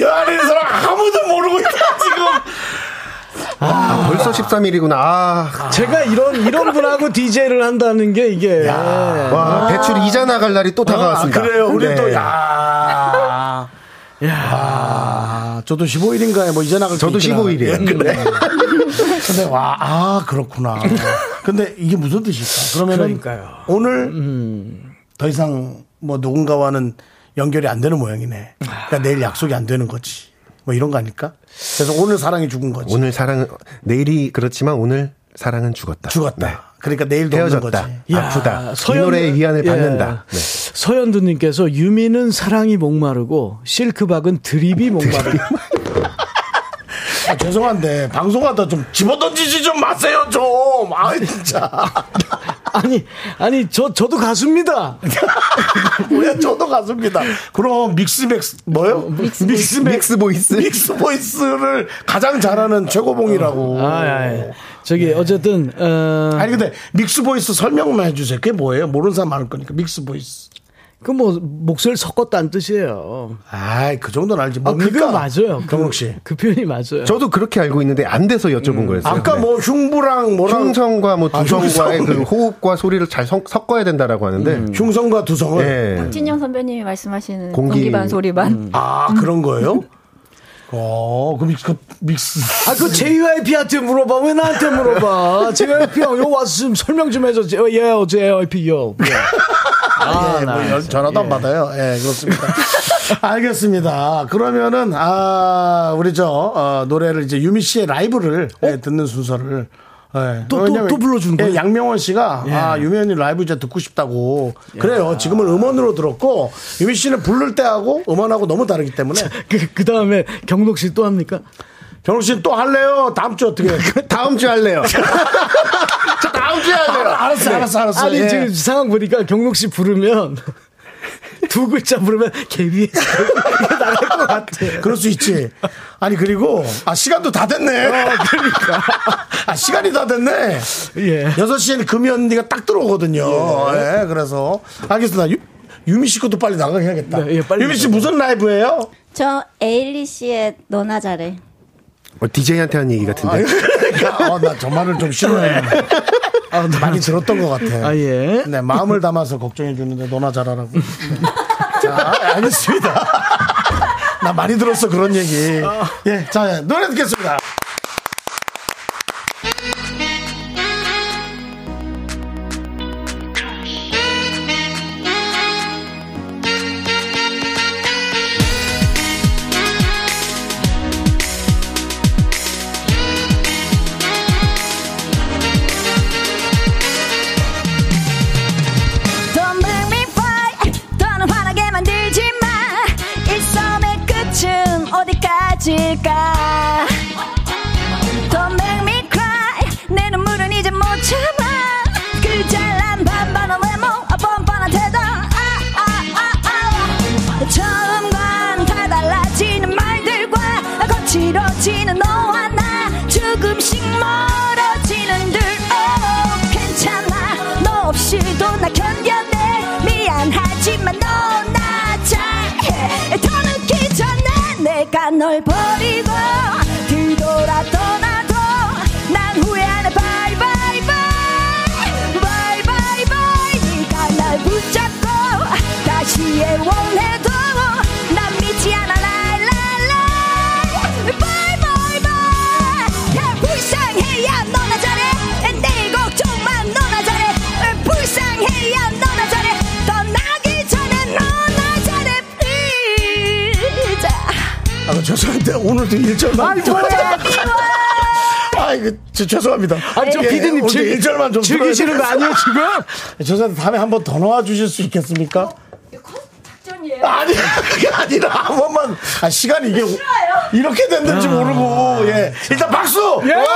[SPEAKER 2] 여한의 사람 아무도 모르고 있다, 지금.
[SPEAKER 10] 아, 벌써 13일이구나. 아,
[SPEAKER 3] 제가 이런 이런 분하고 DJ를 한다는 게 이게
[SPEAKER 10] 와, 대출 이자 나갈 날이 또 다가왔습니다.
[SPEAKER 2] 아, 그래요. 우리
[SPEAKER 10] 네.
[SPEAKER 2] 또, 야. 야. 저도 15일인가에 뭐 이제 나갈 때
[SPEAKER 10] 저도
[SPEAKER 2] 있긴
[SPEAKER 10] 15일 이에요.
[SPEAKER 2] 하나. 예, 그래. 근데 와, 아, 그렇구나. 근데 이게 무슨 뜻일까? 그러면은
[SPEAKER 3] 그러니까요.
[SPEAKER 2] 오늘 더 이상 뭐 누군가와는 연결이 안 되는 모양이네. 그러니까 내일 약속이 안 되는 거지. 뭐 이런 거 아닐까? 그래서 오늘 사랑이 죽은 거지.
[SPEAKER 12] 오늘 사랑은 내일이 그렇지만 오늘 사랑은 죽었다.
[SPEAKER 2] 죽었다.
[SPEAKER 10] 네.
[SPEAKER 2] 그러니까 내일도
[SPEAKER 12] 헤어졌다.
[SPEAKER 2] 없는 거지.
[SPEAKER 12] 야, 아프다. 이 노래의 위안을 받는다. 네.
[SPEAKER 3] 서현두님께서 예. 유미는 사랑이 목마르고 실크박은 드립이 목마르다.
[SPEAKER 2] 아, 죄송한데 방송하다 좀 집어던지지 좀 마세요 좀. 아 진짜.
[SPEAKER 3] 아니 아니 저 저도 가수입니다.
[SPEAKER 2] 왜 저도 가수입니다. 그럼 믹스맥스 뭐요? 믹스
[SPEAKER 12] 믹스 보이스.
[SPEAKER 2] 믹스 보이스를 가장 잘하는 최고봉이라고.
[SPEAKER 3] 아, 아, 예. 저기 어쨌든 어,
[SPEAKER 2] 아니 근데 믹스 보이스 설명만 해주세요. 그게 뭐예요? 모르는 사람 많을 거니까 믹스 보이스.
[SPEAKER 3] 그뭐 목소리를 섞었다는 뜻이에요.
[SPEAKER 2] 아이 그 정도는 알지.
[SPEAKER 3] 아,
[SPEAKER 2] 뭡니까?
[SPEAKER 3] 그거 맞아요.
[SPEAKER 2] 경록 씨.
[SPEAKER 3] 그, 그 표현이 맞아요.
[SPEAKER 12] 저도 그렇게 알고 있는데 안 돼서 여쭤본 거였어요.
[SPEAKER 2] 아까
[SPEAKER 12] 네.
[SPEAKER 2] 뭐 흉부랑 뭐랑
[SPEAKER 12] 흉성과 뭐
[SPEAKER 2] 아,
[SPEAKER 12] 두성과의
[SPEAKER 2] 흉성. 음.
[SPEAKER 12] 그 호흡과 소리를 잘 성- 섞어야 된다라고 하는데
[SPEAKER 2] 흉성과 두성을
[SPEAKER 12] 예.
[SPEAKER 9] 진영 선배님이 말씀하시는
[SPEAKER 12] 공기- 음.
[SPEAKER 9] 공기, 반 소리 반.
[SPEAKER 2] 아 그런 거예요? 어, 그럼 그 믹스.
[SPEAKER 3] 아, 그 JYP한테 물어봐. 왜 나한테 물어봐. JYP 형, 요 와서 좀 설명 좀 해줘. 어, 예, 어, JYP 요. 예.
[SPEAKER 2] 예, 뭐 연- 전화도 안 받아요. 예, 그렇습니다. 알겠습니다. 그러면은 아 우리 저 어, 노래를 이제 유미 씨의 라이브를 예, 듣는 순서를 예.
[SPEAKER 3] 또-
[SPEAKER 2] 왜냐면-
[SPEAKER 3] 또 불러주는 거예요?
[SPEAKER 2] 예, 양명원 씨가 아 유미 언니 라이브 이제 듣고 싶다고 그래요. 지금은 음원으로 들었고 유미 씨는 부를 때 하고 음원하고 너무 다르기 때문에
[SPEAKER 3] 그, 그 다음에 경록 씨 또 합니까?
[SPEAKER 2] 경록 씨는 또 할래요? 다음 주 어떻게?
[SPEAKER 12] 다음 주에 할래요.
[SPEAKER 2] 저 다음 주에 할래요. 아, 알았어, 알았어, 알았어.
[SPEAKER 3] 네. 아니,
[SPEAKER 2] 예.
[SPEAKER 3] 지금 상황 보니까 경록 씨 부르면 두 글자 부르면 개비에
[SPEAKER 2] 아,
[SPEAKER 3] 나갈 것 같아.
[SPEAKER 2] 그럴 수 있지. 아니 그리고 아 시간도 다 됐네.
[SPEAKER 3] 어,
[SPEAKER 2] 그러니까. 아 시간이 다 됐네.
[SPEAKER 3] 예.
[SPEAKER 2] 6시에는 금이 언니가 딱 들어오거든요. 예. 그래서 알겠습니다. 유, 미씨 것도 빨리 나가야겠다.
[SPEAKER 3] 네, 예, 빨리
[SPEAKER 2] 유미 씨
[SPEAKER 3] 나가요.
[SPEAKER 2] 무슨 라이브예요?
[SPEAKER 5] 저 에일리 씨의 너나 잘해.
[SPEAKER 12] 어, DJ한테 한 얘기 같은데.
[SPEAKER 2] 그러니까 어, 나저 말을 좀 싫어해.
[SPEAKER 3] 아, 나-
[SPEAKER 2] 많이 들었던 것 같아.
[SPEAKER 3] 아, 예. 음.
[SPEAKER 2] 네, 마음을 담아서 걱정해 주는데 너나 잘하라고. 네. 자, 알겠습니다. 나 많이 들었어 그런 얘기.
[SPEAKER 3] 아.
[SPEAKER 2] 예, 자 노래 듣겠습니다.
[SPEAKER 5] Don't make me fight 더는 화나게 만들지 마 일선의 끝은 어디까지일까 Don't make me cry 내 눈물은 이제 못 참아 그 잘난 반반한 외모 아, 뻔뻔한 태도 아아아아 처음과는 다 달라지는 말들과 거칠어지는 너와 나 조금씩 멀어지는 둘 oh, 괜찮아 너 없이도 나 견뎌내 미안하지만 너 나 잘해 더 늦기 전에 내가 널 버리고 뒤돌아 떠나도 난 후회 안 해 바이 바이 바이 바이 바이 바이 네가 날 붙잡고 다시 애원해도 난 믿지 않아 라라라 바이 바이 바이 불쌍해야 너나 잘해 내 걱정만 너나 잘해 불쌍해야 너나 잘해 떠나기 전에 너나 잘해 please
[SPEAKER 2] 아, 그 죄송한데 오늘도 일절만. 아이 뭐야? 아이 그 죄송합니다.
[SPEAKER 3] 아니, 저
[SPEAKER 2] 예,
[SPEAKER 3] 피디님
[SPEAKER 2] 오늘도
[SPEAKER 3] 즐기-
[SPEAKER 2] 일절만 좀
[SPEAKER 3] 즐기시는 거
[SPEAKER 2] 들어야
[SPEAKER 3] 아니에요, 지금?
[SPEAKER 2] 돼. 죄송한데 다음에 한 번 더 넣어 주실 수 있겠습니까? 아니 그게 아니라 한 번만 아 시간이 이게 이렇게 된는지 모르고 예 일단 박수.
[SPEAKER 3] 예!
[SPEAKER 2] 와!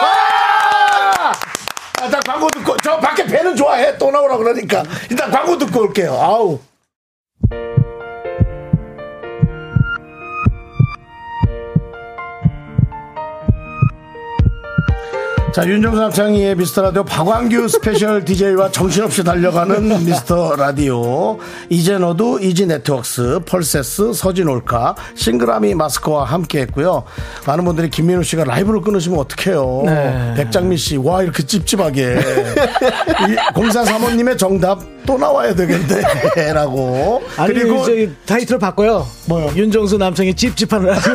[SPEAKER 2] 아, 일단 광고 듣고 저 밖에 배는 좋아해 또 나오라 그러니까 일단 광고 듣고 올게요. 아우. 자, 윤정수 남창희의 미스터 라디오 박광규 스페셜 DJ와 정신없이 달려가는 미스터 라디오. 이제 너도 이지 네트웍스, 펄세스, 서진 올카, 싱그라미 마스크와 함께 했고요. 많은 분들이 김민우 씨가 라이브를 끊으시면 어떡해요.
[SPEAKER 3] 네.
[SPEAKER 2] 백장미 씨, 와, 이렇게 찝찝하게. 이 공사 사모님의 정답 또 나와야 되겠네. 라고.
[SPEAKER 3] 아니,
[SPEAKER 2] 그리고
[SPEAKER 3] 그리고 저기 타이틀 바꿔요.
[SPEAKER 2] 뭐요? 아,
[SPEAKER 3] 윤정수 남성의 찝찝한 라디오.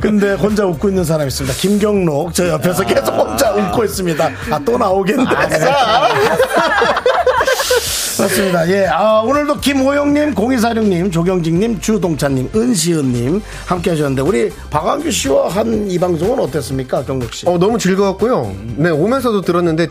[SPEAKER 2] 근데 혼자 웃고 있는 사람 있습니다. 김경록 저 옆에서 아,
[SPEAKER 10] 아,
[SPEAKER 2] 계속 혼자 웃고 있습니다. 아 또 나오겠네. 그렇습니다. 예. 아, 오늘도 김호영님, 0246님, 조경직님, 주동찬님, 은시은님 함께 하셨는데, 우리 박완규 씨와 한 이 방송은 어땠습니까, 경록 씨?
[SPEAKER 10] 어, 너무 즐거웠고요. 네, 오면서도 들었는데,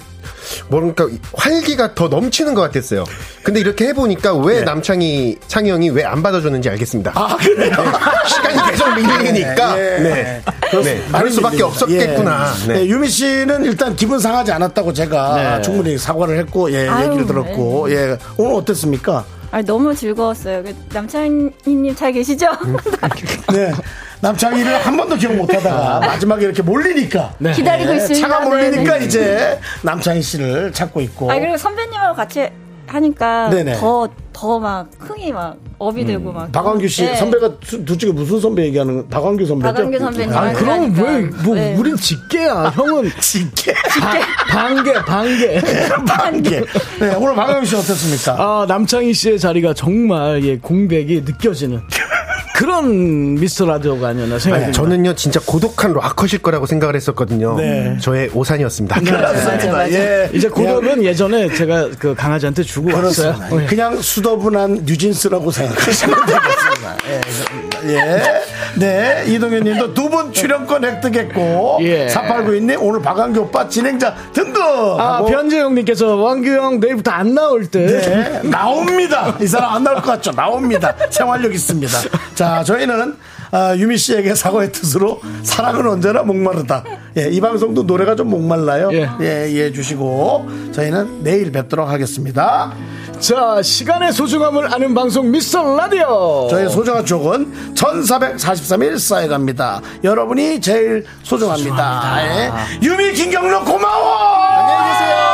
[SPEAKER 10] 뭔가 활기가 더 넘치는 것 같았어요. 근데 이렇게 해보니까 왜 남창희, 창희 형이 왜 안 받아줬는지 알겠습니다.
[SPEAKER 2] 네.
[SPEAKER 10] 네.
[SPEAKER 2] 아, 그래요?
[SPEAKER 10] 시간이 계속 밀리니까.
[SPEAKER 2] 예, 예.
[SPEAKER 10] 네.
[SPEAKER 2] 그렇-
[SPEAKER 10] 네.
[SPEAKER 2] 많이
[SPEAKER 10] 그럴 수밖에
[SPEAKER 2] 밀립니다.
[SPEAKER 10] 없었겠구나.
[SPEAKER 2] 예.
[SPEAKER 10] 네.
[SPEAKER 2] 네, 유미 씨는 일단 기분 상하지 않았다고 제가
[SPEAKER 3] 네.
[SPEAKER 2] 충분히 사과를 했고, 예,
[SPEAKER 9] 아유, 네.
[SPEAKER 2] 얘기를 들었고, 예. 오늘 어땠습니까?
[SPEAKER 9] 아니, 너무 즐거웠어요. 그 남창희님 잘 계시죠?
[SPEAKER 2] 음, 네. 남창희를 한 번도 기억 못 하다가 마지막에 이렇게 몰리니까.
[SPEAKER 9] 기다리고
[SPEAKER 2] 예,
[SPEAKER 9] 있습니다.
[SPEAKER 2] 차가
[SPEAKER 9] 네,
[SPEAKER 2] 몰리니까
[SPEAKER 9] 네.
[SPEAKER 2] 이제 남창희 씨를 찾고 있고.
[SPEAKER 9] 아 그리고 선배님하고 같이 하니까
[SPEAKER 2] 네네. 음.
[SPEAKER 9] 더 더 막 흥이 막 업이 되고 막.
[SPEAKER 2] 박완규 씨
[SPEAKER 9] 네.
[SPEAKER 2] 선배가 두- 둘중에 무슨 선배 얘기하는 박완규 선배죠?
[SPEAKER 9] 박완규 선배님.
[SPEAKER 2] 아,
[SPEAKER 3] 그럼
[SPEAKER 9] 그러니까.
[SPEAKER 3] 왜 뭐
[SPEAKER 9] 네.
[SPEAKER 3] 우린 직계야. 형은
[SPEAKER 2] 진짜
[SPEAKER 3] 반개 반개.
[SPEAKER 2] 아, 반개. 네, 오늘 박완규 씨 어땠습니까?
[SPEAKER 3] 아 남창희 씨의 자리가 정말 예 공백이 느껴지는 그런 미스터 라디오가 아니었나 생각이 듭니다.
[SPEAKER 10] 네. 저는요, 진짜 고독한 락커실 거라고 생각을 했었거든요.
[SPEAKER 2] 네.
[SPEAKER 10] 저의 오산이었습니다.
[SPEAKER 2] 그렇습니다. 예.
[SPEAKER 3] 이제 고독은 예전에 제가 그 강아지한테 주고 왔어요.
[SPEAKER 2] 그렇습니다.
[SPEAKER 3] 어, 예.
[SPEAKER 2] 그냥 수더분한 뉴진스라고 생각하시면 되겠습니다. 예, 그렇습니다. 예. 네, 이동현 님도 두 분 출연권 획득했고,
[SPEAKER 3] 예.
[SPEAKER 2] 4892님 오늘 박완규 오빠 진행자 등등!
[SPEAKER 3] 아
[SPEAKER 2] 하고
[SPEAKER 3] 변재영님께서 왕규 형 내일부터 안 나올 때
[SPEAKER 2] 뭐- 네, 나옵니다. 이 사람 안 나올 것 같죠? 나옵니다. 생활력 있습니다. 자, 저희는 아, 유미 씨에게 사과의 뜻으로 사랑은 언제나 목마르다. 예, 이 방송도 노래가 좀 목말라요.
[SPEAKER 3] 예.
[SPEAKER 2] 예, 이해해 주시고 저희는 내일 뵙도록 하겠습니다.
[SPEAKER 3] 자 시간의 소중함을 아는 방송 미스터 라디오.
[SPEAKER 2] 저의 소중한 쪽은 1443일 쌓여갑니다. 여러분이 제일 소중합니다. 예. 유미 김경록 고마워! 안녕히 계세요!
[SPEAKER 9] 어,